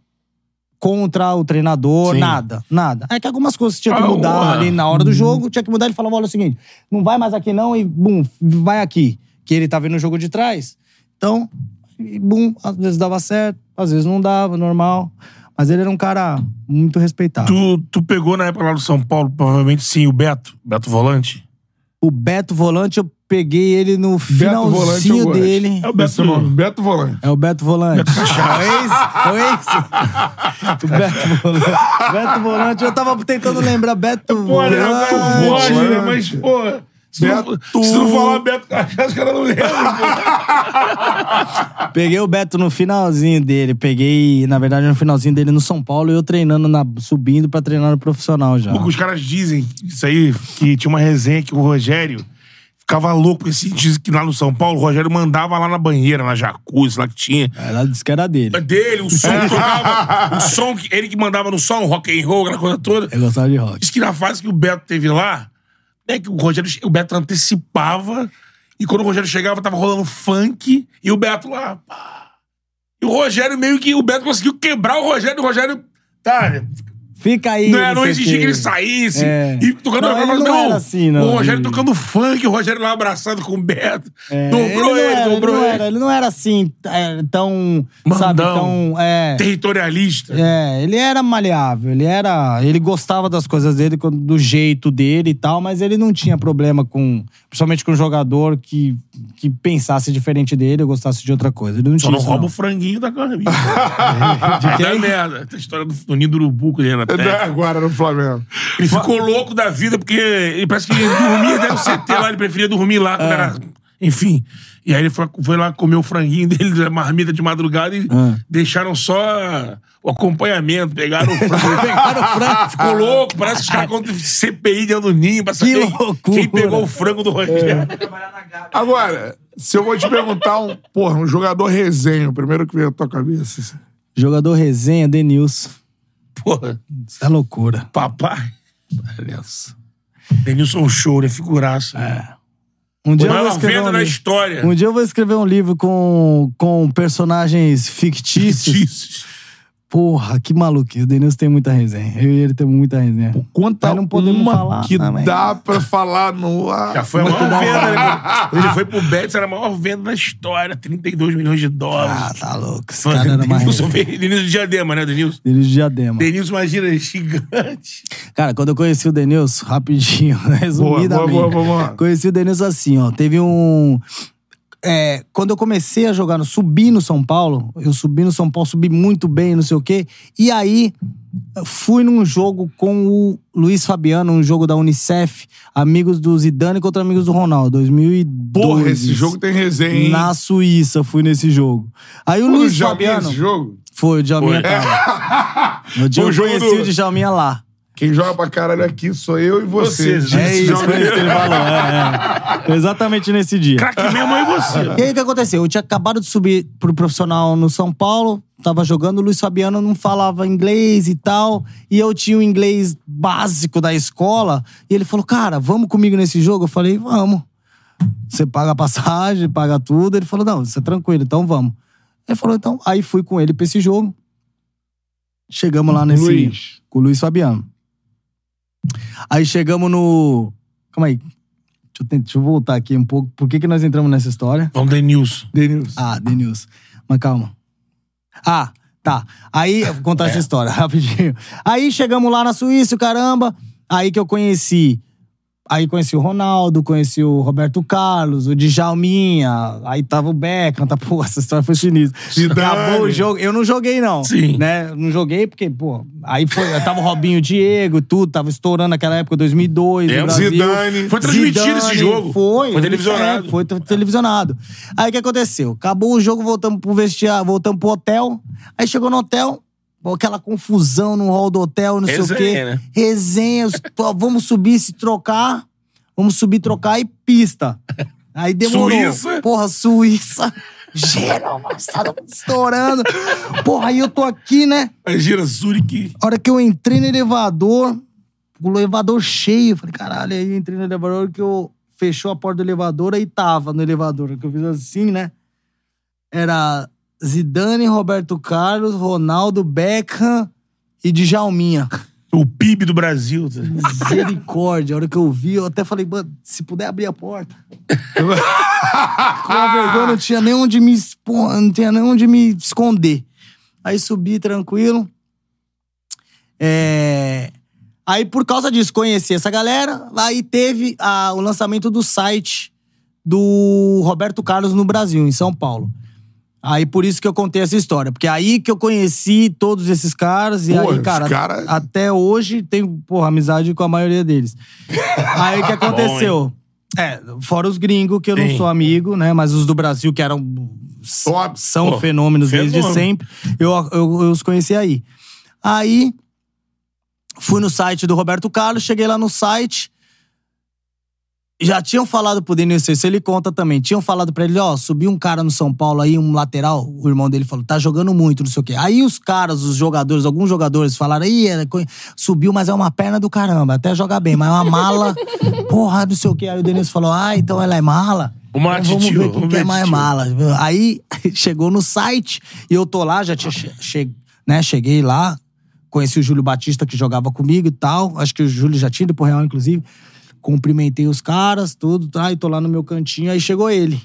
Speaker 3: contra o treinador,
Speaker 2: Sim.
Speaker 3: nada. Nada. É que algumas coisas tinha que
Speaker 2: Ah,
Speaker 3: mudar
Speaker 2: ué.
Speaker 3: ali na hora do jogo, tinha que mudar. Ele falava: olha é o seguinte, não vai mais aqui não e bum, vai aqui. Que ele tá vendo o jogo de trás. Então, e bum, às vezes dava certo, às vezes não dava, normal. Mas ele era um cara muito respeitado.
Speaker 2: Tu, tu pegou na época lá do São Paulo, provavelmente sim, o Beto. Beto Volante.
Speaker 3: O Beto Volante, eu peguei ele no finalzinho
Speaker 1: Volante.
Speaker 3: dele.
Speaker 2: É o Beto.
Speaker 1: Esse nome, Beto Volante.
Speaker 3: É o Beto Volante. É o ex? É o ex? O Beto Volante. Beto Volante. Eu tava tentando lembrar Beto
Speaker 2: Pô, é
Speaker 3: Volante.
Speaker 2: Beto Volante, né? Mas, pô. Se não,
Speaker 1: Beto.
Speaker 2: se não falar Beto Cachaça, os caras não lembram.
Speaker 3: Peguei o Beto no finalzinho dele. Peguei, na verdade, no finalzinho dele no São Paulo e eu treinando, na, subindo pra treinar no profissional já.
Speaker 2: Porque os caras dizem isso aí, que tinha uma resenha que o Rogério ficava louco esse diz que lá no São Paulo, o Rogério mandava lá na banheira, na jacuzzi, lá que tinha.
Speaker 3: Ela disse que era dele.
Speaker 2: É Dele, o som que tocava, o som que ele que mandava no som, rock and roll, aquela coisa toda.
Speaker 3: Eu gostava de rock.
Speaker 2: Diz que na fase que o Beto teve lá, né, que o Rogério, o Beto antecipava e quando o Rogério chegava tava rolando funk e o Beto lá, pá. E o Rogério meio que o Beto conseguiu quebrar o Rogério, o Rogério
Speaker 3: Ah,
Speaker 2: tá,
Speaker 3: Fica aí.
Speaker 2: não, é, não
Speaker 3: sei
Speaker 2: exigia
Speaker 3: quê.
Speaker 2: que ele saísse.
Speaker 3: É.
Speaker 2: E tocando
Speaker 3: Não,
Speaker 2: a
Speaker 3: ele
Speaker 2: voz,
Speaker 3: não
Speaker 2: não.
Speaker 3: era assim, não.
Speaker 2: O Rogério
Speaker 3: Ele-
Speaker 2: tocando funk, o Rogério lá abraçado com o Beto.
Speaker 3: É,
Speaker 2: dobrou ele,
Speaker 3: não era,
Speaker 2: dobrou
Speaker 3: não
Speaker 2: ele.
Speaker 3: era, ele não era assim, é, tão. Sabe,
Speaker 2: Mandão.
Speaker 3: tão. É,
Speaker 2: Territorialista.
Speaker 3: É, ele era maleável, ele era. Ele gostava das coisas dele, quando- do jeito dele e tal, mas ele não tinha problema com. Principalmente com um jogador que, que pensasse diferente dele ou gostasse de outra coisa. Ele não
Speaker 2: Só
Speaker 3: tinha.
Speaker 2: não
Speaker 3: isso,
Speaker 2: rouba o franguinho da Carminha.
Speaker 3: De
Speaker 2: Dá
Speaker 3: quem? É
Speaker 2: merda. Essa história do, do ninho do urubu que ele era até.
Speaker 1: É, Agora no Flamengo.
Speaker 2: Ele ficou louco da vida, porque ele parece que ele dormia até no CT lá, ele preferia dormir lá
Speaker 3: É.
Speaker 2: quando era. Enfim. E aí ele foi, foi lá comer o franguinho dele, da marmita de madrugada, e
Speaker 3: Ah.
Speaker 2: deixaram só o acompanhamento, pegaram o frango.
Speaker 3: Pegaram o frango.
Speaker 2: Ficou louco, parece que os caras contam CPI de ano ninho pra saber quem-
Speaker 3: loucura. É.
Speaker 2: quem pegou o frango do Rogério.
Speaker 1: Agora, se eu vou te perguntar um, porra, um jogador resenha, o primeiro que veio à tua cabeça. assim.
Speaker 3: Jogador resenha, Denilson.
Speaker 2: Porra,
Speaker 3: Isso é loucura.
Speaker 2: papai. Beleza. Denilson Show, né? Figuraça.
Speaker 3: Um dia, eu vou
Speaker 2: Maior
Speaker 3: escrever
Speaker 2: é venda
Speaker 3: um
Speaker 2: da
Speaker 3: livro-
Speaker 2: história.
Speaker 3: um dia eu vou escrever um livro com, com personagens fictícios.
Speaker 2: Jesus.
Speaker 3: Porra, que maluquice. O Denilson tem muita resenha. Eu e ele temos muita resenha.
Speaker 1: Quanta
Speaker 3: Mas não podemos
Speaker 1: uma
Speaker 3: falar
Speaker 1: que
Speaker 3: também.
Speaker 1: dá pra falar no ar.
Speaker 2: Já foi a maior venda, né? Quando Ele foi pro Betis, era a maior venda da história. 32 milhões de
Speaker 3: Ah,
Speaker 2: dólares.
Speaker 3: tá louco. Esse
Speaker 2: Mano,
Speaker 3: cara era mais.
Speaker 2: Denilson, Denilson de Diadema, né, Denilson?
Speaker 3: Denilson de Diadema.
Speaker 2: Denilson, imagina, ele é gigante.
Speaker 3: Cara, quando eu conheci o Denilson, rapidinho, né, resumidamente.
Speaker 1: boa, boa, boa.
Speaker 3: Conheci o Denilson assim, ó. Teve um. é, quando eu comecei a jogar, no- subi no São Paulo, eu subi no São Paulo, subi muito bem, não sei o quê. E aí, fui num jogo com o Luiz Fabiano, um jogo da Unicef, amigos do Zidane contra amigos do Ronaldo, 2012.
Speaker 1: Porra, esse jogo tem resenha, hein?
Speaker 3: Na Suíça, eu fui nesse jogo. Aí o
Speaker 1: Foi o
Speaker 3: Luiz
Speaker 1: Djalminha
Speaker 3: Fabiano.
Speaker 1: esse jogo?
Speaker 3: Foi, o
Speaker 2: Foi.
Speaker 3: Djalminha tava. No dia
Speaker 1: Foi o
Speaker 3: eu
Speaker 1: jogo
Speaker 3: conheci
Speaker 1: do-
Speaker 3: o Djalminha lá.
Speaker 1: Quem joga pra caralho aqui sou eu e você.
Speaker 2: Vocês,
Speaker 1: Diz
Speaker 2: né?
Speaker 3: É
Speaker 1: esse
Speaker 3: isso,
Speaker 1: Djalminha.
Speaker 3: foi isso que ele falou. é, é. Exatamente nesse dia.
Speaker 2: Craque mesmo é você.
Speaker 3: E aí o que aconteceu? Eu tinha acabado de subir pro profissional no São Paulo, tava jogando, o Luiz Fabiano não falava inglês e tal, e eu tinha o inglês básico da escola, e ele falou, cara, vamos comigo nesse jogo? Eu falei, vamos. Você paga a passagem, paga tudo. Ele falou, não, isso é tranquilo, então vamos. Ele falou, então, aí fui com ele pra esse jogo. Chegamos lá nesse
Speaker 1: Luiz.
Speaker 3: com o Luiz Fabiano. Aí chegamos no. Calma aí. Deixa eu, tent- deixa eu voltar aqui um pouco. Por que, que nós entramos nessa história?
Speaker 2: Vamos, Denilson.
Speaker 1: Denilson.
Speaker 3: Ah, Denilson. Mas calma. Ah, tá. Aí, eu vou
Speaker 2: É.
Speaker 3: contar essa história rapidinho. Aí chegamos lá na Suíça, o caramba. Aí que eu conheci. Aí conheci o Ronaldo, conheci o Roberto Carlos, o Djalminha, aí tava o Beckham, tá, pô, essa história foi sinistra.
Speaker 1: Zidane.
Speaker 3: Acabou o jogo, eu não joguei não,
Speaker 2: Sim.
Speaker 3: né? Não joguei porque, pô, aí foi, tava o Robinho Diego, tudo, tava estourando naquela época, 2002,
Speaker 2: É,
Speaker 3: no
Speaker 2: o
Speaker 3: Brasil.
Speaker 1: Zidane.
Speaker 2: Foi transmitido
Speaker 3: Zidane,
Speaker 2: esse jogo.
Speaker 3: Foi.
Speaker 2: Foi televisionado.
Speaker 3: É, foi te- televisionado. Aí o que aconteceu? Acabou o jogo, voltamos pro vestiário, voltamos pro hotel. Aí chegou no hotel, aquela confusão no hall do hotel, não sei o
Speaker 2: Resenha,
Speaker 3: quê.
Speaker 2: né?
Speaker 3: Resenha, os- pô, vamos subir, se trocar. Vamos subir, trocar e pista. Aí demorou.
Speaker 2: Suíça.
Speaker 3: Porra, Suíça. Gênova, estourando. Porra, aí eu tô aqui, né?
Speaker 2: Imagina, Zurich.
Speaker 3: A hora que eu entrei no elevador, o elevador cheio. Eu falei, caralho, aí eu entrei no elevador, a hora que eu fechou a porta do elevador, aí tava no elevador. A hora Que eu fiz assim, né? Era Zidane, Roberto Carlos, Ronaldo, Beckham e Djalminha.
Speaker 2: O PIB do Brasil.
Speaker 3: Misericórdia. A hora que eu vi, eu até falei, mano, se puder abrir a porta. Com a vergonha, não tinha nem onde me expor, não tinha nem onde me esconder. Aí subi tranquilo. É, Aí, por causa disso, conheci essa galera. Aí teve a- o lançamento do site do Roberto Carlos no Brasil, em São Paulo. Aí por isso que eu contei essa história. Porque é aí que eu conheci todos esses caras. E
Speaker 1: Pô,
Speaker 3: aí,
Speaker 1: os
Speaker 3: cara,
Speaker 1: cara-
Speaker 3: até hoje tenho, porra, amizade com a maioria deles. aí o que aconteceu? É, fora os gringos, que eu não
Speaker 2: Sim.
Speaker 3: sou amigo, né? Mas os do Brasil, que eram.
Speaker 1: Top.
Speaker 3: São
Speaker 2: Pô,
Speaker 3: fenômenos desde
Speaker 2: fenômeno.
Speaker 3: sempre. Eu, eu, eu os conheci aí. Aí fui no site do Roberto Carlos, cheguei lá no site. Já tinham falado pro Denilson, isso ele conta também. Tinham falado pra ele, ó, subiu um cara no São Paulo aí, um lateral. O irmão dele falou, tá jogando muito, não sei o quê. Aí os caras, os jogadores, alguns jogadores falaram, ih, é, co- subiu, mas é uma perna do caramba, até joga bem, mas é uma mala, porra, não sei o quê. Aí o Denilson falou, ah, então ela é mala?
Speaker 2: Uma
Speaker 3: Então Vamos
Speaker 2: atitude,
Speaker 3: ver quem
Speaker 2: vamos
Speaker 3: que é
Speaker 2: ver
Speaker 3: mais
Speaker 2: atitude.
Speaker 3: mala. Aí chegou no site e eu tô lá, já tinha che- che- né, cheguei lá, conheci o Júlio Batista que jogava comigo e tal. Acho que o Júlio já tinha ido pro Real, inclusive. Cumprimentei os caras, tudo, tá? E tô lá no meu cantinho, aí chegou ele.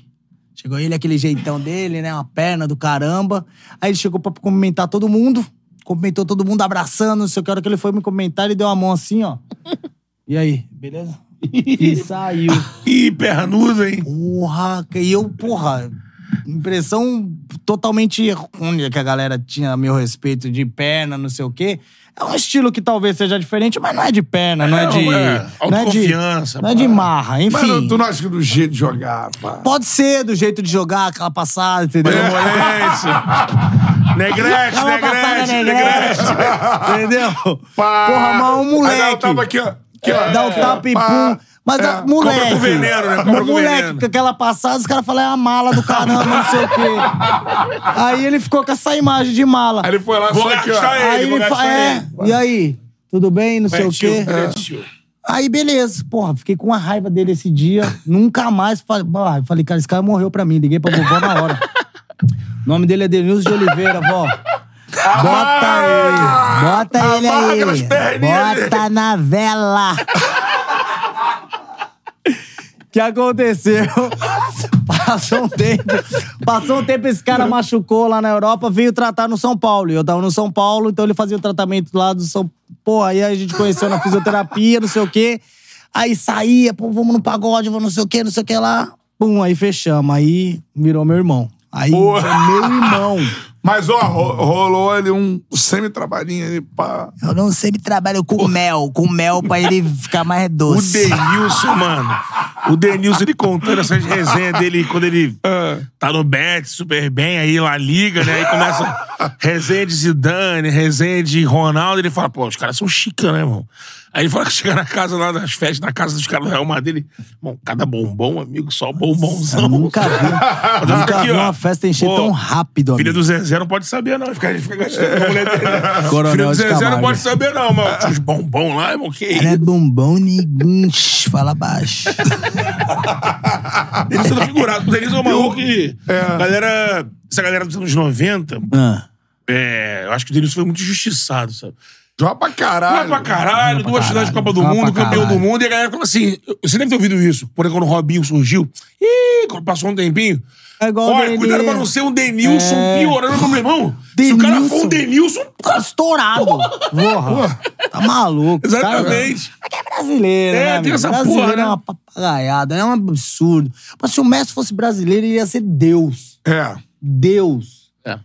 Speaker 3: Chegou ele, aquele jeitão dele, né? Uma perna do caramba. Aí ele chegou pra cumprimentar todo mundo. Cumprimentou todo mundo, abraçando, não sei o que. A hora que ele foi me cumprimentar, ele deu a mão assim, ó. E aí, beleza? E saiu.
Speaker 2: Ih, pernudo, hein?
Speaker 3: Porra, que- e eu, porra, impressão totalmente errônea que a galera tinha a meu respeito de perna, não sei o quê. É um estilo que talvez seja diferente, mas não é de perna, não é,
Speaker 2: Não,
Speaker 3: de.
Speaker 2: é
Speaker 3: não é de,
Speaker 2: autoconfiança,
Speaker 3: não é de
Speaker 2: pá.
Speaker 3: marra, enfim.
Speaker 1: Mano, tu não acha que do jeito de jogar, pá.
Speaker 3: Pode ser do jeito de jogar, aquela passada, entendeu?
Speaker 2: Molense. Negrete,
Speaker 3: Aquela passada
Speaker 2: negrete, negrete.
Speaker 3: negrete, entendeu?
Speaker 1: Pá.
Speaker 3: Porra,
Speaker 1: Aí dá
Speaker 3: mas um
Speaker 1: o
Speaker 3: moleque.
Speaker 1: tapa aqui, ó. Aqui,
Speaker 2: É,
Speaker 1: ó.
Speaker 3: Dá o tapa e
Speaker 1: Pá.
Speaker 3: pum. Mas
Speaker 1: É.
Speaker 3: a- moleque.
Speaker 2: Compra com veneno, né? Compra com
Speaker 3: moleque,
Speaker 2: veneno.
Speaker 3: com aquela passada, os caras falam, é uma mala do caramba, não sei o quê. Aí ele ficou com essa imagem de mala.
Speaker 1: Aí ele foi lá,
Speaker 2: Vou
Speaker 1: só aqui,
Speaker 2: gastar
Speaker 1: ó.
Speaker 2: ele.
Speaker 3: Aí ele
Speaker 2: advogado
Speaker 3: fala, é, e aí? Tudo bem, não sei o
Speaker 2: Cretinho,
Speaker 3: quê. É.
Speaker 2: cretinho.
Speaker 3: Aí, beleza. Porra, fiquei com uma raiva dele esse dia. Nunca mais. Falei, porra, falei, cara, esse cara morreu pra mim. Liguei pra vovó na hora. O nome dele é Denilson de Oliveira, vó. Bota ele. Bota
Speaker 2: Ah, Amarra
Speaker 3: ele
Speaker 2: nas
Speaker 3: aí.
Speaker 2: perninhas dele.
Speaker 3: Bota na vela. O que aconteceu? Passou um tempo. Passou um tempo, esse cara machucou lá na Europa, veio tratar no São Paulo. E eu tava no São Paulo, então ele fazia o tratamento lá do São Pô, aí a gente conheceu na fisioterapia, não sei o quê. Aí saía, pô, vamos no pagode, vamos não sei o quê, não sei o que lá. Pum, aí fechamos. Aí virou meu irmão. Aí
Speaker 1: Boa.
Speaker 3: meu irmão.
Speaker 1: Mas, ó, ro- rolou ali um semi-trabalhinho ali, pá.
Speaker 3: Eu não sempre trabalho com mel, com mel pra ele ficar mais
Speaker 2: O
Speaker 3: doce.
Speaker 2: Denilson, mano. O Denilson, ele contando essas resenhas dele quando ele tá no bet super bem, aí lá liga, né? Aí começa resenha de Zidane, resenha de Ronaldo. Ele fala, pô, os caras são chica, né, irmão? Aí ele fala que chega na casa lá das festas, na casa dos caras do Real Madrid. ele, Bom, cada bombom, amigo, só bombonzão.
Speaker 3: Eu nunca vi,
Speaker 2: Tá
Speaker 3: nunca
Speaker 2: aqui,
Speaker 3: vi
Speaker 2: ó.
Speaker 3: uma festa encher
Speaker 2: Pô,
Speaker 3: tão rápido,
Speaker 2: Filha
Speaker 3: amigo.
Speaker 2: do Zezé não pode saber, não. Ele fica, ele fica gastando com a mulher dele.
Speaker 3: Coronel
Speaker 2: Filha do
Speaker 3: de
Speaker 2: Zezé não
Speaker 3: Camargo.
Speaker 2: pode saber, não, mano. Tinha Uns bombom lá, irmão, que
Speaker 3: Ela
Speaker 2: isso?
Speaker 3: é bombom ninguém. Shh, Fala baixo.
Speaker 2: Denilson tá figurado. O Denilson é um maluco que. Galera. Essa galera dos anos 90,
Speaker 3: Ah,
Speaker 2: é, eu acho que o Denilson foi muito injustiçado, sabe?
Speaker 1: Joga pra caralho.
Speaker 2: Vai pra caralho, duas
Speaker 3: caralho.
Speaker 2: finais de Copa do
Speaker 3: Vai
Speaker 2: Mundo,
Speaker 3: pra
Speaker 2: campeão do
Speaker 3: caralho.
Speaker 2: mundo, e a galera fala assim: você deve ter ouvido isso, por exemplo, quando o Robinho surgiu. Ih, quando passou um tempinho.
Speaker 3: É igual o
Speaker 2: Olha,
Speaker 3: Denilson.
Speaker 2: cuidado pra não ser um Denilson
Speaker 3: É.
Speaker 2: piorando pro meu irmão. Se o cara for um Denilson,
Speaker 3: tá estourado. Porra. Tá maluco. Os caras-
Speaker 2: exatamente.
Speaker 3: brasileiro,
Speaker 2: É,
Speaker 3: né?
Speaker 2: tem
Speaker 3: amigo?
Speaker 2: essa
Speaker 3: brasileiro
Speaker 2: porra, né?
Speaker 3: é uma papagaiada, é um absurdo. Mas se o Messi fosse brasileiro, ele ia ser Deus.
Speaker 1: É.
Speaker 3: Deus.
Speaker 2: É.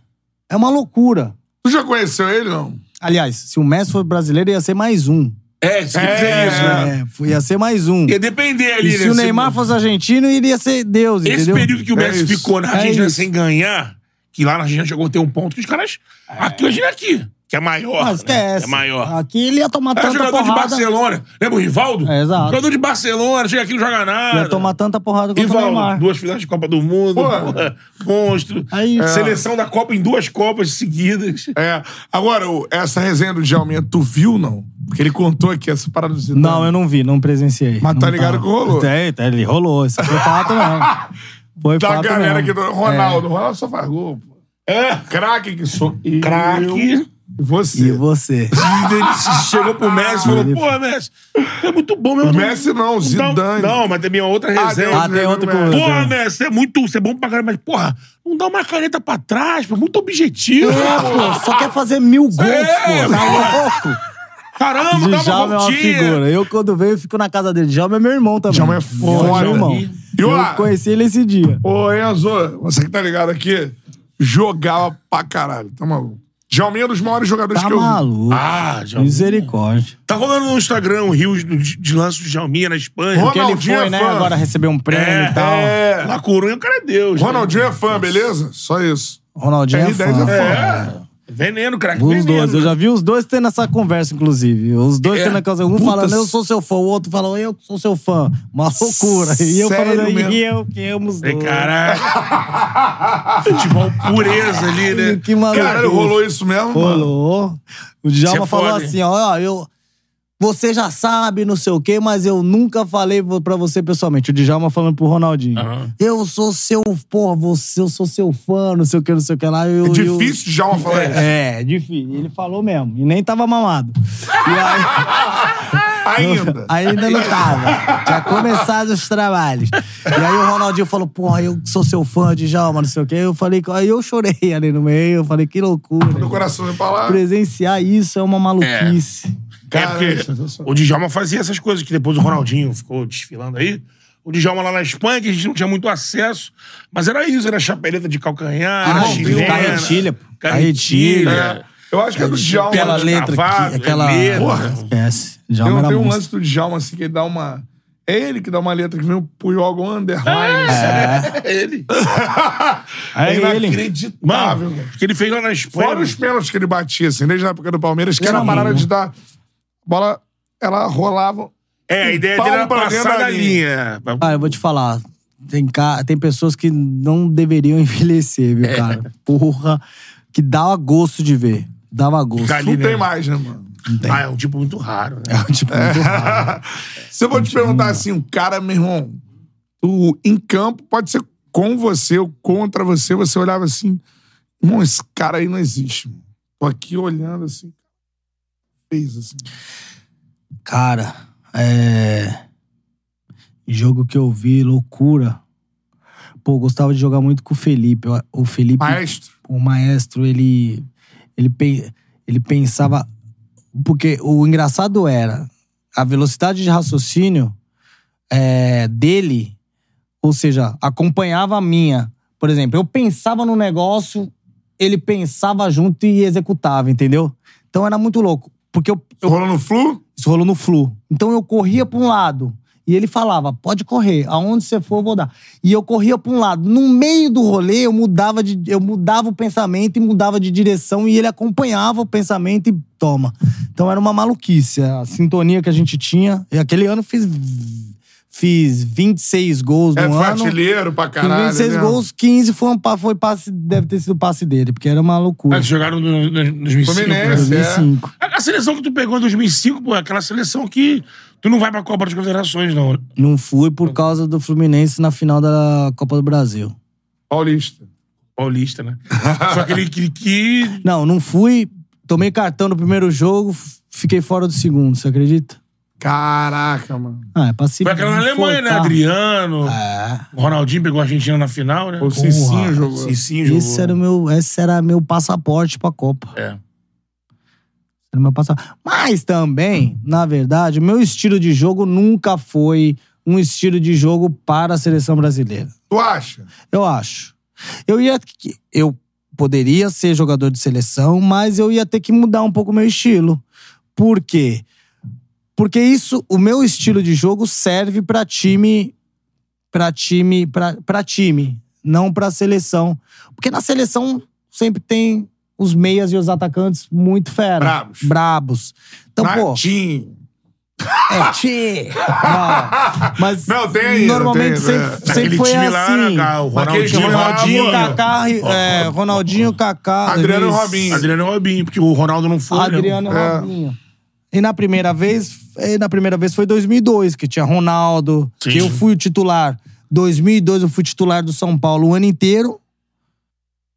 Speaker 3: É uma loucura.
Speaker 1: Tu já conheceu ele, não?
Speaker 3: Aliás, se o Messi fosse brasileiro, ia ser mais um.
Speaker 2: É, isso quer dizer
Speaker 1: É.
Speaker 2: isso, né?
Speaker 3: É, foi- ia ser mais um.
Speaker 2: Ia depender ali, né?
Speaker 3: E se o
Speaker 2: se-
Speaker 3: Neymar fosse argentino, iria ser Deus,
Speaker 2: Esse
Speaker 3: entendeu?
Speaker 2: período que o
Speaker 1: É
Speaker 2: Messi
Speaker 1: isso.
Speaker 2: ficou na
Speaker 3: É
Speaker 2: Argentina
Speaker 3: isso.
Speaker 2: sem ganhar, que lá na Argentina chegou a ter um ponto que os caras. Aqui hoje é aqui, que é maior.
Speaker 3: Ah,
Speaker 2: né?
Speaker 3: esquece.
Speaker 2: É maior.
Speaker 3: Aqui ele ia tomar
Speaker 2: Era
Speaker 3: tanta
Speaker 2: jogador de
Speaker 3: porrada.
Speaker 2: Barcelona. Lembra o Rivaldo?
Speaker 3: É, exato.
Speaker 2: Jogador de Barcelona, chega aqui e não joga
Speaker 3: Ia
Speaker 2: nada.
Speaker 3: tomar tanta porrada contra o
Speaker 2: Rivaldo,
Speaker 3: Neymar.
Speaker 2: duas finais de Copa do Mundo,
Speaker 1: Porra.
Speaker 2: porra, monstro.
Speaker 3: Aí-
Speaker 2: É. Seleção da Copa em duas Copas seguidas.
Speaker 1: É. Agora, o- essa resenha do Djalminha, tu viu, não? Porque ele contou aqui essa parada do Zidane.
Speaker 3: Não, eu não vi, não presenciei.
Speaker 1: Mas
Speaker 3: Não
Speaker 1: tá ligado que rolou.
Speaker 3: É, tá, ele rolou. Isso foi fato, não. Foi
Speaker 1: Da
Speaker 3: fato,
Speaker 1: galera
Speaker 3: não. É.
Speaker 1: aqui do Ronaldo. Ronaldo só faz gol, pô. É. Craque que sou. eu
Speaker 2: Craque.
Speaker 1: E você.
Speaker 3: É, E você?
Speaker 2: E ele se- chegou pro
Speaker 3: Ah,
Speaker 2: Messi e falou: Porra, Messi, é muito bom mesmo.
Speaker 1: Messi não,
Speaker 2: Não,
Speaker 1: Zidane.
Speaker 2: não, mas também é outra resenha.
Speaker 1: Deus,
Speaker 3: Ah, tem
Speaker 1: Deus,
Speaker 3: outro
Speaker 1: Deus.
Speaker 3: com-
Speaker 2: Porra, né? Você é muito. Você é bom pra caralho, mas, porra, não dá uma caneta pra trás, pô. Muito objetivo.
Speaker 3: É, pô, só quer fazer mil gols,
Speaker 2: É,
Speaker 3: pô. Tá louco?
Speaker 2: Caramba, dá uma
Speaker 3: Djalma é uma
Speaker 2: voltinha.
Speaker 3: figura. Eu, quando venho, eu fico na casa dele. Djalma é meu irmão também.
Speaker 1: Djalma é foda.
Speaker 3: Djalma é meu irmão.
Speaker 1: E olha-
Speaker 3: Eu conheci ele esse dia.
Speaker 1: Ô, Enzo, você que tá ligado aqui, jogava pra caralho. Tá maluco. Djalminha é um dos maiores jogadores
Speaker 3: Tá
Speaker 1: que eu vi.
Speaker 3: maluco.
Speaker 2: Ah, Djalminha.
Speaker 3: Misericórdia.
Speaker 2: Tá rolando no Instagram o Rio de, de lance do Jalminha na Espanha.
Speaker 1: Rola-
Speaker 3: Porque ele
Speaker 1: Ronaldinho
Speaker 3: foi,
Speaker 1: é
Speaker 3: né?
Speaker 1: fã.
Speaker 3: Agora recebeu um prêmio
Speaker 2: É,
Speaker 3: e tal.
Speaker 1: É.
Speaker 2: La Coruña, o cara é Deus. né?
Speaker 1: Ronaldinho é fã, beleza? Só isso.
Speaker 3: Ronaldinho é
Speaker 1: R10 é
Speaker 3: fã.
Speaker 1: foda.
Speaker 2: É. Veneno, craque.
Speaker 3: Os
Speaker 2: veneno,
Speaker 3: dois, eu
Speaker 2: né?
Speaker 3: já vi os dois tendo essa conversa, inclusive. Os dois
Speaker 2: É.
Speaker 3: tendo a causa. Um
Speaker 2: Puta,
Speaker 3: falando, eu sou seu fã, o outro falando, eu sou seu fã. Uma loucura. E eu
Speaker 1: Sério
Speaker 3: falando,
Speaker 1: mesmo?
Speaker 3: e eu que amo os
Speaker 2: Falei,
Speaker 3: dois.
Speaker 2: É, Caralho. Futebol pureza ali, né?
Speaker 3: Que maluco.
Speaker 1: Caralho, rolou isso mesmo? mano?
Speaker 3: Rolou. O Djalma
Speaker 2: Isso é
Speaker 3: falou
Speaker 2: foda,
Speaker 3: assim, ó, ó, eu... Você já sabe, não sei o quê, mas eu nunca falei vo- pra você pessoalmente. O Djalma falando pro Ronaldinho.
Speaker 2: Aham.
Speaker 3: Eu sou seu... Porra, você, eu sou seu fã, não sei o que, não sei o que lá. Eu,
Speaker 1: É
Speaker 3: eu-
Speaker 1: difícil de Djalma falar isso.
Speaker 3: É, difícil. Ele falou mesmo. E nem tava mamado. E aí...
Speaker 1: Ainda.
Speaker 3: Ainda não tava. Tinha começado os trabalhos. E aí o Ronaldinho falou, porra, eu sou seu fã de Djalma, não sei o quê. Eu falei, que- aí eu chorei ali no meio. Eu falei, que
Speaker 1: Meu
Speaker 3: loucura.
Speaker 1: coração vai pra lá.
Speaker 3: Presenciar isso é uma maluquice.
Speaker 2: É
Speaker 1: Caralho,
Speaker 2: porque
Speaker 1: sensacional.
Speaker 2: o Djalma fazia essas coisas que depois o Ronaldinho ficou desfilando aí. O Djalma lá na Espanha, que a gente não tinha muito acesso. Mas era isso, era chapeleta de calcanhar,
Speaker 3: Ah,
Speaker 2: era
Speaker 3: viu?
Speaker 1: um
Speaker 2: chilena,
Speaker 3: Carretilha, pô. Carretilha.
Speaker 1: É. Eu acho que é do Djalma.
Speaker 3: Aquela
Speaker 1: né?
Speaker 3: letra,
Speaker 2: Cavado,
Speaker 3: que, aquela...
Speaker 2: letra.
Speaker 3: Porra, Esquece.
Speaker 1: Tem,
Speaker 3: Djalma
Speaker 1: um-
Speaker 3: era
Speaker 1: tem um
Speaker 3: monstro.
Speaker 1: lance do Djalma, assim, que ele dá uma... É ele que dá uma letra que vem o Puyol o Underline. assim.
Speaker 2: É ele.
Speaker 1: É,
Speaker 3: É ele.
Speaker 1: inacreditável.
Speaker 2: Mano,
Speaker 1: cara.
Speaker 2: o que ele fez lá na Espanha.
Speaker 1: Ah, Fora os pênaltis que ele batia, assim, desde a época do Palmeiras, que era a
Speaker 3: Sim.
Speaker 1: parada de dar... Bola, ela rolava...
Speaker 2: É, a ideia
Speaker 1: um Pau
Speaker 2: dele era
Speaker 1: pra
Speaker 2: passar
Speaker 1: dentro da
Speaker 2: da linha.
Speaker 3: Ah, eu vou te falar. Tem, ca- tem pessoas que não deveriam envelhecer,
Speaker 1: É.
Speaker 3: viu, cara? Porra. Que dava gosto de ver. Dava gosto.
Speaker 2: Cara,
Speaker 1: Não
Speaker 2: Ali, né?
Speaker 1: tem mais, né, mano?
Speaker 2: Ah, é um tipo muito raro, né?
Speaker 3: Tipo,
Speaker 1: É.
Speaker 3: muito raro.
Speaker 1: Se eu vou te perguntar assim, um cara, meu irmão, tu, em campo, pode ser com você ou contra você, você olhava assim, irmão, esse cara aí não existe, mano. Tô aqui olhando assim, fez assim.
Speaker 3: Cara, é. Jogo que eu vi, loucura. Pô, eu gostava de jogar muito com o Felipe. Eu- O Felipe,
Speaker 1: Maestro.
Speaker 3: o maestro, ele. Ele, pe- ele pensava. Porque o engraçado era a velocidade de raciocínio é, dele, ou seja, acompanhava a minha. Por exemplo, eu pensava no negócio, ele pensava junto e executava, entendeu? Então era muito louco. Porque eu, eu
Speaker 1: Rolou no flu?
Speaker 3: isso rolou no Flu. Então eu corria pra um lado. E ele falava, pode correr, aonde você for eu vou dar. E eu corria pra um lado. No meio do rolê, eu mudava de, eu mudava o pensamento e mudava de direção e ele acompanhava o pensamento e toma. Então era uma maluquice a sintonia que a gente tinha. E aquele ano eu fiz fiz 26 gols
Speaker 1: É,
Speaker 3: no
Speaker 1: foi
Speaker 3: ano.
Speaker 1: artilheiro pra
Speaker 3: Fiz
Speaker 1: caralho.
Speaker 3: 26
Speaker 1: né?
Speaker 3: gols, 15 foi, um, pa- foi passe, deve ter sido passe dele, porque era uma loucura.
Speaker 2: Ah,
Speaker 1: é,
Speaker 2: Eles jogaram no, no, em 2005.
Speaker 1: Fluminense.
Speaker 2: né?
Speaker 3: 2005.
Speaker 2: A a seleção que tu pegou em 2005, pô, é aquela seleção que tu não vai pra Copa das Confederações, não.
Speaker 3: Não fui por
Speaker 2: Uhum.
Speaker 3: causa do Fluminense na final da Copa do Brasil.
Speaker 1: Paulista.
Speaker 2: Paulista, né? Só que ele que, que-
Speaker 3: Não, não fui. Tomei cartão no primeiro jogo, f- fiquei fora do segundo, você acredita?
Speaker 1: Caraca, mano.
Speaker 3: Ah, é pra se
Speaker 2: Foi aquela na Alemanha, né?
Speaker 3: forçar.
Speaker 2: Adriano.
Speaker 3: É.
Speaker 2: O Ronaldinho pegou a Argentina na final, né?
Speaker 1: O Cicinho jogou.
Speaker 2: Cicinho jogou.
Speaker 3: Esse era, o meu, esse era meu passaporte pra Copa.
Speaker 2: É.
Speaker 3: Era meu passaporte. Mas também, na verdade, o meu estilo de jogo nunca foi um estilo de jogo para a seleção brasileira.
Speaker 1: Tu acha?
Speaker 3: Eu acho. Eu ia. Eu poderia ser jogador de seleção, mas eu ia ter que mudar um pouco o meu estilo. Por quê? Porque isso, o meu estilo de jogo serve pra time. pra time. pra pra time, não pra seleção. Porque na seleção sempre tem os meias e os atacantes muito fera.
Speaker 1: Brabos.
Speaker 3: Brabos. Então, pô.
Speaker 1: Natinho.
Speaker 3: É, tchê. Não, mas
Speaker 1: Não, tem ainda,
Speaker 3: normalmente
Speaker 1: tem ainda,
Speaker 3: sempre,
Speaker 1: é.
Speaker 3: sempre
Speaker 2: Aquele
Speaker 3: foi
Speaker 2: time
Speaker 3: assim.
Speaker 2: lá era cá, o
Speaker 1: Aquele
Speaker 2: Ronaldinho.
Speaker 1: time lá,
Speaker 3: Ronaldinho,
Speaker 1: Ronaldinho.
Speaker 3: Kaká, é, Ronaldinho, Kaká,
Speaker 1: Adriano
Speaker 3: Luiz,
Speaker 1: Robinho.
Speaker 2: Adriano e Robinho, porque o Ronaldo não foi. né?
Speaker 3: Adriano
Speaker 1: É.
Speaker 3: Robinho. E na primeira vez, e na primeira vez foi 2002 que tinha Ronaldo,
Speaker 2: Sim.
Speaker 3: que eu fui o titular. 2002 eu fui titular do São Paulo o ano inteiro,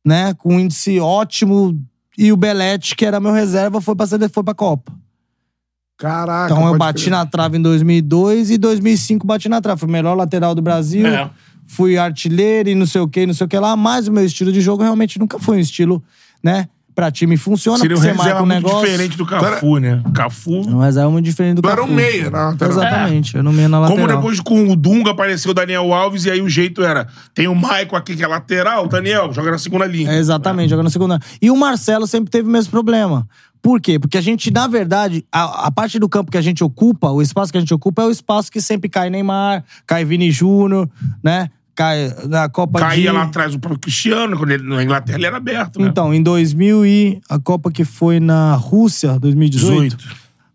Speaker 3: né, com um índice ótimo e o Belete, que era meu reserva, foi pra sele- foi pra Copa.
Speaker 2: Ah,
Speaker 1: Caraca.
Speaker 3: Então eu
Speaker 1: pode
Speaker 3: bati
Speaker 1: crer.
Speaker 3: na trave em 2002 e 2005 bati na trave, fui o melhor lateral do Brasil
Speaker 2: É.
Speaker 3: fui artilheiro e não sei o que, não sei o que lá, mas o meu estilo de jogo realmente nunca foi um estilo, né? pra time funciona,
Speaker 2: Seria um
Speaker 3: porque você
Speaker 2: reserva
Speaker 3: marca um
Speaker 2: muito
Speaker 3: negócio.
Speaker 2: diferente do Cafu, né? Cafu.
Speaker 3: Mas é muito diferente do
Speaker 1: Tu era
Speaker 3: Cafu.
Speaker 1: um meia, né? Tu era-
Speaker 3: Exatamente, eu não meia na um lateral.
Speaker 2: Como depois com o Dunga apareceu o Daniel Alves e aí o jeito era: tem o Maicon aqui que é lateral, o Daniel joga na segunda linha.
Speaker 3: É, exatamente, joga na segunda. E o Marcelo sempre teve o mesmo problema. Por quê? Porque a gente, na verdade, a, a parte do campo que a gente ocupa, o espaço que a gente ocupa, é o espaço que sempre cai Neymar, cai Vini Júnior, né? Cai na Copa
Speaker 2: Caía
Speaker 3: de...
Speaker 2: lá atrás o próprio Cristiano, quando ele, na Inglaterra ele era aberto, né?
Speaker 3: Então, em 2000 e a Copa que foi na Rússia, 2018.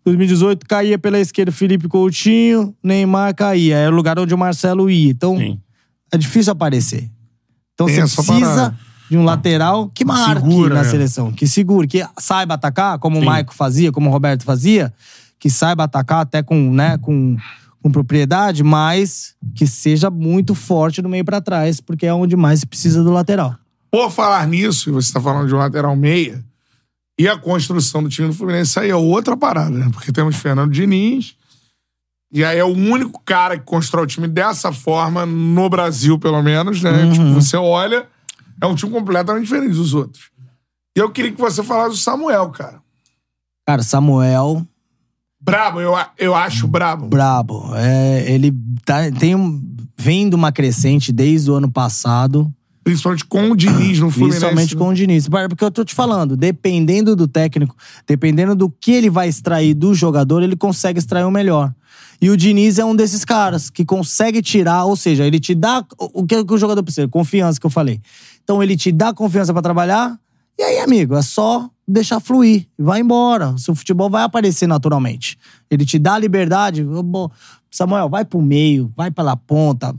Speaker 3: 2018 caía pela esquerda Felipe Coutinho, Neymar caía. Era o lugar onde o Marcelo ia. Então,
Speaker 2: Sim.
Speaker 3: é difícil aparecer. Então
Speaker 1: Tem
Speaker 3: você
Speaker 1: essa
Speaker 3: precisa
Speaker 1: parada.
Speaker 3: de um lateral que marque
Speaker 2: segura,
Speaker 3: na
Speaker 2: né?
Speaker 3: seleção, que segure, que saiba atacar, como o Maico fazia, como o Roberto fazia, que saiba atacar até com, né, com, com propriedade, mas que seja muito forte do meio pra trás, porque é onde mais se precisa do lateral.
Speaker 1: Por falar nisso, e você tá falando de um lateral meia, e a construção do time do Fluminense, isso aí é outra parada, né? Porque temos Fernando Diniz, e aí é o único cara que constrói o time dessa forma, no Brasil, pelo menos, né?
Speaker 3: Uhum.
Speaker 1: Tipo, você olha, é um time completamente diferente dos outros. E eu queria que você falasse do Samuel, cara.
Speaker 3: Cara, Samuel,
Speaker 1: Brabo, eu, a- eu acho brabo.
Speaker 3: brabo. É, ele tá, tem um, vem de uma crescente desde o ano passado,
Speaker 1: Principalmente com o Diniz no Fluminense.
Speaker 3: Principalmente com o Diniz. Bar- Porque eu tô te falando, dependendo do técnico, dependendo do que ele vai extrair do jogador, ele consegue extrair o melhor. E o Diniz é um desses caras que consegue tirar, ou seja, ele te dá o o que o jogador precisa, confiança que eu falei. Então ele te dá confiança pra trabalhar, e aí, amigo, é só deixar fluir, vai embora. Seu futebol vai aparecer naturalmente. Ele te dá liberdade, eu bo- Samuel, vai pro meio, vai pela ponta,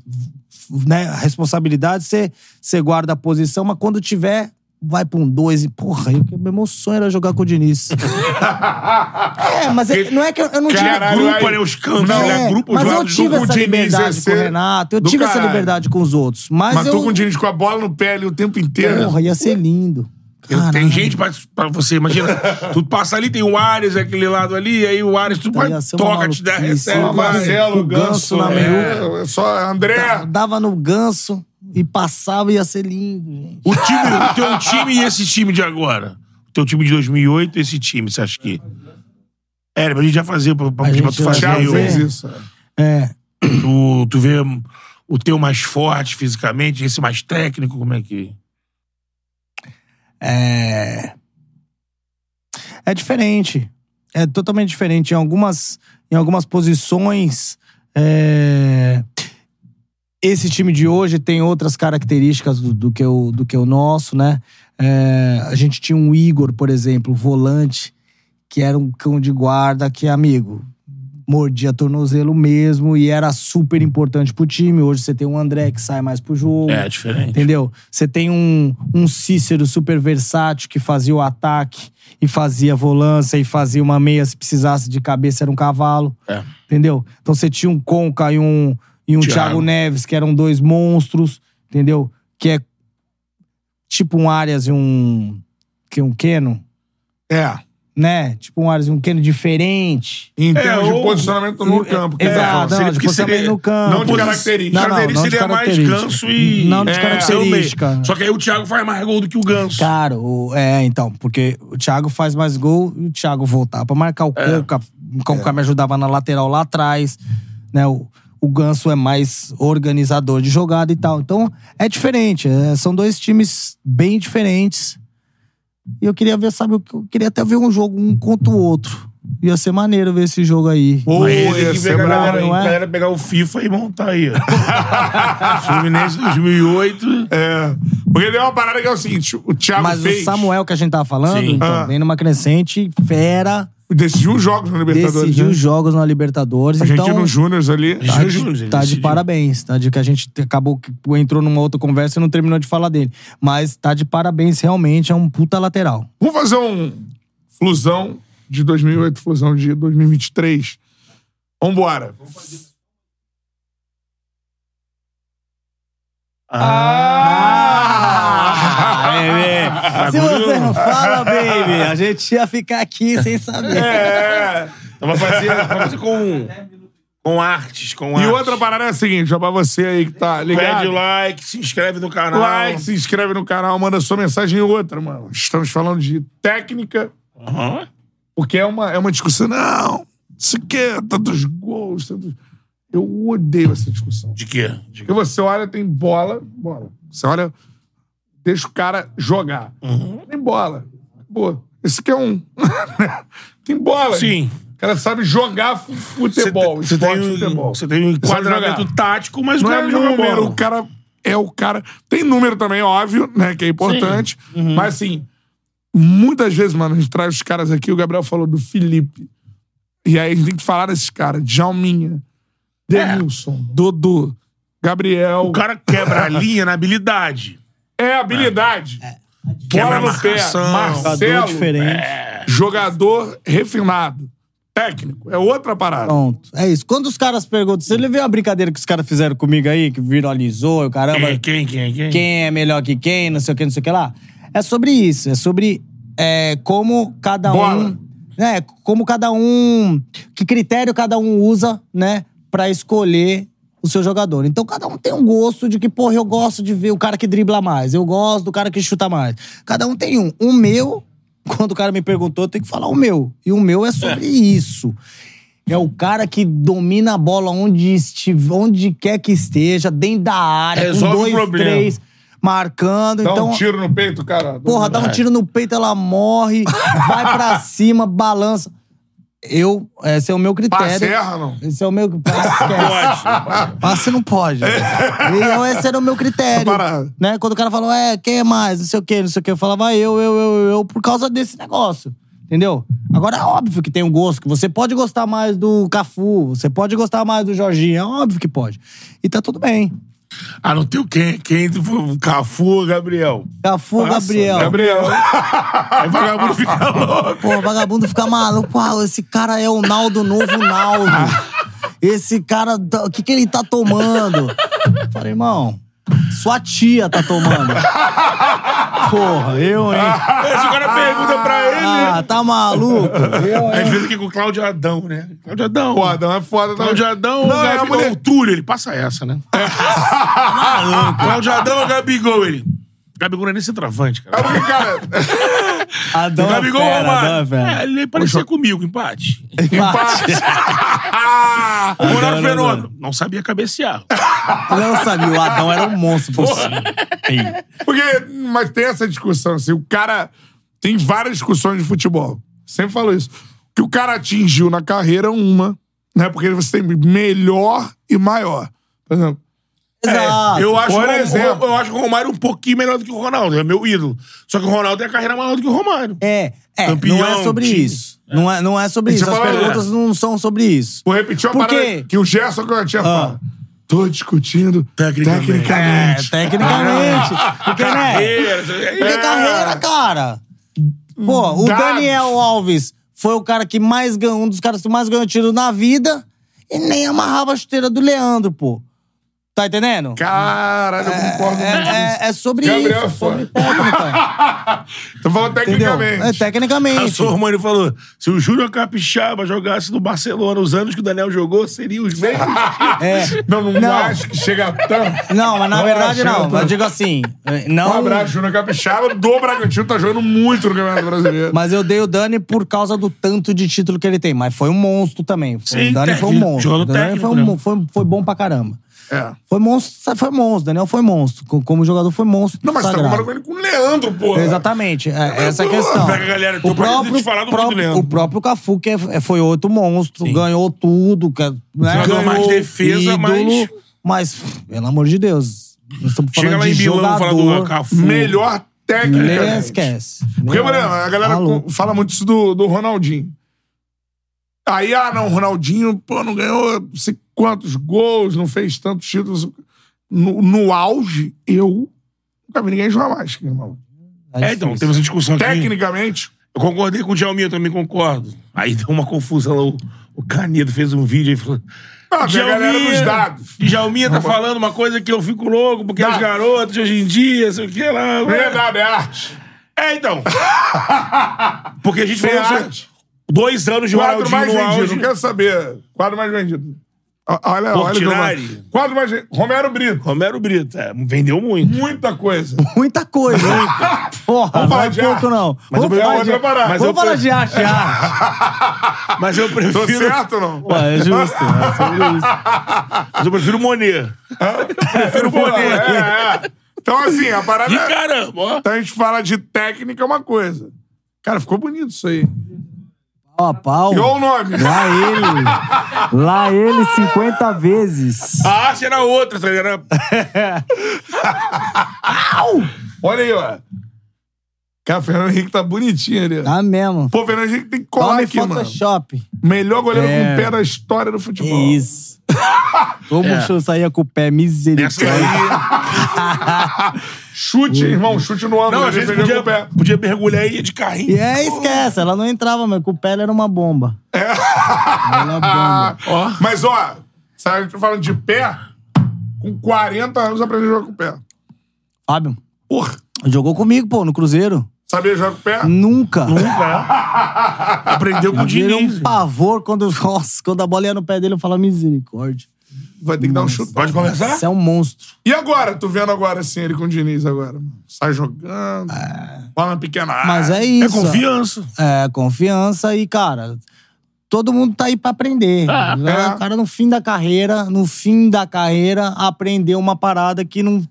Speaker 3: né, a responsabilidade, você você guarda a posição, mas quando tiver, vai pra um dois e, porra, eu, meu meu sonho era jogar com o Diniz. é, mas é- não é que eu, eu não tive...
Speaker 2: Caralho, grupa, né, os cantos,
Speaker 1: não,
Speaker 2: né,
Speaker 3: é,
Speaker 2: grupo,
Speaker 3: mas eu
Speaker 2: jogadores
Speaker 1: do-
Speaker 3: tive
Speaker 1: o
Speaker 3: essa
Speaker 1: Diniz ia
Speaker 3: liberdade com o
Speaker 1: ser
Speaker 3: Renato, eu
Speaker 1: do
Speaker 3: tive essa
Speaker 1: caralho.
Speaker 3: liberdade com os outros, mas,
Speaker 1: Mas
Speaker 3: eu...
Speaker 1: tu com o Diniz com a bola no pé ali o tempo inteiro.
Speaker 3: Porra, ia ser lindo.
Speaker 2: Eu-
Speaker 3: Caralho.
Speaker 2: tem gente pra, pra você, imagina. tu passa ali, tem o Ares, aquele lado ali, aí o Ares, tu vai,
Speaker 3: ia ser é uma
Speaker 2: toca, te dá, é.
Speaker 3: maluquice,
Speaker 2: recebe,
Speaker 3: uma
Speaker 2: vai.
Speaker 3: maluquice.
Speaker 1: Marcelo,
Speaker 3: o Ganso
Speaker 1: Ganso, Tá.
Speaker 3: na
Speaker 1: é, só André.
Speaker 3: Dava no ganso e passava, ia ser lindo, gente.
Speaker 2: O time, o teu time e esse time de agora. O teu time de 2008 e esse time, você acha que... É, pra gente já fazer, pra, pra,
Speaker 3: A
Speaker 2: pra
Speaker 3: gente
Speaker 2: tu
Speaker 3: vai
Speaker 2: fazer
Speaker 1: Já
Speaker 2: aí o-
Speaker 1: fez isso.
Speaker 3: É,
Speaker 2: tu, tu vê o teu mais forte fisicamente, esse mais técnico, como é que...
Speaker 3: É. É diferente. É totalmente diferente. Em algumas, em algumas posições. é, Esse time de hoje tem outras características do, do que, o, do que o nosso, né? É, a gente tinha um Igor, por exemplo, volante, que era um cão de guarda, que, amigo, mordia tornozelo mesmo e era super importante pro time. Hoje você tem um André que sai mais pro jogo.
Speaker 2: É, diferente.
Speaker 3: Entendeu? Você tem um, um Cícero super versátil que fazia o ataque e fazia volância e fazia uma meia se precisasse de cabeça, era um cavalo.
Speaker 2: É.
Speaker 3: Entendeu? Então você tinha um Conca e um, e um
Speaker 2: Thiago.
Speaker 3: Thiago. Neves, que eram dois monstros, entendeu? Que é tipo um Arias e um. Que um Keno,
Speaker 1: É.
Speaker 3: né? Tipo um Arias e um Keno diferente.
Speaker 1: Em
Speaker 2: É,
Speaker 1: termos
Speaker 2: ou-
Speaker 1: de posicionamento no campo. que tá falando.
Speaker 3: Exato,
Speaker 2: É, seria-
Speaker 3: não, de
Speaker 2: porque
Speaker 3: posicionamento
Speaker 2: seria-
Speaker 3: no campo.
Speaker 1: não de característica.
Speaker 3: Não, não, não de
Speaker 2: seria mais
Speaker 3: característica.
Speaker 2: ganso e...
Speaker 3: Não de
Speaker 2: é,
Speaker 3: característica.
Speaker 2: seu meio. Só que aí o Thiago faz mais gol do que o ganso.
Speaker 3: Cara, o- é, então, porque o Thiago faz mais gol e o Thiago voltar pra marcar o
Speaker 1: É.
Speaker 3: Conca. O Conca me ajudava na lateral lá atrás, né? O, o Ganso é mais organizador de jogada e tal. Então, é diferente. é, são dois times bem diferentes. E eu queria ver, sabe, eu queria até ver um jogo um contra o outro. Ia ser maneiro ver esse jogo aí.
Speaker 1: Pô,
Speaker 2: Aí tem que
Speaker 1: esse
Speaker 2: pegar a
Speaker 1: brabo,
Speaker 2: galera, aí,
Speaker 3: não é?
Speaker 2: galera pegar o FIFA e montar aí. ó. Fluminense 2008.
Speaker 1: É. Porque tem uma parada que é o seguinte: o Thiago
Speaker 3: Mas
Speaker 1: fez.
Speaker 3: o Samuel que a gente tava falando,
Speaker 2: Sim.
Speaker 3: então,
Speaker 1: Ah.
Speaker 3: vem numa crescente fera,
Speaker 1: Decidiu os jogos no Libertadores.
Speaker 3: decidiu
Speaker 1: né?
Speaker 3: jogos na Libertadores.
Speaker 1: Argentino
Speaker 3: então,
Speaker 1: Júnior ali.
Speaker 2: Tá.
Speaker 3: Tá
Speaker 2: Ju- Ju-
Speaker 3: de,
Speaker 2: Ju-
Speaker 3: tá de
Speaker 2: decidiu.
Speaker 3: parabéns, tá? De que a gente te- acabou que entrou numa outra conversa e não terminou de falar dele. Mas tá de parabéns, realmente, é um puta lateral.
Speaker 1: Vamos fazer um flusão de 2008, flusão de 2023. Vambora. É,
Speaker 2: Ah,
Speaker 3: É, Se
Speaker 2: bagulho-
Speaker 3: você não fala, baby, a gente ia ficar aqui sem saber.
Speaker 1: É.
Speaker 2: Então vai fazer, vai fazer com, Com artes, com
Speaker 1: E
Speaker 2: artes.
Speaker 1: outra parada é a seguinte, ó, pra você aí que tá ligado.
Speaker 2: Pede like, se inscreve no canal.
Speaker 1: like, se inscreve no canal, manda sua mensagem e outra, mano. Estamos falando de técnica,
Speaker 2: Aham.
Speaker 1: porque é uma, é uma discussão. Não, isso aqui é tantos gols, tantos... Eu odeio essa discussão.
Speaker 2: De quê? De...
Speaker 1: Porque você olha, tem bola, bola. Você olha, deixa o cara jogar. Tem bola. Boa. Esse aqui é um. tem bola.
Speaker 2: Sim.
Speaker 1: O cara sabe jogar fu- futebol,
Speaker 2: Você tem,
Speaker 1: esporte
Speaker 2: um-
Speaker 1: futebol.
Speaker 2: você tem um
Speaker 1: Sabe
Speaker 2: enquadramento
Speaker 1: jogar.
Speaker 2: tático, mas o
Speaker 1: Não
Speaker 2: cara
Speaker 1: é
Speaker 2: joga
Speaker 1: número,
Speaker 2: bola.
Speaker 1: o cara é o cara. Tem número também, óbvio, né? Que é importante.
Speaker 2: Uhum.
Speaker 1: Mas assim, muitas vezes, mano, a gente traz os caras aqui, o Gabriel falou do Felipe. E aí a gente tem que falar desses caras. Djalminha, Denilson, Dodô, Gabriel.
Speaker 2: É. O cara quebra a linha na habilidade.
Speaker 1: É habilidade.
Speaker 2: Quebra
Speaker 1: Bola
Speaker 2: a
Speaker 1: no pé.
Speaker 2: marcação.
Speaker 1: Marcelo,
Speaker 3: Jogador diferente.
Speaker 1: jogador refinado. Técnico. É outra parada.
Speaker 3: Pronto. É isso. Quando os caras perguntam, você viu a brincadeira que os caras fizeram comigo aí, que viralizou, caramba,
Speaker 2: Quem, quem, quem? É, Quem?
Speaker 3: quem é melhor que quem, não sei o que, não sei o que lá. É sobre isso, é sobre é, como cada
Speaker 1: Bola.
Speaker 3: um. Né, como cada um. Que critério cada um usa, né, pra escolher o seu jogador. Então cada um tem um gosto de que, porra, eu gosto de ver o cara que dribla mais, eu gosto do cara que chuta mais. Cada um tem um. O meu, quando o cara me perguntou, eu tenho que falar o meu. E o meu é sobre isso. É o cara que domina a bola onde, estive, onde quer que esteja, dentro da área,
Speaker 2: Resolve o
Speaker 3: com dois,
Speaker 2: problema.
Speaker 3: três, marcando.
Speaker 1: Dá
Speaker 3: então,
Speaker 1: um tiro no peito, cara.
Speaker 3: porra, dá um tiro no peito, ela morre, vai pra cima, balança. Eu, esse é o meu critério.
Speaker 1: Passe erra, não?
Speaker 3: Esse é o meu. Passe, esquece. Passe não pode. Então, esse era o meu critério.
Speaker 1: Parado.
Speaker 3: Né? Quando o cara falou, é, quem é mais? Não sei o quê, não sei o quê. Eu falava, eu, eu, eu, eu, por causa desse negócio. Entendeu? Agora é óbvio que tem um gosto, que você pode gostar mais do Cafu, você pode gostar mais do Jorginho, é óbvio que pode. E tá tudo bem.
Speaker 2: Ah, não tem o quem? Quem? O Cafu, Gabriel.
Speaker 3: Cafu, Gabriel.
Speaker 1: Gabriel. é
Speaker 2: Aí o vagabundo fica louco.
Speaker 3: Pô, vagabundo fica maluco. Uau, esse cara é o Naldo novo Naldo. Esse cara, tá- o que, que ele tá tomando? Falei, irmão, sua tia tá tomando. Porra, eu, hein?
Speaker 2: Esse cara pergunta pra ele.
Speaker 3: Ah, tá maluco? Eu,
Speaker 2: Aí
Speaker 3: hein?
Speaker 2: fez aqui com o Cláudio Adão, né? Cláudio Adão.
Speaker 1: Pô, Adão é foda também.
Speaker 2: Cláudio Adão,
Speaker 1: Não, é a
Speaker 2: Gabigol,
Speaker 1: mulher.
Speaker 2: o Túlio, ele passa essa, né? Cláudio Adão ou Gabigol, ele? Gabigol não é nem centroavante, cara.
Speaker 1: Porque, cara,
Speaker 3: Adão é
Speaker 2: Gabigol
Speaker 3: fera,
Speaker 2: ou
Speaker 3: Adão é
Speaker 2: Romário?
Speaker 3: fera.
Speaker 2: É, ele parecia comigo, empate.
Speaker 1: empate. Ah,
Speaker 2: O Ronaldo
Speaker 3: Adão, Adão.
Speaker 2: Fenômeno não sabia cabecear.
Speaker 3: Não sabia, o Adão era um monstro por cima.
Speaker 1: porque, mas tem essa discussão, assim, o cara tem várias discussões de futebol. Sempre falo isso. O que o cara atingiu na carreira é uma, né? Porque você tem melhor e maior. Por exemplo,
Speaker 3: Exato.
Speaker 2: É, eu, acho
Speaker 1: por
Speaker 2: o-
Speaker 1: exemplo.
Speaker 2: eu acho o Romário um pouquinho melhor do que o Ronaldo, é meu ídolo. Só que o Ronaldo tem a carreira maior do que o Romário.
Speaker 3: É, é
Speaker 2: Campeão,
Speaker 3: não é sobre
Speaker 2: time.
Speaker 3: isso. Não, é, não é sobre
Speaker 1: Deixa
Speaker 3: isso.
Speaker 1: eu
Speaker 3: As
Speaker 1: falar,
Speaker 3: perguntas não são sobre isso.
Speaker 1: Vou repetir uma
Speaker 3: Por quê? Ah.
Speaker 1: parada que o Gerson que eu tinha falado. Tô discutindo
Speaker 2: Tecnicamente.
Speaker 1: tecnicamente.
Speaker 3: É, tecnicamente. Porque,
Speaker 2: É,
Speaker 3: né? Porque
Speaker 2: Carreira.
Speaker 3: carreira, cara. Pô, o
Speaker 1: É. Dados.
Speaker 3: Daniel Alves foi o cara que mais ganhou, um dos caras que mais ganhou tiro na vida e nem amarrava a chuteira do Leandro, pô. Tá entendendo?
Speaker 1: Caralho, eu concordo
Speaker 3: É,
Speaker 1: muito.
Speaker 3: é- é sobre
Speaker 1: Gabriel
Speaker 3: isso, é
Speaker 1: foi.
Speaker 3: sobre técnica,
Speaker 1: Tu falou
Speaker 3: entendeu?
Speaker 1: tecnicamente.
Speaker 3: É,
Speaker 2: A
Speaker 3: tecnicamente.
Speaker 2: sua Romani falou: se o Júnior Capixaba jogasse no Barcelona os anos que o Daniel jogou, seriam os
Speaker 1: Ah,
Speaker 2: mesmos.
Speaker 3: É.
Speaker 1: Não, não,
Speaker 3: Não.
Speaker 1: acho que chega tanto.
Speaker 3: Não, mas na
Speaker 1: Um
Speaker 3: verdade
Speaker 1: abraço,
Speaker 3: não. Eu digo assim, é, não...
Speaker 1: Um abraço, Júnior Capixaba. Do Bragantino tá jogando muito no Campeonato Brasileiro.
Speaker 3: Mas eu dei o Dani por causa do tanto de título que ele tem. Mas foi um monstro também. Foi-
Speaker 2: Sim,
Speaker 3: o Dani foi um
Speaker 2: técnico,
Speaker 3: monstro. O
Speaker 2: jogador
Speaker 3: Dani
Speaker 2: técnico,
Speaker 3: foi,
Speaker 2: né?
Speaker 3: um, mon- foi, foi bom pra caramba.
Speaker 1: É.
Speaker 3: Foi monstro, sabe, foi monstro. Daniel foi monstro. Co- Como jogador, foi monstro.
Speaker 1: Não, mas tá
Speaker 3: sagrado.
Speaker 1: comparando com ele com o Leandro, porra.
Speaker 3: Exatamente, é, essa a
Speaker 1: pega
Speaker 3: questão.
Speaker 2: a galera, tô pra gente te falar do
Speaker 3: próprio-
Speaker 2: mundo, Leandro.
Speaker 3: o próprio Cafu, que é- foi outro monstro, ganhou tudo. que- Né?
Speaker 2: Jogador
Speaker 3: ganhou
Speaker 2: mais defesa, mas-
Speaker 3: Mas, pelo amor de Deus, nós estamos falando
Speaker 2: Chega lá
Speaker 3: de
Speaker 2: em Milão
Speaker 3: jogador.
Speaker 2: falar do Cafu. É.
Speaker 1: Melhor
Speaker 3: Nem
Speaker 1: técnica.
Speaker 3: esquece.
Speaker 1: Porque,
Speaker 3: Nem-
Speaker 1: mano, a galera
Speaker 3: é Maluco.
Speaker 1: com- fala muito isso do, do Ronaldinho. Aí, ah, não, o Ronaldinho, pô, não ganhou não sei quantos gols, não fez tantos títulos. No, no auge, eu nunca vi ninguém jogar mais. que maluco.
Speaker 3: Tá
Speaker 2: É, então,
Speaker 3: difícil.
Speaker 2: temos essa discussão aqui.
Speaker 1: Tecnicamente,
Speaker 2: Eu concordei com o Djalminha, eu também concordo. Aí deu uma confusão lá. O, o Canedo fez um vídeo e falou.
Speaker 1: Ah, vem a galera
Speaker 2: "Djalminha,
Speaker 1: dos dados."
Speaker 2: Djalminha tá falando uma coisa que eu fico louco, porque é
Speaker 1: Dados.
Speaker 2: os garotos hoje em dia, sei o que lá. né?
Speaker 1: não é nada, é arte.
Speaker 2: É, então. Porque a gente
Speaker 1: Tem
Speaker 2: falou.
Speaker 1: arte.
Speaker 2: Dois anos de
Speaker 1: Quadro
Speaker 2: Ronaldinho
Speaker 1: mais
Speaker 2: no
Speaker 1: vendido,
Speaker 2: auge.
Speaker 1: não quero saber. Quadro mais vendido. O- Olha, olha. o que eu-
Speaker 2: Portinari.
Speaker 1: Quadro mais... Romero Brito.
Speaker 2: Romero Brito, é, vendeu muito.
Speaker 1: Muita coisa.
Speaker 3: Muita coisa. Porra,
Speaker 1: Vamos
Speaker 3: não
Speaker 1: falar
Speaker 3: é
Speaker 1: de
Speaker 3: pouco,
Speaker 1: arte.
Speaker 3: não.
Speaker 2: Mas
Speaker 3: Vamos
Speaker 2: eu-
Speaker 3: falar
Speaker 1: eu-
Speaker 3: de-
Speaker 1: eu- mas
Speaker 3: Vamos
Speaker 2: eu-
Speaker 3: falar de arte, arte.
Speaker 2: Mas eu
Speaker 1: Tô
Speaker 2: prefiro.
Speaker 1: certo ou não?
Speaker 3: Pô, é justo. É sobre isso.
Speaker 2: Mas eu prefiro Monet.
Speaker 1: Prefiro
Speaker 2: Bonet.
Speaker 1: É, é. Então, assim, a parada...
Speaker 2: E caramba, ó.
Speaker 1: Então a gente fala de técnica é uma coisa. Cara, ficou bonito isso aí.
Speaker 3: Pau a pau.
Speaker 1: E olha o nome.
Speaker 3: Lá ele. Lá ele 50 vezes.
Speaker 2: A arte era outra, tá ligado? Era-
Speaker 1: Olha aí, ó. Cara, o Fernando Henrique tá bonitinho ali. ó.
Speaker 3: Tá mesmo.
Speaker 1: Pô, o Fernando Henrique tem que colar
Speaker 3: Tome
Speaker 1: aqui, mano.
Speaker 3: Photoshop.
Speaker 1: Melhor goleiro
Speaker 3: É.
Speaker 1: com pé da história do
Speaker 3: Que
Speaker 1: futebol.
Speaker 3: isso. É. Como o um show saía com o pé,
Speaker 2: Essa
Speaker 3: misericórdia.
Speaker 2: aí.
Speaker 1: Chute, irmão, chute no ângulo.
Speaker 2: Não, a
Speaker 1: ele
Speaker 2: gente
Speaker 1: pegou
Speaker 2: podia,
Speaker 1: com o pé.
Speaker 2: podia mergulhar e ir de
Speaker 3: E
Speaker 2: carrinho.
Speaker 3: é, esquece, ela não entrava, mas com o pé ela era uma bomba. É. Ela era
Speaker 1: Ah, Mas, ó, sabe, a gente tá falando de pé, com 40 anos eu aprendi a jogar com o pé.
Speaker 3: bomba. Fábio,
Speaker 1: Porra.
Speaker 3: jogou comigo, pô, no Cruzeiro.
Speaker 1: Sabia jogar com o pé?
Speaker 3: Nunca. Nunca.
Speaker 2: Aprendeu com o
Speaker 3: Ele era
Speaker 2: Diniz.
Speaker 3: um pavor quando, nossa, quando a bola ia no pé dele, eu falava misericórdia.
Speaker 1: Vai ter que dar um chute.
Speaker 2: Pode conversar?
Speaker 3: Você é um monstro.
Speaker 1: E agora? Tu vendo agora, assim, ele com o Diniz agora. mano? Sai jogando, bola na pequena área.
Speaker 3: É. Mas é
Speaker 2: É
Speaker 3: isso.
Speaker 2: confiança.
Speaker 3: É, confiança e, cara, todo mundo tá aí pra aprender. Né?
Speaker 1: é.
Speaker 3: O cara, no fim da carreira, no fim da carreira, aprendeu uma parada que não,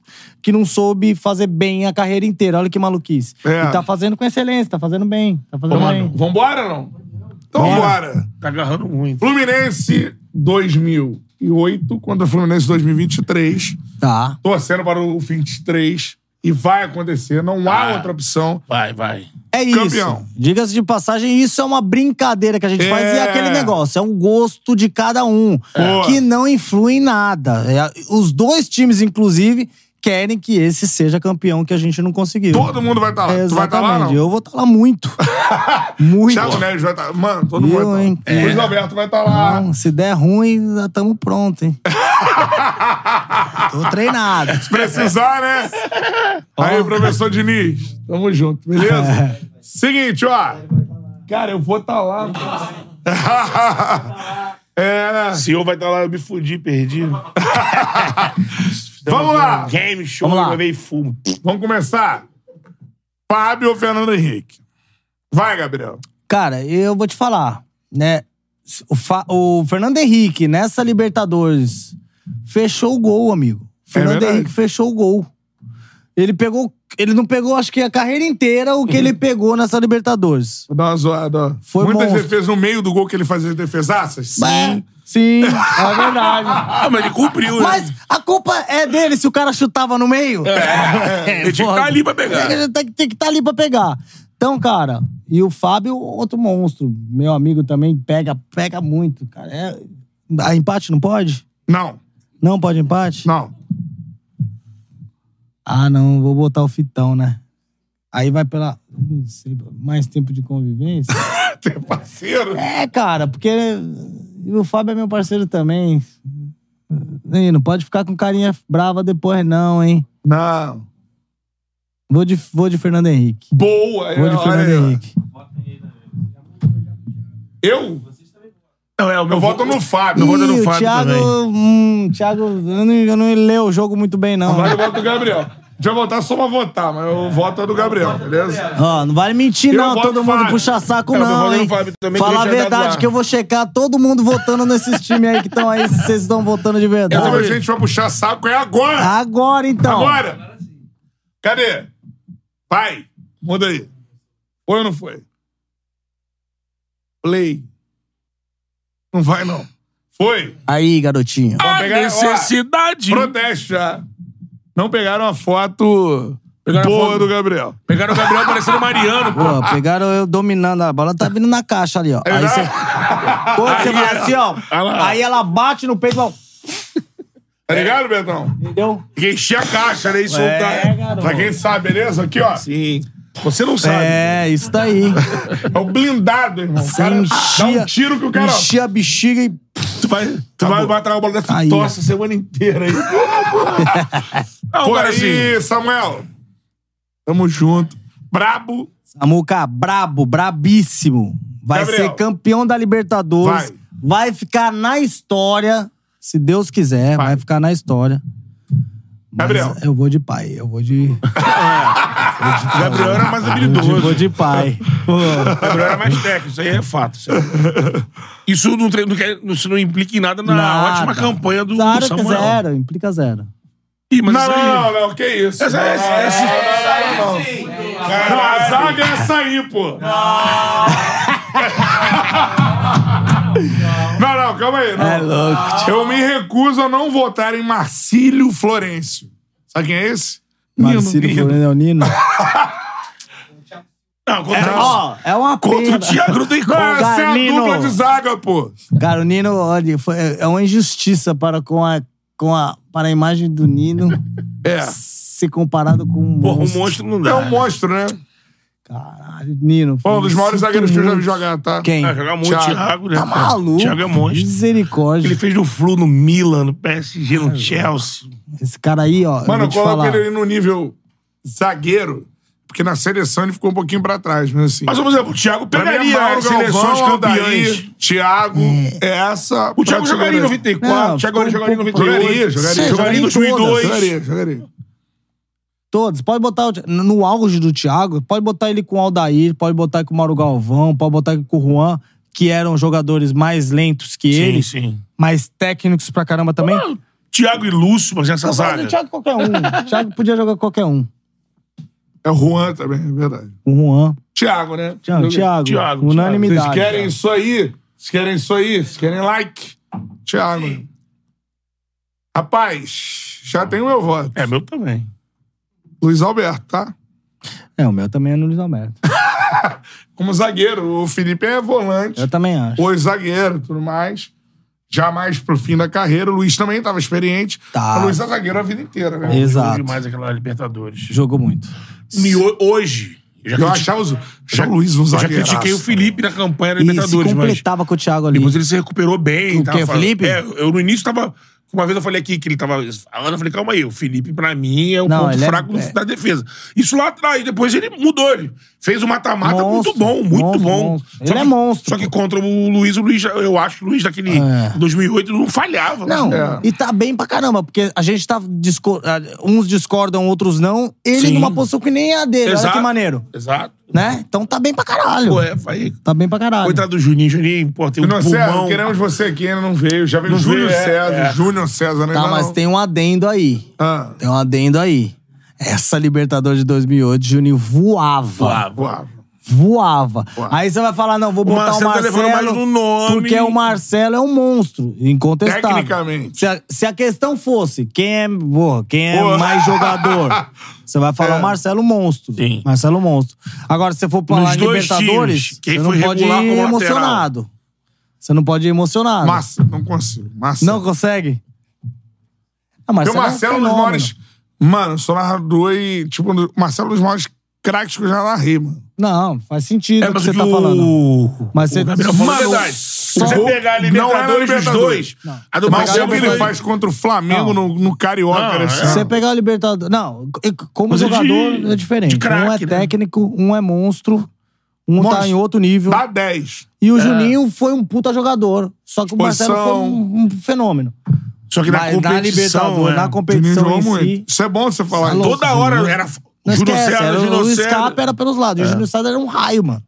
Speaker 3: que não soube fazer bem a carreira inteira. Olha que maluquice.
Speaker 1: É.
Speaker 3: E tá fazendo com excelência, tá fazendo bem. Tá fazendo bem.
Speaker 1: Vambora ou não? Então vambora.
Speaker 2: Tá agarrando muito.
Speaker 1: Fluminense 2008 contra o é Fluminense 2023.
Speaker 3: Tá.
Speaker 1: Torcendo para o 23. E vai acontecer, não há
Speaker 2: Ah.
Speaker 1: outra opção.
Speaker 2: Vai, vai.
Speaker 3: É isso.
Speaker 1: Campeão.
Speaker 3: Diga-se de passagem, isso é uma brincadeira que a gente
Speaker 1: É. É.
Speaker 3: faz e é aquele negócio, é um gosto de cada um,
Speaker 1: Boa.
Speaker 3: que não influi em nada. É, os dois times, inclusive, querem que esse seja campeão que a gente não conseguiu.
Speaker 1: Todo mundo vai estar lá.
Speaker 3: É,
Speaker 1: Ah, tu vai estar lá
Speaker 3: exatamente.
Speaker 1: não?
Speaker 3: Eu vou estar lá muito. muito.
Speaker 1: Thiago Neves vai estar. Mano, todo
Speaker 3: Eu,
Speaker 1: mundo vai
Speaker 3: hein? É.
Speaker 1: estar. Luiz Alberto vai estar lá.
Speaker 3: Então, se der ruim, já estamos prontos, hein? Tô treinado.
Speaker 1: Se precisar, né? Aí, professor Diniz. Tamo junto, beleza? Seguinte, ó. Cara, eu vou estar lá. mano. é.
Speaker 2: Se eu vai estar lá, eu me fudi, perdi.
Speaker 1: Vamos lá.
Speaker 2: Game show,
Speaker 3: Vamos lá.
Speaker 2: eu levei fumo.
Speaker 1: Vamos começar? Fábio ou Fernando Henrique? Vai, Gabriel.
Speaker 3: Cara, eu vou te falar, né? O, Fa- o Fernando Henrique, nessa Libertadores, fechou o gol, amigo. Fernando
Speaker 1: É verdade.
Speaker 3: Henrique fechou o gol. Ele pegou. Ele não pegou, acho que a carreira inteira, o que ele pegou nessa Libertadores.
Speaker 1: Vou dar uma zoada. ó.
Speaker 3: Foi
Speaker 1: Muitas
Speaker 3: monstro.
Speaker 1: defesas no meio do gol que ele fazia de defesaças?
Speaker 3: É, Sim, é verdade.
Speaker 2: Ah, mas ele cumpriu, né?
Speaker 3: Mas a culpa é dele se o cara chutava no meio.
Speaker 2: Ele tinha É. que
Speaker 3: foda.
Speaker 2: estar Tá ali pra pegar.
Speaker 3: Tem que- Tem que- tem que estar ali pra pegar. Então, cara, e o Fábio, outro monstro. Meu amigo também pega, pega muito, cara. É... Ah, empate não pode?
Speaker 1: Não,
Speaker 3: Não pode empate?
Speaker 1: não.
Speaker 3: Ah, não, vou botar o fitão, né? Aí vai pela. Não sei, mais tempo de convivência?
Speaker 1: Tem parceiro.
Speaker 3: é, cara, porque. e o Fábio é meu parceiro também. Ih, não pode ficar com carinha brava depois, não, hein?
Speaker 1: Não.
Speaker 3: Vou de, vou de Fernando Henrique.
Speaker 1: Boa.
Speaker 3: Vou de
Speaker 1: É, olha
Speaker 3: Fernando
Speaker 1: aí, ó.
Speaker 3: Henrique.
Speaker 1: Eu?
Speaker 2: Não, é, o meu
Speaker 1: Eu voto no Fábio. Eu voto
Speaker 3: Ih,
Speaker 1: no
Speaker 3: o
Speaker 1: Fábio
Speaker 3: Thiago,
Speaker 1: também.
Speaker 3: hum, Thiago, eu não, eu não leio o jogo muito bem, não. né?
Speaker 1: Agora eu voto do Gabriel. Deixa eu votar só pra votar, mas eu voto do Gabriel, beleza?
Speaker 3: Ó, não vale mentir,
Speaker 1: Eu
Speaker 3: não.
Speaker 1: voto
Speaker 3: Todo
Speaker 1: no
Speaker 3: mundo
Speaker 1: Fábio.
Speaker 3: puxa saco,
Speaker 2: É, eu tô
Speaker 3: não.
Speaker 2: votando
Speaker 3: Hein?
Speaker 2: no Fábio também, que
Speaker 3: Fala a
Speaker 2: ele tinha dado
Speaker 3: verdade
Speaker 2: lá.
Speaker 3: que eu vou checar todo mundo votando nesses times aí que estão aí, se vocês estão votando de
Speaker 1: Então a
Speaker 3: verdade.
Speaker 1: gente vai puxar saco é agora.
Speaker 3: Agora, então.
Speaker 1: Agora. Cadê? Vai. Muda aí. Foi ou não foi? Play. Não vai, não. Foi.
Speaker 3: Aí, garotinho.
Speaker 1: Vamos
Speaker 2: A
Speaker 1: pegar agora.
Speaker 2: necessidade.
Speaker 1: Protesto já. Não pegaram a foto
Speaker 2: Pegaram a
Speaker 1: boa
Speaker 2: foto.
Speaker 1: do Gabriel.
Speaker 2: Pegaram o Gabriel parecendo Mariano, pô.
Speaker 3: Pô, pegaram eu dominando a bola, tá vindo na caixa ali, ó. Aí você. Quando você vai assim, ó.
Speaker 2: Olha lá.
Speaker 3: Aí ela bate no peito, ó.
Speaker 1: Tá ligado, Betão?
Speaker 3: Entendeu?
Speaker 2: Porque enchia a caixa, né? E soltar.
Speaker 3: garoto.
Speaker 1: Pra quem sabe, beleza? Aqui, ó.
Speaker 2: Sim. Você não sabe.
Speaker 3: É, isso daí.
Speaker 1: É o blindado, irmão. O
Speaker 3: Você
Speaker 1: cara dá um
Speaker 3: enchia-
Speaker 1: tiro que o cara.
Speaker 3: Enchia a bexiga e.
Speaker 2: Tu vai, tu vai matar uma bola dessa
Speaker 3: Aí, ó.
Speaker 2: tosse a semana inteira aí. não,
Speaker 1: Por
Speaker 2: cara, assim,
Speaker 1: aí, Samuel. Tamo junto. Brabo.
Speaker 3: Samuca, brabo, brabíssimo. Vai
Speaker 1: Gabriel.
Speaker 3: ser campeão da Libertadores.
Speaker 1: Vai.
Speaker 3: Vai. ficar na história. Se Deus quiser, vai ficar na história. Mas
Speaker 1: Gabriel.
Speaker 3: Eu vou de pai, eu vou de.
Speaker 2: O Gabriel era mais
Speaker 3: eu vou
Speaker 2: habilidoso.
Speaker 3: de pai. Pô,
Speaker 2: O Gabriel era mais técnico, isso aí é fato. Isso, aí. Isso não, tem- não quer- isso não implica em nada na
Speaker 3: nada.
Speaker 2: ótima campanha do, do
Speaker 3: Claro que
Speaker 2: Samuel.
Speaker 3: zero, implica zero.
Speaker 2: Ih, mas
Speaker 1: Não,
Speaker 2: isso aí-
Speaker 1: não, não, não, que isso.
Speaker 2: Essa-
Speaker 1: Não,
Speaker 2: essa-
Speaker 1: não,
Speaker 2: essa-
Speaker 1: não, não, não, não. Não, a zaga é essa aí, pô. Não, não, calma aí. Não.
Speaker 3: É louco.
Speaker 1: Eu me recuso a não votar em Marcílio Florencio. Sabe quem é esse?
Speaker 3: Marcílio Floreno é o Nino.
Speaker 2: Não, contra,
Speaker 3: É, ó, é uma
Speaker 2: contra
Speaker 3: pena.
Speaker 2: o Tiagro tem
Speaker 1: Não,
Speaker 2: conta.
Speaker 1: essa é a
Speaker 3: Danilo.
Speaker 1: dupla de zaga, pô.
Speaker 3: Cara, o Nino, olha, foi- é uma injustiça para com a, com a, para a imagem do Nino
Speaker 1: É.
Speaker 3: ser comparado com um
Speaker 2: Porra, um
Speaker 3: monstro.
Speaker 2: monstro não dá.
Speaker 1: É um monstro, né?
Speaker 3: Caralho, Nino.
Speaker 1: Foi um dos maiores
Speaker 3: sinto
Speaker 1: zagueiros que eu já vi
Speaker 3: muito.
Speaker 1: jogar, tá?
Speaker 3: Quem?
Speaker 2: Ah, jogar muito
Speaker 1: Thiago.
Speaker 2: Thiago, Thiago né?
Speaker 3: Tá maluco?
Speaker 2: Thiago é monstro.
Speaker 3: Misericórdia.
Speaker 2: Ele fez no Flu, no Milan, no PSG, no Chelsea.
Speaker 3: Esse cara aí, ó.
Speaker 1: Mano, é
Speaker 3: eu vou
Speaker 1: eu
Speaker 3: te
Speaker 1: coloco
Speaker 3: falar.
Speaker 1: ele ali no nível zagueiro, porque na seleção ele ficou um pouquinho pra trás, mas assim.
Speaker 2: Mas, por exemplo, o Thiago
Speaker 1: Pra mim,
Speaker 2: pegaria
Speaker 1: Mauro
Speaker 2: as seleções
Speaker 1: Galvão, é
Speaker 2: campeãs.
Speaker 1: Aldair, Thiago, é essa.
Speaker 2: Hum. O Thiago
Speaker 1: praticamente-
Speaker 2: jogaria em 94,
Speaker 3: Não,
Speaker 2: o Thiago
Speaker 3: ficou
Speaker 2: jogaria em
Speaker 3: um pouco-
Speaker 1: Jogaria,
Speaker 2: 98.
Speaker 1: jogaria.
Speaker 3: Sim,
Speaker 2: Jogaria em
Speaker 3: jogaria em todas.
Speaker 2: 2002.
Speaker 1: Jogaria, jogaria.
Speaker 3: Todos. Pode botar o Thi- no auge do Thiago, pode botar ele com o Aldair, pode botar com o Mauro Galvão, pode botar com o Juan, que eram jogadores mais lentos que
Speaker 2: Sim,
Speaker 3: ele,
Speaker 2: sim.
Speaker 3: mais técnicos pra caramba também.
Speaker 2: Thiago e Lúcio, mas essa
Speaker 3: Eu falo
Speaker 2: zaga.
Speaker 3: do Thiago qualquer um. Thiago podia jogar qualquer um.
Speaker 1: É o Juan também, é verdade.
Speaker 3: O Juan.
Speaker 1: Thiago, né?
Speaker 3: Thiago, Thiago.
Speaker 2: Thiago,
Speaker 3: unanimidade.
Speaker 1: Vocês querem isso aí? Vocês querem isso aí? Vocês querem like? Thiago. Rapaz, já tem o meu voto.
Speaker 2: É, meu também.
Speaker 1: Luiz Alberto, tá?
Speaker 3: É, o meu também é no Luiz Alberto.
Speaker 1: Como zagueiro. O Felipe é volante.
Speaker 3: Eu também acho.
Speaker 1: Foi zagueiro e tudo mais. Jamais pro fim da carreira. O Luiz também estava experiente.
Speaker 3: Tá.
Speaker 1: O Luiz é zagueiro a vida inteira, né?
Speaker 2: Exato.
Speaker 3: Exato.
Speaker 2: demais aquela Libertadores.
Speaker 3: Jogou muito.
Speaker 2: Me- ho- hoje, eu já,
Speaker 1: Eu
Speaker 2: criti-
Speaker 1: achava, os, achava o Luiz um
Speaker 2: eu já
Speaker 1: zagueiro.
Speaker 2: critiquei o Felipe na campanha da
Speaker 3: E se
Speaker 2: Libertadores, mas
Speaker 3: completava com o Thiago ali.
Speaker 2: depois ele se recuperou bem.
Speaker 3: O
Speaker 2: tava
Speaker 3: quê, o
Speaker 2: falando-
Speaker 3: Felipe?
Speaker 2: É, eu no início tava... Uma vez eu falei aqui que ele tava falando, eu falei, calma aí, o Felipe pra mim é o
Speaker 3: Não,
Speaker 2: ponto
Speaker 3: ele é-
Speaker 2: fraco do-
Speaker 3: é.
Speaker 2: da defesa. Isso lá atrás, depois ele mudou, ele fez o mata-mata muito
Speaker 3: Monstro,
Speaker 2: bom, muito
Speaker 3: monstro,
Speaker 2: bom.
Speaker 3: monstro.
Speaker 2: Só
Speaker 3: Ele é monstro,
Speaker 2: Só que contra o Luiz, o Luiz, já- eu acho que o Luiz daquele
Speaker 3: É.
Speaker 2: 2008 não falhava. né?
Speaker 3: Não,
Speaker 1: É.
Speaker 3: e tá bem pra caramba, porque a gente tá. disco- ah, Uns discordam, outros não. Ele
Speaker 2: Sim.
Speaker 3: numa posição que nem é a dele. Olha
Speaker 2: Exato.
Speaker 3: que maneiro.
Speaker 2: Exato.
Speaker 3: Né? Então tá bem pra caralho.
Speaker 2: Pô, é, aí,
Speaker 3: Tá bem pra caralho.
Speaker 2: Coitado do Juninho, Juninho, pô, tem um
Speaker 1: Não, é César,
Speaker 2: pulmão.
Speaker 1: queremos você aqui, ainda não veio. Já veio o
Speaker 2: Não
Speaker 1: Júnior
Speaker 2: veio, é,
Speaker 1: César.
Speaker 2: é.
Speaker 1: Júnior César, né?
Speaker 3: Tá, mas tem um adendo aí.
Speaker 1: Ah,
Speaker 3: Tem um adendo aí. Essa Libertadores de 2008, Juninho voava.
Speaker 2: Voava.
Speaker 1: voava.
Speaker 3: Voava. Aí você vai falar, não, vou botar o
Speaker 2: Marcelo tá
Speaker 3: Marcelo.
Speaker 2: levando mais no nome.
Speaker 3: Porque o Marcelo é um monstro, incontestável.
Speaker 1: Tecnicamente.
Speaker 3: Se a, se a questão fosse quem é, porra, quem é
Speaker 1: Porra.
Speaker 3: mais jogador, você vai falar o Marcelo monstro.
Speaker 2: É. Sim.
Speaker 3: Marcelo monstro. Agora, se você for falar
Speaker 2: Nos
Speaker 3: em
Speaker 2: dois
Speaker 3: Libertadores,
Speaker 2: times, quem
Speaker 3: você não
Speaker 2: foi
Speaker 3: pode ir
Speaker 2: regular como lateral?
Speaker 3: emocionado. Você não pode ir emocionado.
Speaker 1: Massa, não consigo. Massa.
Speaker 3: Não consegue? Ah,
Speaker 1: Porque o
Speaker 3: Marcelo
Speaker 1: Marcelo é
Speaker 3: é um
Speaker 1: um dos
Speaker 3: fenômeno.
Speaker 1: maiores. Mano, eu sou narrador e, tipo, um do- o Marcelo é um dos maiores craques que eu já narrei, mano.
Speaker 3: Não, faz sentido
Speaker 2: É,
Speaker 3: o que
Speaker 2: mas
Speaker 3: você
Speaker 2: o que
Speaker 3: tá falando.
Speaker 2: o...
Speaker 3: Mas
Speaker 2: o
Speaker 3: você-
Speaker 2: Gabriel falou é
Speaker 3: Mano,
Speaker 2: verdade. Se
Speaker 3: só-
Speaker 2: você pegar a
Speaker 1: Não é
Speaker 2: Libertadores dos
Speaker 1: Libertadores.
Speaker 2: dois, a do
Speaker 1: Mas o
Speaker 2: Marcelo
Speaker 1: que ele
Speaker 2: foi-
Speaker 1: faz contra o Flamengo
Speaker 3: Não.
Speaker 1: no, no Carioca,
Speaker 2: Não,
Speaker 1: né?
Speaker 2: é.
Speaker 1: assim?
Speaker 3: Se você pegar o Libertador. Não, e como
Speaker 2: Mas é de-
Speaker 3: jogador é diferente.
Speaker 2: de craque, né?
Speaker 3: um é técnico, um é monstro, um tá
Speaker 1: Monstro.
Speaker 3: em outro
Speaker 2: é
Speaker 3: nível.
Speaker 1: Dá 10.
Speaker 3: E o Juninho foi um puta jogador. Só que o Marcelo foi
Speaker 1: Exposição.
Speaker 3: um, um fenômeno.
Speaker 2: Só que na
Speaker 3: Mas na
Speaker 2: competição,
Speaker 3: Libertadores,
Speaker 2: é.
Speaker 3: na
Speaker 1: Juninho
Speaker 3: competição
Speaker 1: jogou
Speaker 3: em
Speaker 1: muito.
Speaker 3: si.
Speaker 1: Isso é bom você falar.
Speaker 3: Alô?
Speaker 1: Todo-
Speaker 2: toda hora era...
Speaker 3: Não
Speaker 2: Juno
Speaker 3: esquece,
Speaker 2: César,
Speaker 3: era,
Speaker 2: Juno
Speaker 3: o
Speaker 2: César.
Speaker 3: escape era pelos lados. E o Júnior César era um raio, mano.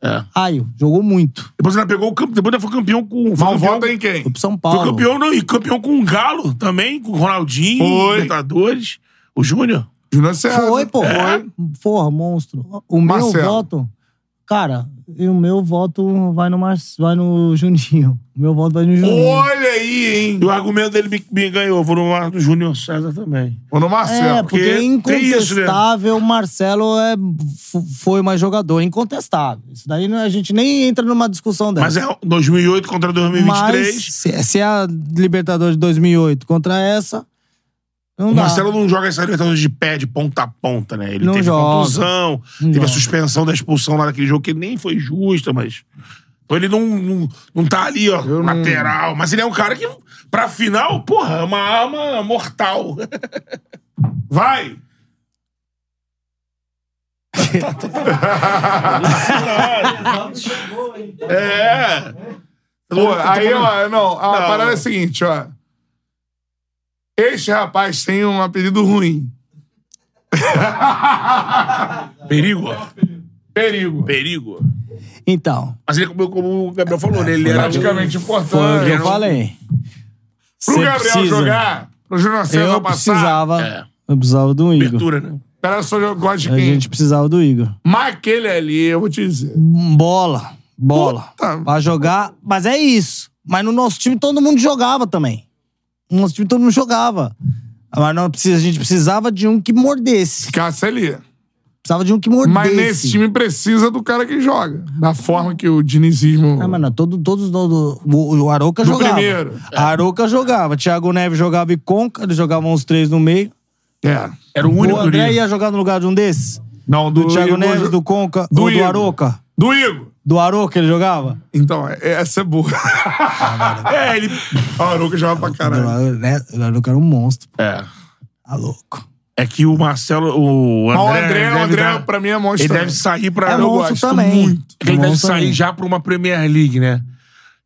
Speaker 2: É.
Speaker 3: Raio. Jogou muito.
Speaker 2: Depois ela pegou o campeão, depois ela foi campeão com... foi
Speaker 1: Mal
Speaker 2: campeão-
Speaker 1: vota em quem?
Speaker 3: Foi pro São
Speaker 2: Foi
Speaker 3: Paulo.
Speaker 2: campeão, não, e campeão com o Galo também, com o Ronaldinho,
Speaker 1: Foi.
Speaker 2: Libertadores, o Júnior.
Speaker 1: Júnior César.
Speaker 3: Foi, pô.
Speaker 1: É.
Speaker 3: Porra, monstro. O meu
Speaker 1: Marcelo.
Speaker 3: voto. Cara, e o meu voto vai no, Mar... vai no Juninho. O meu voto vai no Juninho.
Speaker 1: Olha aí, hein?
Speaker 2: E o argumento dele me, me ganhou, vou no ar do Júnior César também.
Speaker 1: Ou no
Speaker 3: É,
Speaker 1: Marcelo.
Speaker 3: porque é
Speaker 2: tem isso, né?
Speaker 3: incontestável, o Marcelo é, f- foi mais jogador, incontestável. Isso daí não- é, a gente nem entra numa discussão dessa.
Speaker 2: Mas é 2008 contra 2023.
Speaker 3: Mas se, se é a Libertadores de 2008 contra essa, não
Speaker 2: O
Speaker 3: dá.
Speaker 2: Marcelo não joga essa Libertadores de pé, de ponta a ponta, né? Ele
Speaker 3: Não
Speaker 2: teve
Speaker 3: joga.
Speaker 2: contusão,
Speaker 3: Não
Speaker 2: teve a
Speaker 3: joga.
Speaker 2: suspensão da expulsão lá daquele jogo, que nem foi justa, mas. Então ele não, não, não tá ali, ó, lateral. Mas ele é um cara que, pra final, porra, é uma arma mortal.
Speaker 1: Vai!
Speaker 2: É. É.
Speaker 1: Pô, aí, ó, não, a parada é a seguinte, ó. Este rapaz tem um apelido ruim.
Speaker 2: Perigo.
Speaker 1: Perigo.
Speaker 2: Perigo.
Speaker 3: Então,
Speaker 2: Mas ele, como, como o Gabriel falou, né? Ele era.
Speaker 1: Praticamente
Speaker 3: foi o que
Speaker 1: importante.
Speaker 3: eu falei.
Speaker 1: Ah, Pro
Speaker 3: Cê
Speaker 1: Gabriel
Speaker 3: precisa.
Speaker 1: jogar, pro Júnior César
Speaker 3: Eu
Speaker 1: passar.
Speaker 3: precisava.
Speaker 2: É.
Speaker 3: Eu precisava do
Speaker 2: um-
Speaker 3: Igor.
Speaker 2: Abertura, né?
Speaker 1: Pera só, eu gosto de
Speaker 3: A
Speaker 1: quem.
Speaker 3: gente precisava do Igor.
Speaker 1: Mas aquele ali, eu vou te dizer.
Speaker 3: Bola. Bola.
Speaker 1: Puta.
Speaker 3: Pra jogar. Mas é isso. Mas no nosso time todo mundo jogava também. No nosso time todo mundo jogava. Mas não precisa, a gente precisava de um que mordesse.
Speaker 1: Ficasse ali.
Speaker 3: Precisava de um que mordesse.
Speaker 1: Mas nesse time precisa do cara que joga. Da forma que o dinizismo.
Speaker 3: Ah, mas não, todo, todos nós do- o, o Arouca
Speaker 1: Do
Speaker 3: jogava.
Speaker 1: primeiro. é.
Speaker 3: Arouca jogava. Thiago Neves jogava e Conca, eles jogavam uns três no meio.
Speaker 1: É.
Speaker 2: Era o
Speaker 3: O
Speaker 2: único.
Speaker 3: André
Speaker 2: ali.
Speaker 3: ia jogar no lugar de um desses?
Speaker 1: Não, do,
Speaker 3: Do Thiago
Speaker 1: Igor-
Speaker 3: Neves, do Conca, do, ou do
Speaker 1: Igor.
Speaker 3: Arouca?
Speaker 1: Do Igor.
Speaker 3: Do Arouca ele jogava?
Speaker 1: Então, é- essa é boa.
Speaker 3: Ah,
Speaker 1: é, ele. O Aruca joga pra caralho.
Speaker 3: Né? O Arouca era um monstro.
Speaker 2: É.
Speaker 3: Tá louco.
Speaker 2: É que o Marcelo. O
Speaker 1: Mas
Speaker 2: André.
Speaker 1: o André, o
Speaker 2: deve
Speaker 1: André
Speaker 2: dar-
Speaker 1: pra mim, é monstro.
Speaker 2: Ele deve
Speaker 1: também.
Speaker 2: sair pra.
Speaker 3: É
Speaker 2: eu
Speaker 3: monstro
Speaker 2: gosto
Speaker 3: também.
Speaker 2: muito. Ele
Speaker 3: É
Speaker 2: deve
Speaker 3: monstro
Speaker 2: sair
Speaker 3: também.
Speaker 2: já pra uma Premier League, né?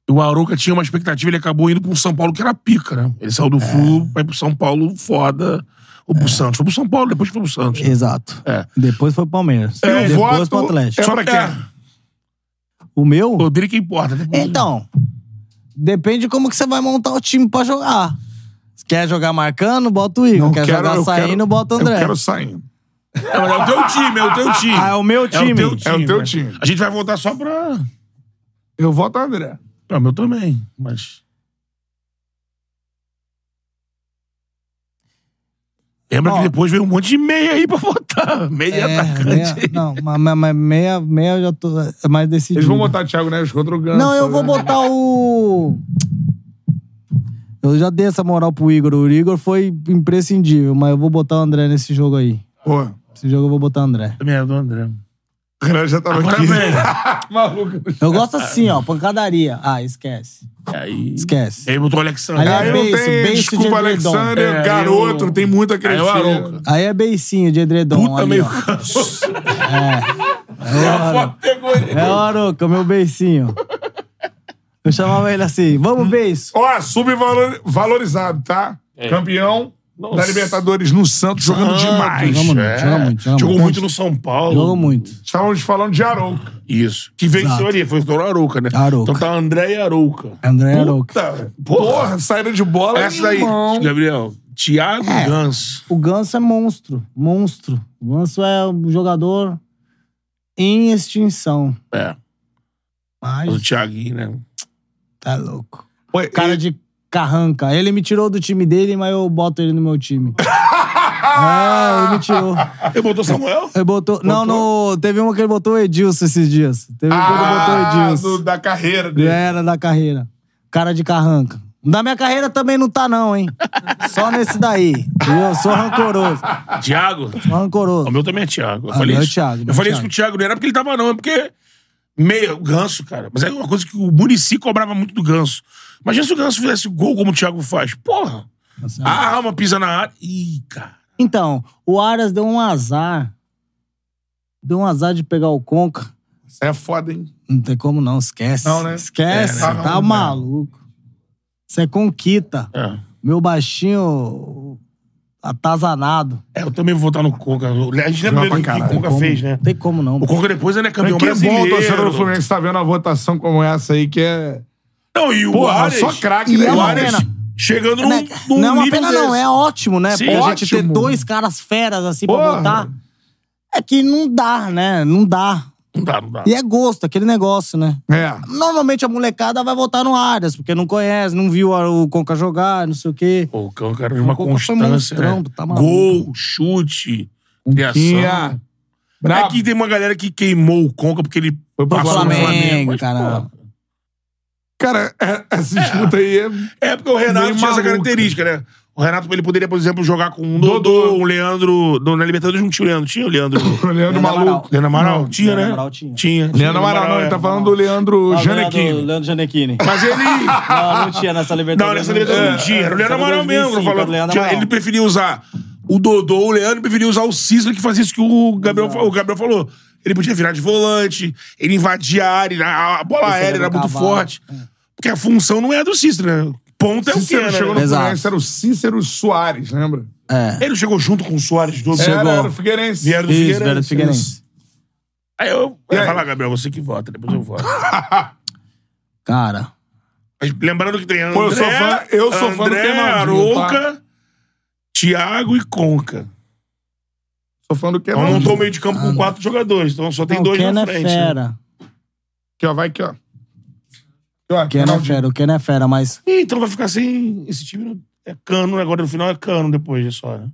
Speaker 2: E O Arouca tinha uma expectativa, ele acabou indo pro São Paulo, que era pica, né? Ele saiu do Flu, vai pro São Paulo, foda. Ou pro Santos. Foi pro São Paulo, depois foi pro Santos.
Speaker 3: Exato.
Speaker 2: É.
Speaker 3: Depois foi o Palmeiras.
Speaker 1: Eu
Speaker 3: Depois
Speaker 1: voto-
Speaker 3: pro Atlético.
Speaker 1: É pra quê?
Speaker 3: O meu?
Speaker 2: O dele que importa. né?
Speaker 3: Então, depende de como que você vai montar o time pra jogar. Quer jogar marcando, bota o Igor.
Speaker 1: Não
Speaker 3: Quer
Speaker 1: quero-
Speaker 3: jogar
Speaker 1: eu
Speaker 3: saindo,
Speaker 1: quero-
Speaker 3: bota o André.
Speaker 1: Eu quero saindo.
Speaker 2: É, mas é o teu time, é o teu time.
Speaker 3: Ah, é o meu time.
Speaker 2: É o teu time.
Speaker 1: É o teu
Speaker 2: né?
Speaker 1: time.
Speaker 2: A gente vai voltar só pra.
Speaker 1: Eu voto o André.
Speaker 2: É o meu também, mas. Lembra
Speaker 3: Ó.
Speaker 2: que depois veio um monte de meia aí pra votar. Meia
Speaker 3: É,
Speaker 2: atacante.
Speaker 3: meia- não, mas- mas mas meia, meia eu já tô é mais decidido.
Speaker 1: Eles vão botar o Thiago Neves contra o Ganso.
Speaker 3: Não, eu vou
Speaker 1: né?
Speaker 3: botar o. Eu já dei essa moral pro Igor. O Igor foi imprescindível, mas eu vou botar o André nesse jogo aí.
Speaker 1: Pô,
Speaker 3: Esse jogo eu vou botar o André.
Speaker 2: Também é do André.
Speaker 1: o Renan já tava
Speaker 2: Agora
Speaker 1: aqui.
Speaker 2: vem.
Speaker 1: Maluco.
Speaker 3: Eu gosto assim, ó, pancadaria. Ah, esquece.
Speaker 2: Aí.
Speaker 3: Esquece.
Speaker 2: Aí botou o Alexandre.
Speaker 3: Aliás,
Speaker 1: Aí
Speaker 2: Aí
Speaker 1: não
Speaker 3: beijo,
Speaker 1: tem
Speaker 3: beijo de
Speaker 1: desculpa,
Speaker 3: Edredom.
Speaker 1: Alexandre,
Speaker 2: É,
Speaker 1: garoto,
Speaker 2: eu-
Speaker 1: tem muito a
Speaker 2: Aí
Speaker 1: crescer.
Speaker 2: o Arouca.
Speaker 3: Aí é beicinho de edredom.
Speaker 2: Puta
Speaker 3: ali,
Speaker 2: meio.
Speaker 3: ó.
Speaker 2: A foto pegou ele.
Speaker 3: É o Aroca, meu beicinho. Eu chamava ele assim, vamos beijo.
Speaker 1: Ó, subvalorizado, tá? Campeão da Libertadores no Santos, jogando
Speaker 2: Santos,
Speaker 1: demais.
Speaker 3: Joga muito,
Speaker 2: é.
Speaker 3: joga muito, joga
Speaker 2: Jogou
Speaker 3: muito.
Speaker 2: muito no São Paulo.
Speaker 3: Jogou muito.
Speaker 1: Estávamos falando de Arouca.
Speaker 2: Isso. Que venceu
Speaker 3: Exato.
Speaker 2: ali. Foi o Toro Arouca, né?
Speaker 3: Arouca.
Speaker 2: Então tá André e Arouca.
Speaker 3: André Aroca.
Speaker 1: Puta, Tá. porra, saída de bola.
Speaker 2: Essa daí,
Speaker 1: irmão.
Speaker 2: Gabriel. Thiago
Speaker 3: É.
Speaker 2: Ganso.
Speaker 3: O Ganso é monstro, monstro. O Ganso é um jogador em extinção.
Speaker 2: É. O
Speaker 3: Mas
Speaker 2: Thiaguinho, né?
Speaker 3: tá louco.
Speaker 1: Pô, e-
Speaker 3: Cara de carranca. Ele me tirou do time dele, mas eu boto ele no meu time. é, ele me tirou.
Speaker 2: Ele botou Samuel?
Speaker 3: Ele botou... Não, no... teve uma que ele botou o Edilson esses dias. Teve uma que ele botou o
Speaker 1: Ah,
Speaker 3: Edilson.
Speaker 1: do- da carreira dele.
Speaker 3: Era da carreira. Cara de carranca. Da minha carreira também não tá, não, hein? Só nesse daí. Eu sou rancoroso.
Speaker 2: Thiago?
Speaker 3: Sou
Speaker 2: O
Speaker 3: rancoroso.
Speaker 2: meu também é Thiago. Eu
Speaker 3: Ah,
Speaker 2: falei
Speaker 3: meu é
Speaker 2: isso.
Speaker 3: Thiago, meu
Speaker 2: eu
Speaker 3: é
Speaker 2: falei isso
Speaker 3: Thiago.
Speaker 2: com o Thiago, não era porque ele tava, não, é porque. Meio ganso, cara. Mas é uma coisa que o Murici cobrava muito do ganso. Imagina se o ganso fizesse gol como o Thiago faz. Porra!
Speaker 3: É.
Speaker 2: A alma pisa na área. Ih, cara.
Speaker 3: Então, o Aras deu um azar. Deu um azar de pegar o Conca.
Speaker 1: Isso é foda, hein?
Speaker 3: Não tem como não, esquece.
Speaker 1: Não, né?
Speaker 3: Esquece,
Speaker 1: É, né?
Speaker 3: tá
Speaker 1: Não, né?
Speaker 3: maluco. Você é conquita.
Speaker 2: É.
Speaker 3: Meu baixinho atazanado.
Speaker 2: É, eu também vou votar no Conca. A gente
Speaker 1: Joga pra
Speaker 2: lembra do que
Speaker 1: caralho.
Speaker 2: o Conca
Speaker 3: Como?
Speaker 2: fez, né?
Speaker 3: Não tem como não.
Speaker 2: O Conca depois ele é
Speaker 1: Mas
Speaker 2: campeão
Speaker 1: que bom o
Speaker 2: brasileiro.
Speaker 1: torcedor do Fluminense tá vendo uma votação como essa aí, que é.
Speaker 2: Não, e o
Speaker 1: Porra,
Speaker 2: Ares...
Speaker 1: só craque,
Speaker 3: E
Speaker 1: né?
Speaker 3: é
Speaker 2: O
Speaker 3: uma
Speaker 2: Ares
Speaker 3: pena.
Speaker 2: chegando num,
Speaker 3: Não,
Speaker 2: num
Speaker 3: não é uma
Speaker 2: nível
Speaker 3: pena, não.
Speaker 2: desse.
Speaker 3: É ótimo, né?
Speaker 2: Sim,
Speaker 3: Porque a gente ter
Speaker 1: ótimo.
Speaker 3: dois caras feras assim pra
Speaker 1: Porra.
Speaker 3: botar. É que não dá, né? Não dá.
Speaker 2: Não dá, não dá.
Speaker 3: E é gosto, aquele negócio, né?
Speaker 1: É.
Speaker 3: Normalmente a molecada vai votar no Arias, porque não conhece, não viu a- o Conca jogar, não sei o quê.
Speaker 2: Pô, o Cão, cara, de uma
Speaker 3: O Conca foi
Speaker 2: constância, né?
Speaker 3: monstrão, tá maluco.
Speaker 2: Gol, chute, criação.
Speaker 1: Tinha. Um Brabo.
Speaker 2: É que tem uma galera que queimou o Conca porque ele
Speaker 1: Foi pro
Speaker 2: passou no
Speaker 1: Flamengo,
Speaker 2: Flamengo. mas,
Speaker 3: caramba.
Speaker 2: pô,
Speaker 1: Cara, é- essa disputa aí é.
Speaker 2: É porque o Renato
Speaker 1: Meio
Speaker 2: tinha
Speaker 1: maluco.
Speaker 2: essa característica, né? O Renato, ele poderia, por exemplo, jogar com um
Speaker 1: Dodô.
Speaker 2: Dodô, um Leandro... no- Na Libertadores não tinha o Leandro. Tinha o Leandro...
Speaker 1: O Leandro Maluco.
Speaker 2: Leandro Amaral?
Speaker 3: Não,
Speaker 2: tinha,
Speaker 3: Leandro
Speaker 2: né?
Speaker 3: Amaral tinha.
Speaker 1: Leandro Amaral, não,
Speaker 2: é.
Speaker 1: ele tá falando do Leandro
Speaker 3: Leandro,
Speaker 1: Janequini.
Speaker 3: Leandro Janequini.
Speaker 2: Mas ele...
Speaker 3: não, não tinha É, nessa Libertadores.
Speaker 2: Não, nessa Libertadores não
Speaker 1: É,
Speaker 2: tinha. um Era o Leandro Amaral mesmo. eu falo. Tinha- ele preferia usar o Dodô, o Leandro preferia usar o Cisla, que fazia isso que o Gabriel, fa- o Gabriel falou. Ele podia virar de volante, ele invadia a área, a a bola
Speaker 3: Esse
Speaker 2: aérea
Speaker 3: era
Speaker 2: era
Speaker 3: do
Speaker 2: muito
Speaker 3: cavalo.
Speaker 2: forte. Porque a função não é a do Cisla, né? ponta é o
Speaker 1: Cícero
Speaker 2: quê, né?
Speaker 1: chegou no
Speaker 3: Exato.
Speaker 1: Fluminense, era o Cícero Soares, lembra?
Speaker 2: Ele chegou junto com o Soares do
Speaker 1: Era,
Speaker 3: Chegou.
Speaker 1: era o Figueirense.
Speaker 2: Vieram do
Speaker 3: Isso,
Speaker 2: Figueirense.
Speaker 3: Vera do Figueirense.
Speaker 2: Aí eu.
Speaker 1: E aí?
Speaker 2: Vai lá, Gabriel, você que vota, depois eu voto.
Speaker 3: Cara.
Speaker 2: Mas lembrando que tem André,
Speaker 1: Pô, eu sou fã- eu sou fã do
Speaker 2: André,
Speaker 1: Fernandinho, tá?
Speaker 2: Arouca, Thiago e Conca.
Speaker 1: Tô falando é do
Speaker 2: Então montou o
Speaker 1: Kenan.
Speaker 2: meio de campo com quatro jogadores, então só tem
Speaker 3: Ah, Não,
Speaker 2: dois
Speaker 3: o Ken
Speaker 2: na
Speaker 3: é
Speaker 2: frente. né?
Speaker 3: fera.
Speaker 1: Aqui, ó, vai aqui, ó. Aqui, ó,
Speaker 3: O Ken é
Speaker 1: Ronaldinho.
Speaker 3: fera, o Ken é fera, mas.
Speaker 2: Ih, Então vai ficar sem. Esse time não- é cano, né? agora no final é cano depois é só, né?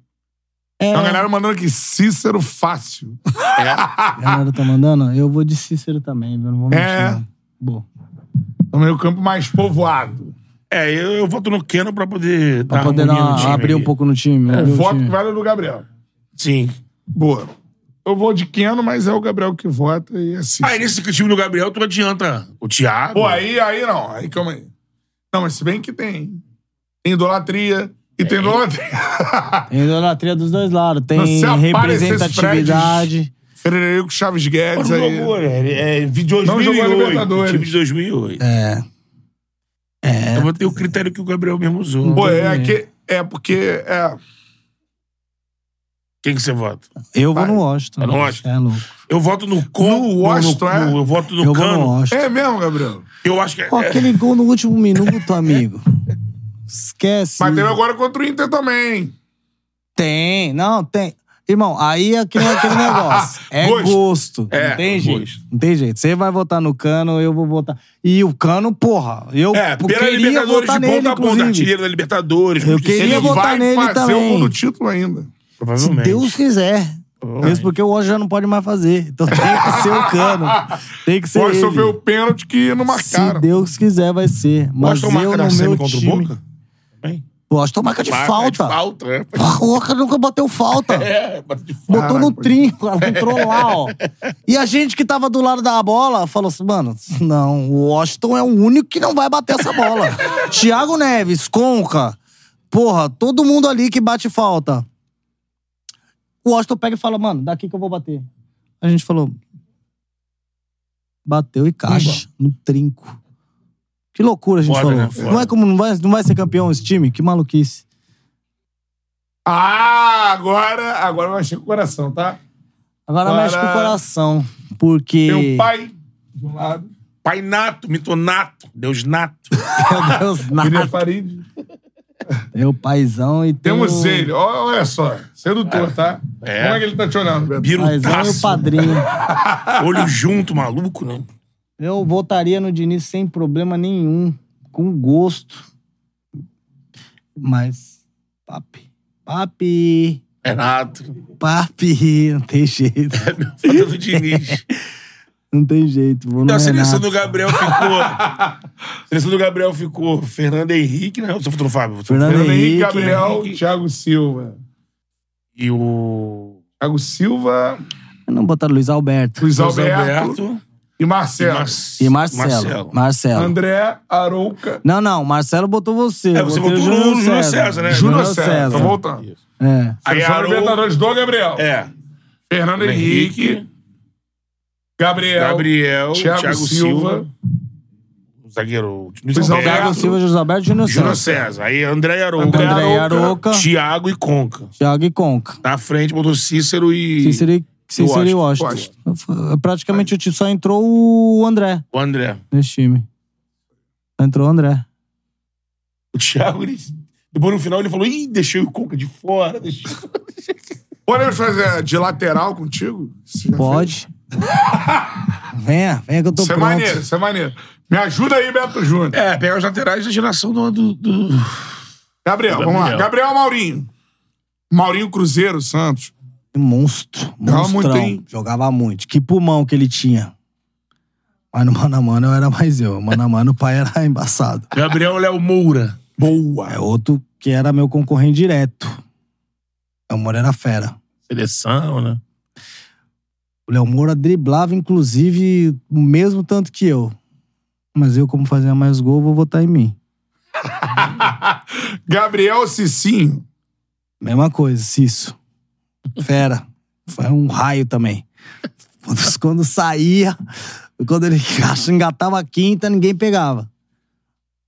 Speaker 3: É,
Speaker 1: Então, a galera mandando aqui, Cícero Fácil.
Speaker 3: a galera tá mandando? Eu vou de Cícero também, viu? Não vou mentir,
Speaker 1: É.
Speaker 3: não. Boa.
Speaker 1: É o meio campo mais povoado.
Speaker 2: É, eu, eu voto no Keno pra poder
Speaker 3: Pra
Speaker 2: dar
Speaker 3: poder
Speaker 2: harmonia Tá no
Speaker 3: dar,
Speaker 2: time
Speaker 3: abrir
Speaker 2: ali.
Speaker 3: um pouco no time. abrir
Speaker 1: O
Speaker 3: o
Speaker 1: voto que
Speaker 3: time.
Speaker 1: vale é do Gabriel.
Speaker 2: Sim.
Speaker 1: Boa. Eu vou de Keno, mas é o Gabriel que vota e assim.
Speaker 2: Aí Ah, nesse time do Gabriel, tu adianta o Thiago.
Speaker 1: Pô, aí, aí não. Aí calma aí. Não, mas se bem que tem. Tem idolatria e tem idolatria.
Speaker 3: Tem idolatria dos dois lados. Tem
Speaker 1: Se aparecer esses
Speaker 3: representatividade.
Speaker 1: Frederico Chaves
Speaker 2: Pô,
Speaker 1: Guedes
Speaker 2: não
Speaker 1: aí.
Speaker 2: jogou, né? É, é de
Speaker 1: Não jogou a
Speaker 2: 2008.
Speaker 1: Libertadores.
Speaker 2: Time de 2008.
Speaker 3: É.
Speaker 2: Eu vou ter o critério que o Gabriel mesmo usou.
Speaker 1: Pô, é,
Speaker 3: Entendi.
Speaker 1: que, é porque. É,
Speaker 2: Quem que você vota?
Speaker 3: Eu vou
Speaker 1: Vai.
Speaker 3: no Washington.
Speaker 2: É lógico.
Speaker 3: É louco.
Speaker 2: Eu voto no Con.
Speaker 1: No Washington, é?
Speaker 2: Eu voto no
Speaker 3: Eu vou no
Speaker 2: Cano.
Speaker 3: Washington.
Speaker 1: é mesmo, Gabriel.
Speaker 2: Eu acho que é.
Speaker 3: Pô, aquele gol no último minuto, amigo. Esquece.
Speaker 1: Mas teve agora contra o Inter também.
Speaker 3: Tem, não, tem. Irmão, aí é que nem aquele negócio. É
Speaker 1: Gosto.
Speaker 3: gosto.
Speaker 2: É,
Speaker 3: não tem jeito.
Speaker 2: gosto.
Speaker 3: Não tem jeito. Você vai votar no Cano, eu vou votar. E o Cano, porra, eu
Speaker 2: É, pela
Speaker 3: queria
Speaker 2: Libertadores
Speaker 3: votar
Speaker 2: de
Speaker 3: nele,
Speaker 2: ponta a ponta,
Speaker 3: inclusive.
Speaker 2: artilheiro da Libertadores.
Speaker 3: Eu
Speaker 2: justiça-
Speaker 3: queria
Speaker 1: Ele
Speaker 3: votar
Speaker 1: vai
Speaker 3: nele
Speaker 1: fazer o
Speaker 3: também.
Speaker 1: gol do título ainda.
Speaker 2: Provavelmente.
Speaker 3: Deus quiser. Deus porque o Ojo já não pode mais fazer. Então tem que ser o Cano. Tem que ser
Speaker 1: Pode
Speaker 3: ele.
Speaker 1: sofrer o pênalti que não
Speaker 3: Se
Speaker 1: marcaram.
Speaker 3: Deus quiser, vai ser. Mas
Speaker 2: Washington
Speaker 3: eu
Speaker 2: marca na
Speaker 3: no
Speaker 2: semi
Speaker 3: meu
Speaker 2: contra
Speaker 3: time...
Speaker 2: o Boca? Bem.
Speaker 3: O Washington marca de
Speaker 2: Marca,
Speaker 3: falta.
Speaker 2: É de falta, é.
Speaker 3: Porra, o Oca nunca bateu falta.
Speaker 2: É, bate de falta.
Speaker 3: Botou no
Speaker 1: Caraca.
Speaker 3: trinco, ela entrou lá, ó. E a gente que tava do lado da bola falou assim, mano, não, o Washington é o único que não vai bater essa bola. Thiago Neves, Conca, porra, todo mundo ali que bate falta. O Washington pega e fala, mano, daqui que eu vou bater. A gente falou, bateu e caixa no trinco. Que loucura a gente
Speaker 2: Foda,
Speaker 3: falou.
Speaker 2: né? Foda.
Speaker 3: Não é como não vai, não vai ser campeão esse time? Que maluquice.
Speaker 1: Ah, agora, agora vai mexer com o coração, tá?
Speaker 3: Agora
Speaker 1: Para-
Speaker 3: mexe com o coração, porque...
Speaker 1: Tem o pai de um lado,
Speaker 2: Pai nato, mitonato, Deus nato.
Speaker 3: Meu Deus,
Speaker 1: Guilherme
Speaker 3: nada.
Speaker 1: Farid.
Speaker 3: Tem o paizão e tem
Speaker 1: Temos
Speaker 3: o...
Speaker 1: ele. Ó, Olha só, sedutor, tá?
Speaker 2: É.
Speaker 1: Como é que ele tá te olhando, Beto?
Speaker 2: um
Speaker 3: Paizão e
Speaker 2: Birutaço.
Speaker 3: o padrinho.
Speaker 2: Olho junto, maluco, né?
Speaker 3: Eu votaria no Diniz sem problema nenhum. Com gosto. Mas... Papi. Papi.
Speaker 2: É Renato.
Speaker 3: Papi. Não tem jeito.
Speaker 2: Falta do Diniz.
Speaker 3: Não é tem jeito. Vou no
Speaker 2: Então a seleção
Speaker 3: Renato.
Speaker 2: do Gabriel ficou. a seleção do Gabriel ficou Fernando Henrique, né? Você votou no Fábio? Você votou no
Speaker 3: Fernando
Speaker 1: Fernando Henrique,
Speaker 3: Henrique,
Speaker 1: Gabriel,
Speaker 2: Henrique.
Speaker 1: Thiago Silva.
Speaker 2: E o.
Speaker 1: Thiago Silva,
Speaker 3: Eu Não botaram Luiz Alberto.
Speaker 1: Luiz
Speaker 2: José
Speaker 1: Alberto, e Marcelo.
Speaker 2: Marce-
Speaker 3: E Marcelo. Marcelo.
Speaker 2: Marcelo.
Speaker 1: André Arouca.
Speaker 3: Não, não. Marcelo botou você.
Speaker 2: É,
Speaker 3: Eu
Speaker 2: você
Speaker 3: botei
Speaker 2: votou no Júnior César, né?
Speaker 1: Júnior
Speaker 3: Júnior
Speaker 1: César. então
Speaker 3: César.
Speaker 1: Tô voltando.
Speaker 2: Isso.
Speaker 3: É.
Speaker 2: Aí
Speaker 1: Seleção
Speaker 2: Arouca-
Speaker 1: Libertadores do Gabriel.
Speaker 2: É.
Speaker 1: Fernando Henrique,
Speaker 2: Henrique,
Speaker 1: Gabriel,
Speaker 2: Gabriel,
Speaker 1: Thiago,
Speaker 2: Thiago,
Speaker 1: Silva,
Speaker 2: Silva, o zagueiro
Speaker 1: Luiz
Speaker 2: Luiz
Speaker 1: Alberto,
Speaker 2: Alberto,
Speaker 3: Thiago Silva, José Alberto e Júnior
Speaker 2: Júnior
Speaker 3: César.
Speaker 2: César. Aí André Arouca,
Speaker 1: André
Speaker 3: André
Speaker 1: Arouca,
Speaker 3: Aroca.
Speaker 2: Thiago e Conca.
Speaker 3: Thiago e Conca.
Speaker 2: Na frente botou Cícero e
Speaker 3: Cícero e, Cícero e Washington.
Speaker 1: Washington.
Speaker 3: F- Praticamente o time só entrou o André
Speaker 2: o André.
Speaker 3: nesse time. Só entrou o André.
Speaker 2: O Thiago, ele... depois no final ele falou, ih, deixei o Conca de fora. deixei-"
Speaker 1: Podemos fazer de lateral contigo? Você já fez?
Speaker 3: Pode. venha, venha que eu tô
Speaker 1: Isso é
Speaker 3: pronto.
Speaker 1: maneiro, isso é maneiro. Me ajuda aí, Beto Júnior.
Speaker 2: É, pegar os laterais da geração do... do, do...
Speaker 1: Gabriel, vamos lá.
Speaker 2: Gabriel.
Speaker 1: Gabriel Maurinho. Maurinho Cruzeiro, Santos.
Speaker 3: Monstro.
Speaker 1: Jogava muito,
Speaker 3: Monstrão.
Speaker 1: hein?
Speaker 3: Jogava muito. Que pulmão que ele tinha. Mas no mano a mano eu era mais eu. Mano a mano o pai era embaçado.
Speaker 2: Gabriel Léo Moura.
Speaker 1: Boa.
Speaker 3: É outro que era meu concorrente direto. Léo Moura era fera.
Speaker 2: Seleção, né?
Speaker 3: O Léo Moura driblava, inclusive, o mesmo tanto que eu. Mas eu, como fazia mais gol, vou votar em mim.
Speaker 1: Gabriel Cicinho.
Speaker 3: Mesma coisa, Cício. Fera. Foi um raio também. Quando, quando saía, quando ele engatava a quinta, ninguém pegava.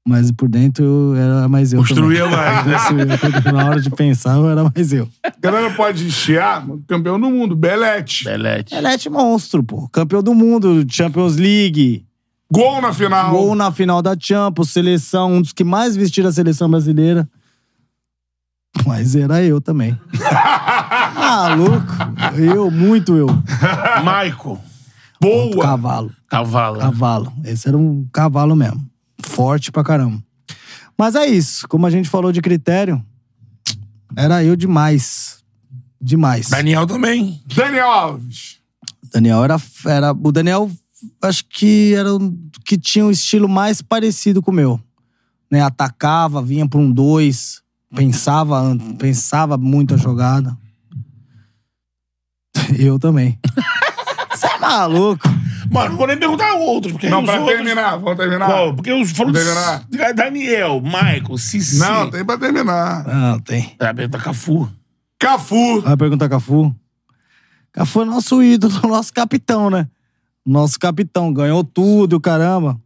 Speaker 3: Mas por dentro era mais eu.
Speaker 2: Construía
Speaker 3: também.
Speaker 2: mais, né?
Speaker 3: Construía. Na hora de pensar, eu era mais eu.
Speaker 1: galera pode chiar, campeão do mundo, Belete.
Speaker 2: Belete.
Speaker 3: Elete monstro, pô. Campeão do mundo, Champions League.
Speaker 1: Gol na final.
Speaker 3: Gol na final da Champions, seleção, um dos que mais vestiram a seleção brasileira. Mas era eu também. ah, louco. Eu, muito eu.
Speaker 2: É. Maico.
Speaker 1: Boa.
Speaker 3: Cavalo.
Speaker 2: Cavalo.
Speaker 3: Cavalo. Esse era um cavalo mesmo. Forte pra caramba. Mas é isso. Como a gente falou de critério, era eu demais. Demais.
Speaker 2: Daniel também.
Speaker 1: Daniel Alves.
Speaker 3: Daniel era, era. O Daniel, acho que era o que tinha um estilo mais parecido com o meu. Né? Atacava, vinha pra um dois, pensava, an- pensava muito a jogada. Eu também. Você é maluco?
Speaker 2: Mano, não vou nem perguntar outros, porque
Speaker 1: Não,
Speaker 2: os
Speaker 1: pra
Speaker 2: outros-
Speaker 1: terminar, vamos terminar.
Speaker 2: né? Qual? Porque os falou de
Speaker 1: Terminar.
Speaker 2: de- Daniel, Maico, Cici.
Speaker 1: Não, tem pra terminar.
Speaker 3: Não, Ah, tem.
Speaker 2: É, pergunta Cafu.
Speaker 1: Cafu.
Speaker 3: Vai perguntar Cafu? Cafu é nosso ídolo, nosso capitão, né? Nosso capitão. Ganhou tudo, caramba.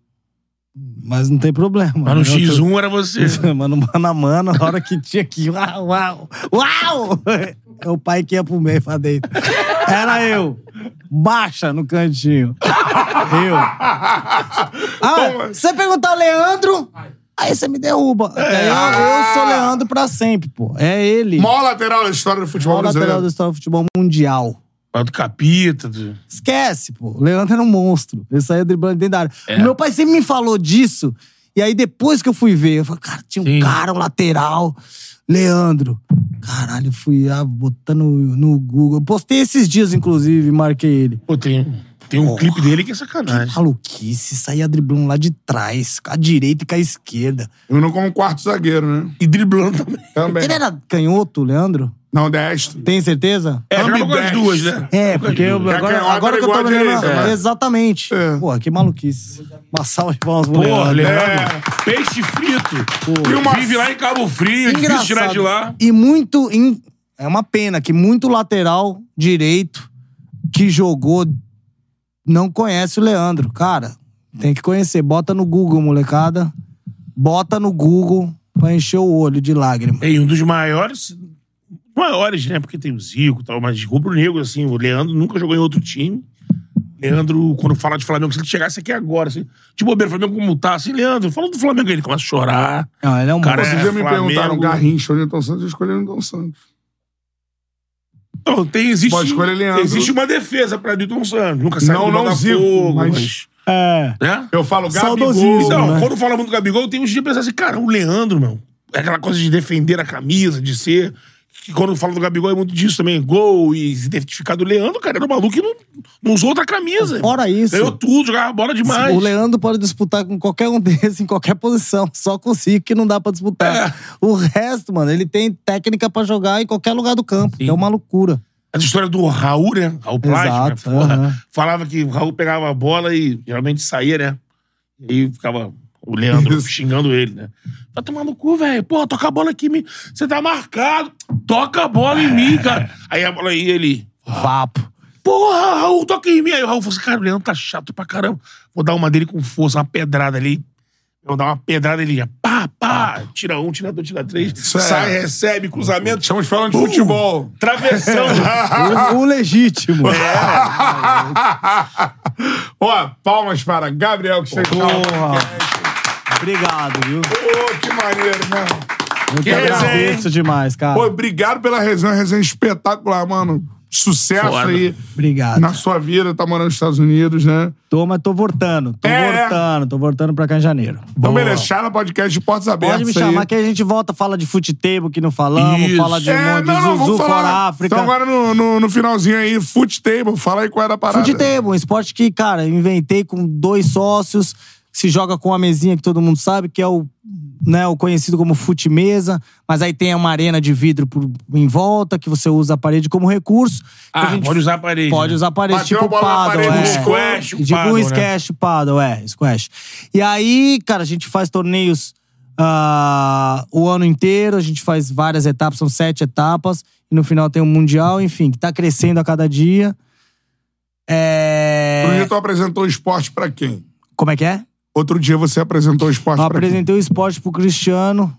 Speaker 3: Mas não tem problema.
Speaker 2: Mas no
Speaker 3: Ganhou tudo.
Speaker 2: X1 era você.
Speaker 3: Mano, mano a mano, na hora que tinha que. Uau, uau, uau! É o pai que ia pro meio pra dentro. Era eu. Baixa no cantinho. Eu. Ah, você perguntar Leandro, aí você me derruba. Aí eu, eu sou Leandro pra sempre, pô. É ele.
Speaker 1: Maior lateral da história do futebol
Speaker 3: Maior lateral da
Speaker 1: brasileiro.
Speaker 3: história do futebol mundial.
Speaker 2: Mas do Capita. do-
Speaker 3: Esquece, pô. O Leandro era um monstro. Ele saía driblando dentro da área.
Speaker 2: É.
Speaker 3: O Meu pai sempre me falou disso. E aí, depois que eu fui ver, eu falei, cara, tinha um
Speaker 2: Sim.
Speaker 3: cara, um lateral. Leandro. Caralho, eu fui ah, botando no Google. Eu postei esses dias, inclusive, e marquei ele.
Speaker 2: Pô, tem, tem um clipe dele que é sacanagem.
Speaker 3: Maluquice, saía driblando lá de trás, com a direita e com a esquerda.
Speaker 1: Eu não como quarto zagueiro, né?
Speaker 2: E driblando também.
Speaker 1: Também.
Speaker 3: Ele era canhoto, Leandro?
Speaker 1: Não, destro.
Speaker 3: Tem certeza?
Speaker 2: É, jogava com as
Speaker 1: Ambidextro.
Speaker 2: duas, né?
Speaker 3: É, porque eu,
Speaker 1: É,
Speaker 3: agora,
Speaker 1: canhota
Speaker 3: agora que eu tô
Speaker 1: igual a
Speaker 3: lembrando.
Speaker 1: direita, né?
Speaker 3: Exatamente.
Speaker 1: É.
Speaker 3: Pô, que maluquice. Uma salva de palmas pro
Speaker 2: Porra,
Speaker 3: Leandro.
Speaker 2: Leandro. né? Peixe frito.
Speaker 1: E uma-
Speaker 2: Vive lá em Cabo Frio, é difícil
Speaker 3: Engraçado.
Speaker 2: tirar de lá.
Speaker 3: E muito. in- É uma pena que muito lateral direito que jogou não conhece o Leandro. Cara, tem que conhecer. Bota no Google, molecada. Bota no Google pra encher o olho de lágrima.
Speaker 2: Tem um dos maiores. Maiores, né? Porque tem o Zico e tal, mas rubro-negro, assim, o Leandro nunca jogou em outro time. Leandro, quando fala de Flamengo, se ele chegasse aqui agora, assim, de bobeira, o Flamengo como tá, assim, Leandro, fala do Flamengo, ele começa a chorar.
Speaker 3: Não, ele é um
Speaker 2: Cara,
Speaker 1: Vocês
Speaker 3: monstro.
Speaker 1: já me
Speaker 2: Flamengo.
Speaker 1: perguntaram Garrincha ou Newton Santos, eu escolhi tá o Newton Santos.
Speaker 2: Não, Então, tem, existe,
Speaker 1: Pode escolher Leandro.
Speaker 2: existe uma defesa pra Newton Santos. Nunca saiu
Speaker 1: Não,
Speaker 2: do
Speaker 1: não
Speaker 2: Botafogo,
Speaker 1: Zico, mas-
Speaker 2: mas...
Speaker 3: É.
Speaker 2: Né?
Speaker 1: Eu falo
Speaker 3: Saudosismo.
Speaker 1: Gabigol.
Speaker 2: Então,
Speaker 3: né?
Speaker 2: quando fala muito do Gabigol, tem uns dias que pensar assim, cara, o Leandro, meu, é aquela coisa de defender a camisa, de ser. Que quando fala do Gabigol é muito disso também. Gol e se identificar do Leandro, cara, era um maluco que não, não usou outra camisa.
Speaker 3: Fora isso.
Speaker 2: Ganhou tudo, jogava bola demais.
Speaker 3: O Leandro pode disputar com qualquer um desses em qualquer posição. Só consigo que não dá pra disputar.
Speaker 2: É.
Speaker 3: O resto, mano, ele tem técnica pra jogar em qualquer lugar do campo. É uma loucura.
Speaker 2: Essa história do Raul, né? Raul Plástico, né?
Speaker 3: Exato,
Speaker 2: Porra,
Speaker 3: aham.
Speaker 2: Falava que o Raul pegava a bola e geralmente saía, né? E aí ficava o Leandro
Speaker 1: Isso.
Speaker 2: xingando ele, né? Vai tomar no cu, velho. Pô, toca a bola aqui em mim. Você tá marcado. Toca a bola em mim,
Speaker 3: É.
Speaker 2: cara. Aí a bola aí ele.
Speaker 3: Vapo.
Speaker 2: Porra, Raul, toca em mim. Aí o Raul falou assim: cara, o Leandro tá chato pra caramba. Vou dar uma dele com força, uma pedrada ali. Vou dar uma pedrada ele já. Pá, pá. Tira um, tira dois, tira três.
Speaker 1: Ah. é.
Speaker 2: Sai, recebe, cruzamento.
Speaker 1: Estamos falando de
Speaker 2: Uh.
Speaker 1: futebol.
Speaker 2: Travessão.
Speaker 1: Ah,
Speaker 3: O, o legítimo.
Speaker 1: Ó, palmas para Gabriel que chegou.
Speaker 3: Porra. Obrigado, viu?
Speaker 1: Ô, que maneiro, né?
Speaker 3: Eu que
Speaker 2: resenha,
Speaker 3: agradeço demais, cara.
Speaker 1: Pô, obrigado pela resenha, resenha espetacular, mano. Sucesso
Speaker 2: Foda.
Speaker 1: aí
Speaker 3: Obrigado.
Speaker 1: na sua vida, tá morando nos Estados Unidos, né?
Speaker 3: Tô, mas tô voltando. Tô
Speaker 1: É.
Speaker 3: voltando. Tô voltando pra cá em janeiro.
Speaker 1: Então,
Speaker 3: Boa.
Speaker 1: beleza, Chara Podcast de Portas Abertas.
Speaker 3: Pode me chamar
Speaker 1: aí.
Speaker 3: que a gente volta, fala de futebol que não falamos,
Speaker 2: Isso.
Speaker 3: fala de um
Speaker 1: É,
Speaker 3: monte
Speaker 1: não, não,
Speaker 3: de
Speaker 1: vamos
Speaker 3: Zuzu
Speaker 1: falar.
Speaker 3: fora África.
Speaker 1: Então agora no, no, no finalzinho aí, foot table, fala aí qual era a parada.
Speaker 3: Futebol, um esporte que, cara, eu inventei com dois sócios, se joga com uma mesinha que todo mundo sabe, que é o, né, o conhecido como fute mesa, mas aí tem uma arena de vidro por- em volta, que você usa a parede como recurso. que a
Speaker 2: Ah,
Speaker 3: gente
Speaker 2: pode usar a parede.
Speaker 3: Pode
Speaker 2: né?
Speaker 3: usar a parede,
Speaker 1: Bateu
Speaker 3: tipo
Speaker 1: a bola na
Speaker 3: paddle,
Speaker 1: parede,
Speaker 3: é.
Speaker 1: um
Speaker 2: squash, um
Speaker 3: tipo
Speaker 2: paddle, né?
Speaker 3: um squash, paddle, é, squash. E aí, cara, a gente faz torneios ah, o ano inteiro, a gente faz várias etapas, são sete etapas, e no final tem um mundial, enfim, que tá crescendo a cada dia.
Speaker 1: O
Speaker 3: É...
Speaker 1: Newton apresentou o esporte pra quem?
Speaker 3: Como é que é?
Speaker 1: Outro dia você apresentou o esporte
Speaker 3: Eu
Speaker 1: pra quem?
Speaker 3: apresentei o esporte pro Cristiano.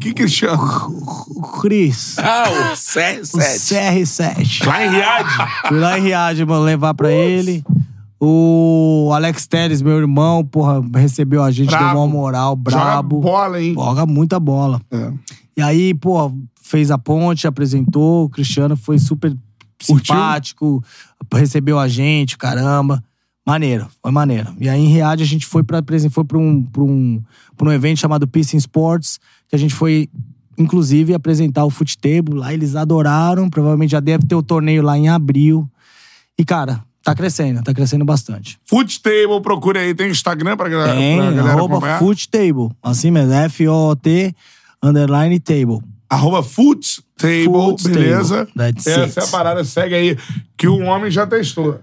Speaker 1: Que Cristiano?
Speaker 3: O Cris.
Speaker 2: Ah, o Sérgio
Speaker 3: O CR7.
Speaker 2: Lá em
Speaker 1: Ah,
Speaker 2: Riad.
Speaker 3: Fui lá em Riad, mano, levar pra ele. O Alex Teres, meu irmão, porra, recebeu a gente,
Speaker 1: Brabo.
Speaker 3: deu uma moral, brabo.
Speaker 1: Joga bola, hein?
Speaker 3: Joga muita bola.
Speaker 1: É.
Speaker 3: E aí, pô, fez a ponte, apresentou, o Cristiano foi super
Speaker 1: Curtiu?
Speaker 3: simpático, recebeu a gente, caramba. Maneiro, foi maneiro. E aí em Riad a gente foi pra, apresen- foi pra, um, pra, um, pra um evento chamado Peace in Sports, que a gente foi, inclusive, apresentar o foot table lá. Eles adoraram, provavelmente já deve ter o torneio lá em abril. E, cara, tá crescendo, tá crescendo bastante.
Speaker 1: Foot Table, procure aí. Tem Instagram É, pra, gra-
Speaker 3: Tem,
Speaker 1: pra galera
Speaker 3: arroba
Speaker 1: acompanhar?
Speaker 3: foot table, assim mesmo, F-O-T, underline table.
Speaker 1: Arroba Foot Table,
Speaker 3: Foot
Speaker 1: beleza?
Speaker 3: Table, that's it.
Speaker 1: Essa é a parada, segue aí. Que o homem já testou.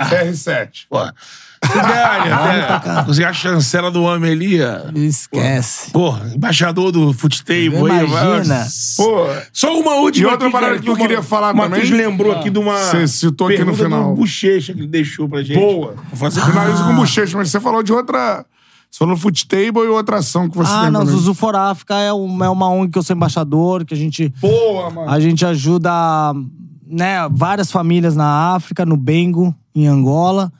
Speaker 1: CR7.
Speaker 2: Ah. Pô. Se der, né? Você a chancela do homem ali, ó.
Speaker 3: Esquece.
Speaker 2: Porra, embaixador do futebol aí. vai-
Speaker 3: Imagina.
Speaker 1: Pô,
Speaker 2: Só uma última.
Speaker 1: E outra
Speaker 2: aqui,
Speaker 1: parada
Speaker 2: cara,
Speaker 1: que eu
Speaker 2: o Ma-
Speaker 1: queria falar
Speaker 2: o Matheus
Speaker 1: também.
Speaker 2: lembrou aqui de uma.
Speaker 1: Você citou aqui no
Speaker 2: pergunta
Speaker 1: final.
Speaker 2: do bochecha que ele deixou pra gente.
Speaker 1: boa.
Speaker 2: Vou fazer
Speaker 3: Ah.
Speaker 1: Finalizo com bochecha, mas você falou de outra... Você falou Foot Table e outra ação que você
Speaker 3: Ah,
Speaker 1: tem
Speaker 3: não,
Speaker 1: também.
Speaker 3: Zuzu for África é, um- é uma ONG que eu sou embaixador, que a gente,
Speaker 1: Boa, mano.
Speaker 3: a gente ajuda né, várias famílias na África, no Bengo, em Angola.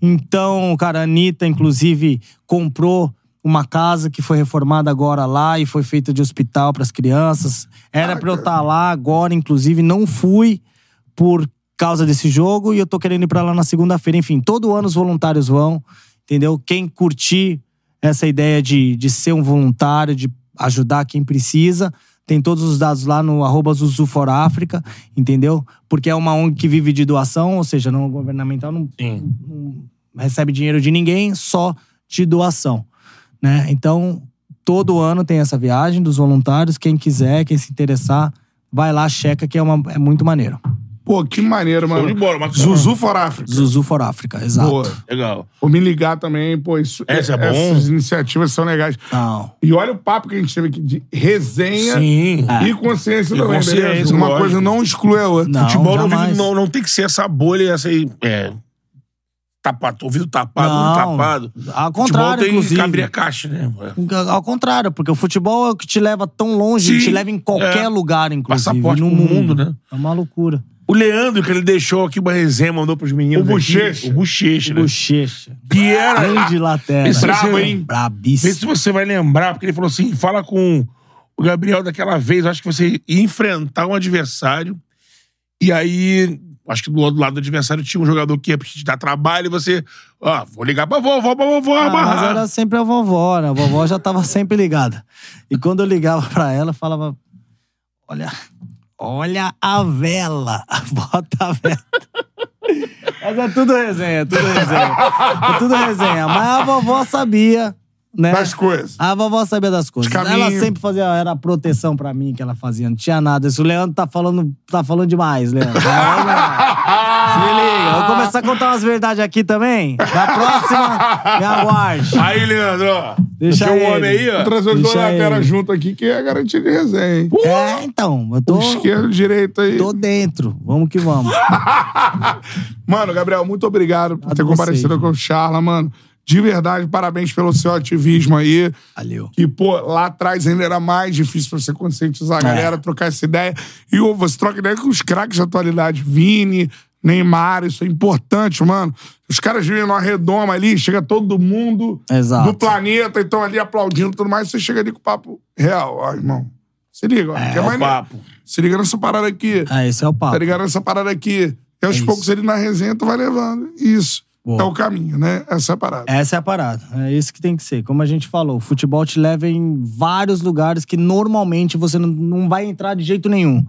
Speaker 3: Então, cara, a Anitta, inclusive, comprou uma casa que foi reformada agora lá e foi feita de hospital para as crianças. Era pra eu estar lá agora, inclusive, não fui por causa desse jogo e eu tô querendo ir pra lá na segunda-feira. Enfim, todo ano os voluntários vão, entendeu? Quem curtir essa ideia de, de ser um voluntário, de ajudar quem precisa, tem todos os dados lá no arroba Zuzu for África, entendeu? Porque é uma ONG que vive de doação, ou seja, não governamental, não,
Speaker 2: Sim.
Speaker 3: não recebe dinheiro de ninguém, só de doação. Né? Então, todo ano tem essa viagem dos voluntários. Quem quiser, quem se interessar, vai lá, checa, que é, uma, é muito maneiro.
Speaker 1: Pô, que maneiro,
Speaker 2: Show de
Speaker 1: mano.
Speaker 2: bola, Matheus.
Speaker 1: Zuzu for África.
Speaker 3: Zuzu for África, exato.
Speaker 1: Boa.
Speaker 2: Legal.
Speaker 1: Ou me ligar também, pô. Isso,
Speaker 2: Essa é bom.
Speaker 1: Essas iniciativas são legais.
Speaker 3: Não.
Speaker 1: E olha o papo que a gente teve aqui de resenha
Speaker 2: Sim.
Speaker 1: e consciência
Speaker 2: E
Speaker 1: também,
Speaker 2: consciência,
Speaker 1: beleza? Uma
Speaker 2: lógico.
Speaker 1: coisa não exclui a outra.
Speaker 3: Não,
Speaker 2: Futebol não,
Speaker 3: jamais.
Speaker 2: vive- não, não tem que ser essa bolha e essa aí. É, tapado, ouvido tapado,
Speaker 3: Não.
Speaker 2: ouvido tapado.
Speaker 3: Ao
Speaker 2: Futebol
Speaker 3: contrário,
Speaker 2: tem que
Speaker 3: inclusive.
Speaker 2: abrir a caixa, né?
Speaker 3: Ao contrário, porque o futebol é o que te leva tão longe,
Speaker 2: Sim,
Speaker 3: te leva em qualquer
Speaker 2: é.
Speaker 3: lugar, inclusive.
Speaker 2: Passaporte
Speaker 3: no
Speaker 2: pro mundo,
Speaker 3: mundo,
Speaker 2: né?
Speaker 3: É uma loucura.
Speaker 2: O Leandro, que ele deixou aqui uma resenha, mandou pros meninos.
Speaker 1: O
Speaker 2: aqui.
Speaker 1: Bochecha.
Speaker 2: O Bochecha, né?
Speaker 3: Bochecha.
Speaker 2: Que era.
Speaker 3: Grande lateral.
Speaker 2: Esse
Speaker 1: Brabo,
Speaker 2: você-
Speaker 1: hein?
Speaker 2: Vê
Speaker 3: Brabíssimo.
Speaker 2: se você vai lembrar, porque ele falou assim: fala com o Gabriel daquela vez, acho que você ia enfrentar um adversário, e aí, acho que do outro lado do adversário tinha um jogador que ia te dar trabalho, e você, ó, vou ligar pra vovó, pra vovó
Speaker 3: Ah, mas
Speaker 2: amarrar.
Speaker 3: era sempre a vovó, né? A vovó já tava sempre ligada. E quando eu ligava pra ela, eu falava: Olha, olha a vela. Bota a vela. Mas é tudo resenha, é tudo resenha. É tudo resenha. Mas a vovó sabia, né?
Speaker 1: Das coisas.
Speaker 3: A vovó sabia das coisas.
Speaker 1: Os caminhos.
Speaker 3: Ela sempre fazia, era a proteção pra mim que ela fazia, não tinha nada. Isso o Leandro tá falando, tá falando demais, Leandro. Tá falando demais. Se liga, eu vou começar a contar umas verdades aqui também. Na próxima, me aguarde.
Speaker 2: Aí, Leandro, ó.
Speaker 3: assim. Deixa
Speaker 2: tinha um
Speaker 3: ele.
Speaker 2: homem aí,
Speaker 1: Vou
Speaker 2: ó.
Speaker 1: trazer os dois
Speaker 3: Deixa aí.
Speaker 1: laterais junto aqui, que é garantia de resenha, hein?
Speaker 3: É, então, eu tô,
Speaker 1: Esquerda, direita aí.
Speaker 3: tô dentro. Vamos que vamos.
Speaker 1: Mano, Gabriel, muito obrigado por ter
Speaker 3: Obrigado
Speaker 1: comparecido
Speaker 3: vocês.
Speaker 1: com o Charla, mano. De verdade, parabéns pelo seu ativismo aí.
Speaker 3: Valeu.
Speaker 1: Que, pô, lá atrás ainda era mais difícil pra você conscientizar a
Speaker 3: É.
Speaker 1: galera, trocar essa ideia. E ô, você troca ideia com os craques da atualidade. Vini, Neymar, isso é importante, mano. Os caras vivem numa redoma ali, chega todo mundo
Speaker 3: Exato.
Speaker 1: do planeta, então ali aplaudindo e tudo mais. Você chega ali com o papo real, ó, irmão. Se liga, ó. que é
Speaker 2: É o
Speaker 1: maneiro.
Speaker 2: papo.
Speaker 1: Se liga nessa parada aqui.
Speaker 3: É, esse é o
Speaker 1: Tá
Speaker 3: papo.
Speaker 1: ligado? Essa parada aqui. E aos
Speaker 3: É isso.
Speaker 1: poucos ele na resenha, tu vai levando. Isso.
Speaker 3: Boa.
Speaker 1: É o caminho, né? Essa é a parada.
Speaker 3: Essa é a parada. É isso que tem que ser. Como a gente falou, o futebol te leva em vários lugares que normalmente você não, não vai entrar de jeito nenhum.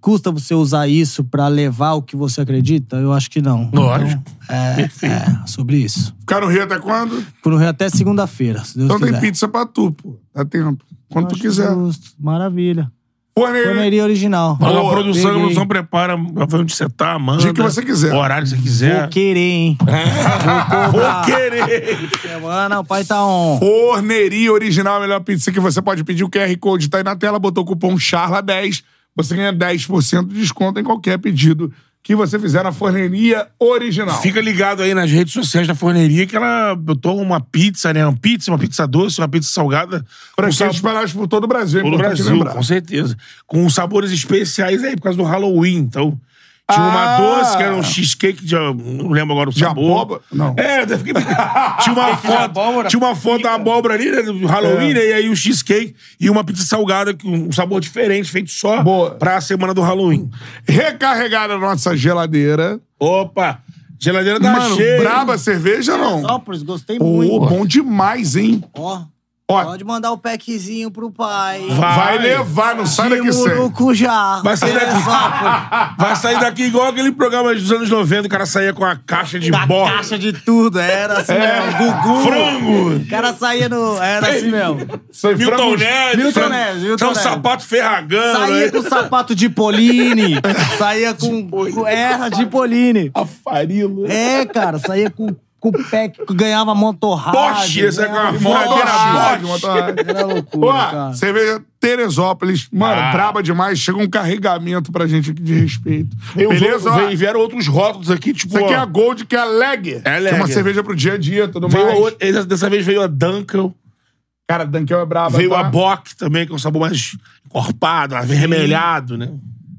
Speaker 3: Custa você usar isso pra levar o que você acredita? Eu acho que não.
Speaker 2: Lógico.
Speaker 3: Então, é, é, sobre isso.
Speaker 1: Ficar no Rio até quando?
Speaker 3: Por um Rio até segunda-feira, se Deus
Speaker 1: Então tem
Speaker 3: quiser.
Speaker 1: pizza pra tu, pô. Dá tempo. Quando tu
Speaker 3: Acho
Speaker 1: quiser.
Speaker 3: justo. Maravilha.
Speaker 1: Pô, né?
Speaker 3: Torneria original.
Speaker 2: Fala com
Speaker 1: Boa,
Speaker 2: a produção, a
Speaker 3: peguei.
Speaker 2: produção prepara, vai onde você tá, manda.
Speaker 1: Dia que você quiser.
Speaker 2: O horário que você quiser.
Speaker 3: Vou querer, hein? Vou
Speaker 2: É. Vou
Speaker 3: cobrar.
Speaker 2: querer.
Speaker 3: Semana, o pai tá on.
Speaker 1: Forneria Original, a melhor pizza que você pode pedir. O QR Code tá aí na tela, botou o cupom CHARLA10. Você ganha 10% de desconto em qualquer pedido que você fizer na forneria original.
Speaker 2: Fica ligado aí nas redes sociais da forneria que ela botou uma pizza, né? Uma pizza, uma pizza doce, uma pizza salgada.
Speaker 1: Para
Speaker 2: com
Speaker 1: ser disparados por todo o Brasil. é
Speaker 2: Pelo
Speaker 1: importante
Speaker 2: Brasil,
Speaker 1: lembrar.
Speaker 2: com certeza. Com sabores especiais aí, por causa do Halloween. Então, tinha uma
Speaker 1: Ah!
Speaker 2: doce, que era um cheesecake de. Não lembro agora o
Speaker 1: De
Speaker 2: sabor.
Speaker 1: abóbora? Não.
Speaker 2: É, eu fiquei... tinha uma
Speaker 3: de
Speaker 2: foto.
Speaker 3: abóbora.
Speaker 2: Tinha uma foto da abóbora ali, né, do
Speaker 1: É.
Speaker 2: Halloween, né, e aí o cheesecake e uma pizza salgada com um sabor diferente, feito só
Speaker 1: Boa.
Speaker 2: pra semana do Halloween.
Speaker 1: Recarregar a nossa geladeira.
Speaker 2: Opa! Geladeira tá
Speaker 1: Mano,
Speaker 2: cheia.
Speaker 1: braba a cerveja, não.
Speaker 3: Sópolis, gostei
Speaker 1: Pô,
Speaker 3: muito.
Speaker 1: bom demais, hein?
Speaker 3: Ó,
Speaker 1: Ó,
Speaker 3: pode mandar o packzinho pro pai.
Speaker 1: vai
Speaker 2: Vai.
Speaker 1: levar, não sai daqui
Speaker 3: De
Speaker 1: sem.
Speaker 3: Murucujá.
Speaker 2: Vai sair daqui.
Speaker 3: Teresópolis.
Speaker 2: Vai sair daqui igual aquele programa dos anos 90, o cara saía com a caixa de
Speaker 3: Da
Speaker 2: borra.
Speaker 3: caixa de tudo, era assim mesmo. Gugu.
Speaker 2: Frango!
Speaker 3: O cara saía no... Era assim mesmo.
Speaker 1: Isso aí,
Speaker 2: Milton
Speaker 1: frango-
Speaker 2: Neves.
Speaker 3: Milton
Speaker 2: Fran-
Speaker 3: Neves, Milton
Speaker 2: Então,
Speaker 3: Neves.
Speaker 2: sapato ferragando.
Speaker 3: Saía
Speaker 2: aí.
Speaker 3: com sapato de Poline. Saía com... com- Era de Poline.
Speaker 2: Afarilo.
Speaker 3: É, cara. Saía com, com pack, que ganhava motorrada. né?
Speaker 2: Porsche, esse é com uma
Speaker 1: Furadeira
Speaker 2: Motorrad.
Speaker 1: Bosch, Motorrad.
Speaker 3: Era
Speaker 1: Pô,
Speaker 3: loucura, cara.
Speaker 1: cerveja Teresópolis. Mano,
Speaker 2: Ah.
Speaker 1: braba demais. Chega um carregamento pra gente aqui de respeito. Beleza? Ó,
Speaker 2: Veio, vieram outros rótulos aqui, tipo...
Speaker 1: Isso aqui é
Speaker 2: ó,
Speaker 1: a Gold, que é a Lager.
Speaker 2: É a
Speaker 1: Que é uma
Speaker 2: Lager.
Speaker 1: cerveja pro dia a dia, tudo
Speaker 2: veio a
Speaker 1: mais.
Speaker 2: outra- essa- Dessa vez veio a Dunkel.
Speaker 1: Cara, Dunkel é braba.
Speaker 2: Veio
Speaker 1: tá?
Speaker 2: a Bock também, que é um sabor mais encorpado, avermelhado, né?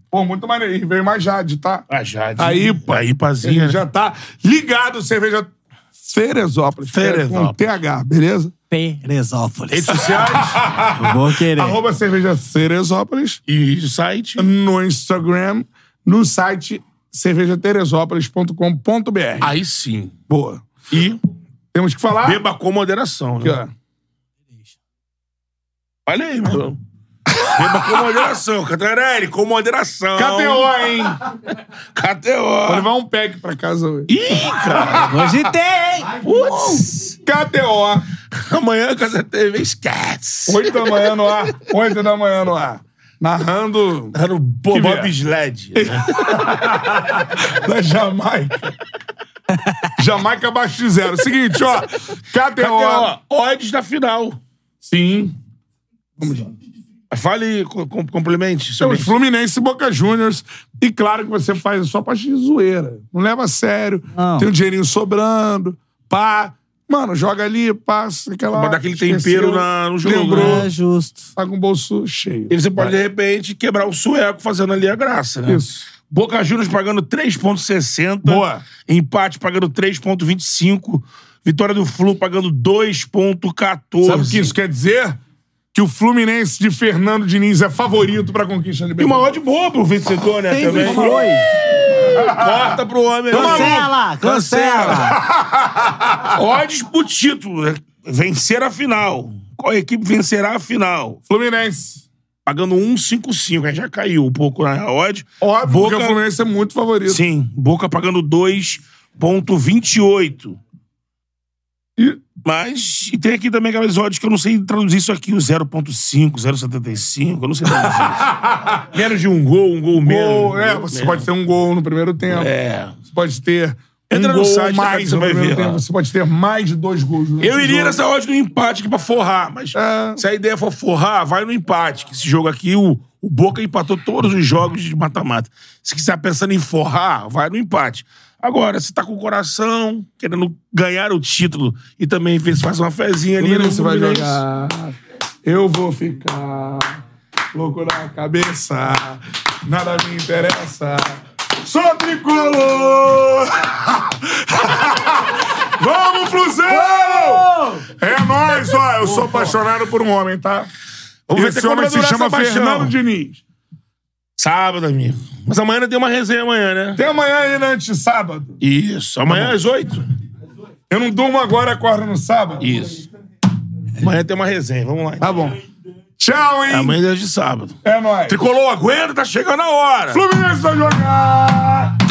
Speaker 1: Pô, muito maneiro. E veio mais Jade, tá?
Speaker 2: A Jade.
Speaker 1: Aí, pá.
Speaker 2: Aí,
Speaker 1: Ele
Speaker 2: pazinha.
Speaker 1: já tá ligado, cerveja Teresópolis.
Speaker 2: Teresópolis.
Speaker 1: Com TH, beleza?
Speaker 3: Teresópolis.
Speaker 2: Redes sociais
Speaker 3: Eu vou querer.
Speaker 1: Arroba cerveja Teresópolis
Speaker 2: e o site.
Speaker 1: no Instagram, no site cervejateresópolis.com.br.
Speaker 2: Aí sim. Ah.
Speaker 1: Boa.
Speaker 2: E
Speaker 1: Temos que falar.
Speaker 2: beba com moderação,
Speaker 1: Aqui, ó.
Speaker 2: né? Olha aí, mano. Beba com moderação, Catarelli, com moderação.
Speaker 1: KTO, hein? Vou
Speaker 2: KTO.
Speaker 1: levar um pack pra casa hoje.
Speaker 2: Ih, cara.
Speaker 3: Hoje tem!
Speaker 2: Putz!
Speaker 1: KTO,
Speaker 2: Amanhã Casa TV esquece.
Speaker 1: 8 da manhã no ar. 8 da manhã no ar. Narrando
Speaker 2: Era o Tá Bo-
Speaker 1: Que É,
Speaker 2: Bob
Speaker 1: vier.
Speaker 2: Sled. né?
Speaker 1: da Jamaica. Jamaica abaixo de zero. Seguinte, ó. KTO.
Speaker 2: KTO, odds da final.
Speaker 1: Sim.
Speaker 2: Fale, com, com- complemente. sobre
Speaker 1: Temos
Speaker 2: isso.
Speaker 1: Fluminense, Boca Juniors. E claro que você faz só parte de zoeira. Não leva a sério.
Speaker 3: Não.
Speaker 1: Tem um dinheirinho sobrando. Pá. Mano, joga ali, passa aquela.
Speaker 2: Pra dar aquele
Speaker 1: esqueceu,
Speaker 2: tempero na- no jogo,
Speaker 1: Lembrou.
Speaker 3: É justo.
Speaker 1: Tá com o bolso cheio.
Speaker 2: E você pode, de repente, quebrar o sueco fazendo ali a graça, né?
Speaker 1: Isso.
Speaker 2: Boca Juniors pagando 3,60.
Speaker 1: Boa.
Speaker 2: Empate pagando 3,25. Vitória do Flu pagando 2,14.
Speaker 1: Sabe o que isso quer dizer? Que o Fluminense de Fernando Diniz é favorito pra conquista da
Speaker 2: E uma
Speaker 1: Libertadores.
Speaker 2: odd boa pro vencedor, né?
Speaker 3: Sempre
Speaker 2: também.
Speaker 3: foi.
Speaker 2: Corta pro homem. né?
Speaker 3: Cancela, cancela.
Speaker 2: Odds pro título. né? Vencer a final. Qual equipe vencerá a final?
Speaker 1: Fluminense.
Speaker 2: Pagando 1,55. Aí já caiu um pouco na odd.
Speaker 1: Óbvio
Speaker 2: Boca-
Speaker 1: que o Fluminense é muito favorito.
Speaker 2: Sim, Boca pagando 2,28.
Speaker 1: E-
Speaker 2: Mas, e tem aqui também aquelas odds que eu não sei traduzir isso aqui, o 0.5, 0.75, eu não sei traduzir. isso. menos de um gol, um gol menos.
Speaker 1: Gol, é,
Speaker 2: um gol
Speaker 1: você
Speaker 2: menos.
Speaker 1: pode ter um gol no primeiro tempo.
Speaker 2: É.
Speaker 1: Você pode ter
Speaker 2: Entra
Speaker 1: um
Speaker 2: no
Speaker 1: gol
Speaker 2: site,
Speaker 1: ou
Speaker 2: cara, que
Speaker 1: mais
Speaker 2: você
Speaker 1: no
Speaker 2: vai
Speaker 1: primeiro
Speaker 2: ver lá.
Speaker 1: tempo. Você pode ter mais de dois gols. durante
Speaker 2: Eu
Speaker 1: o
Speaker 2: iria
Speaker 1: jogo.
Speaker 2: nessa odd do empate aqui pra forrar, mas
Speaker 1: É.
Speaker 2: se a ideia for forrar, vai no empate. Que esse jogo aqui, o, o Boca empatou todos os jogos de mata-mata. Se quiser pensando em forrar, vai no empate. Agora, se tá com o coração, querendo ganhar o título e também ver se faz uma fezinha ali.
Speaker 1: Fluminense
Speaker 2: no
Speaker 1: vai
Speaker 2: Fluminense.
Speaker 1: jogar. Eu vou ficar louco na cabeça. Nada me interessa. Sou tricolor! Vamos, Flusão! É nóis, ó. Eu sou apaixonado por um homem, tá?
Speaker 2: Vamos ver
Speaker 1: Esse
Speaker 2: até quando
Speaker 1: homem
Speaker 2: vai
Speaker 1: se
Speaker 2: durar
Speaker 1: chama
Speaker 2: essa paixão.
Speaker 1: Fernando Diniz.
Speaker 2: tá Sábado, amigo. Mas amanhã ainda tem uma resenha amanhã, né?
Speaker 1: Tem amanhã aí, né? antes de Sábado. Tá
Speaker 2: Isso. Amanhã às oito.
Speaker 1: Eu não durmo agora, acordo no sábado.
Speaker 2: Isso. Amanhã tem uma resenha, vamos lá. então.
Speaker 1: Tá bom. Tchau, hein?
Speaker 2: Amanhã é de sábado.
Speaker 1: É nóis.
Speaker 2: Tricolor, aguenta, tá chegando a hora.
Speaker 1: Fluminense vai jogar!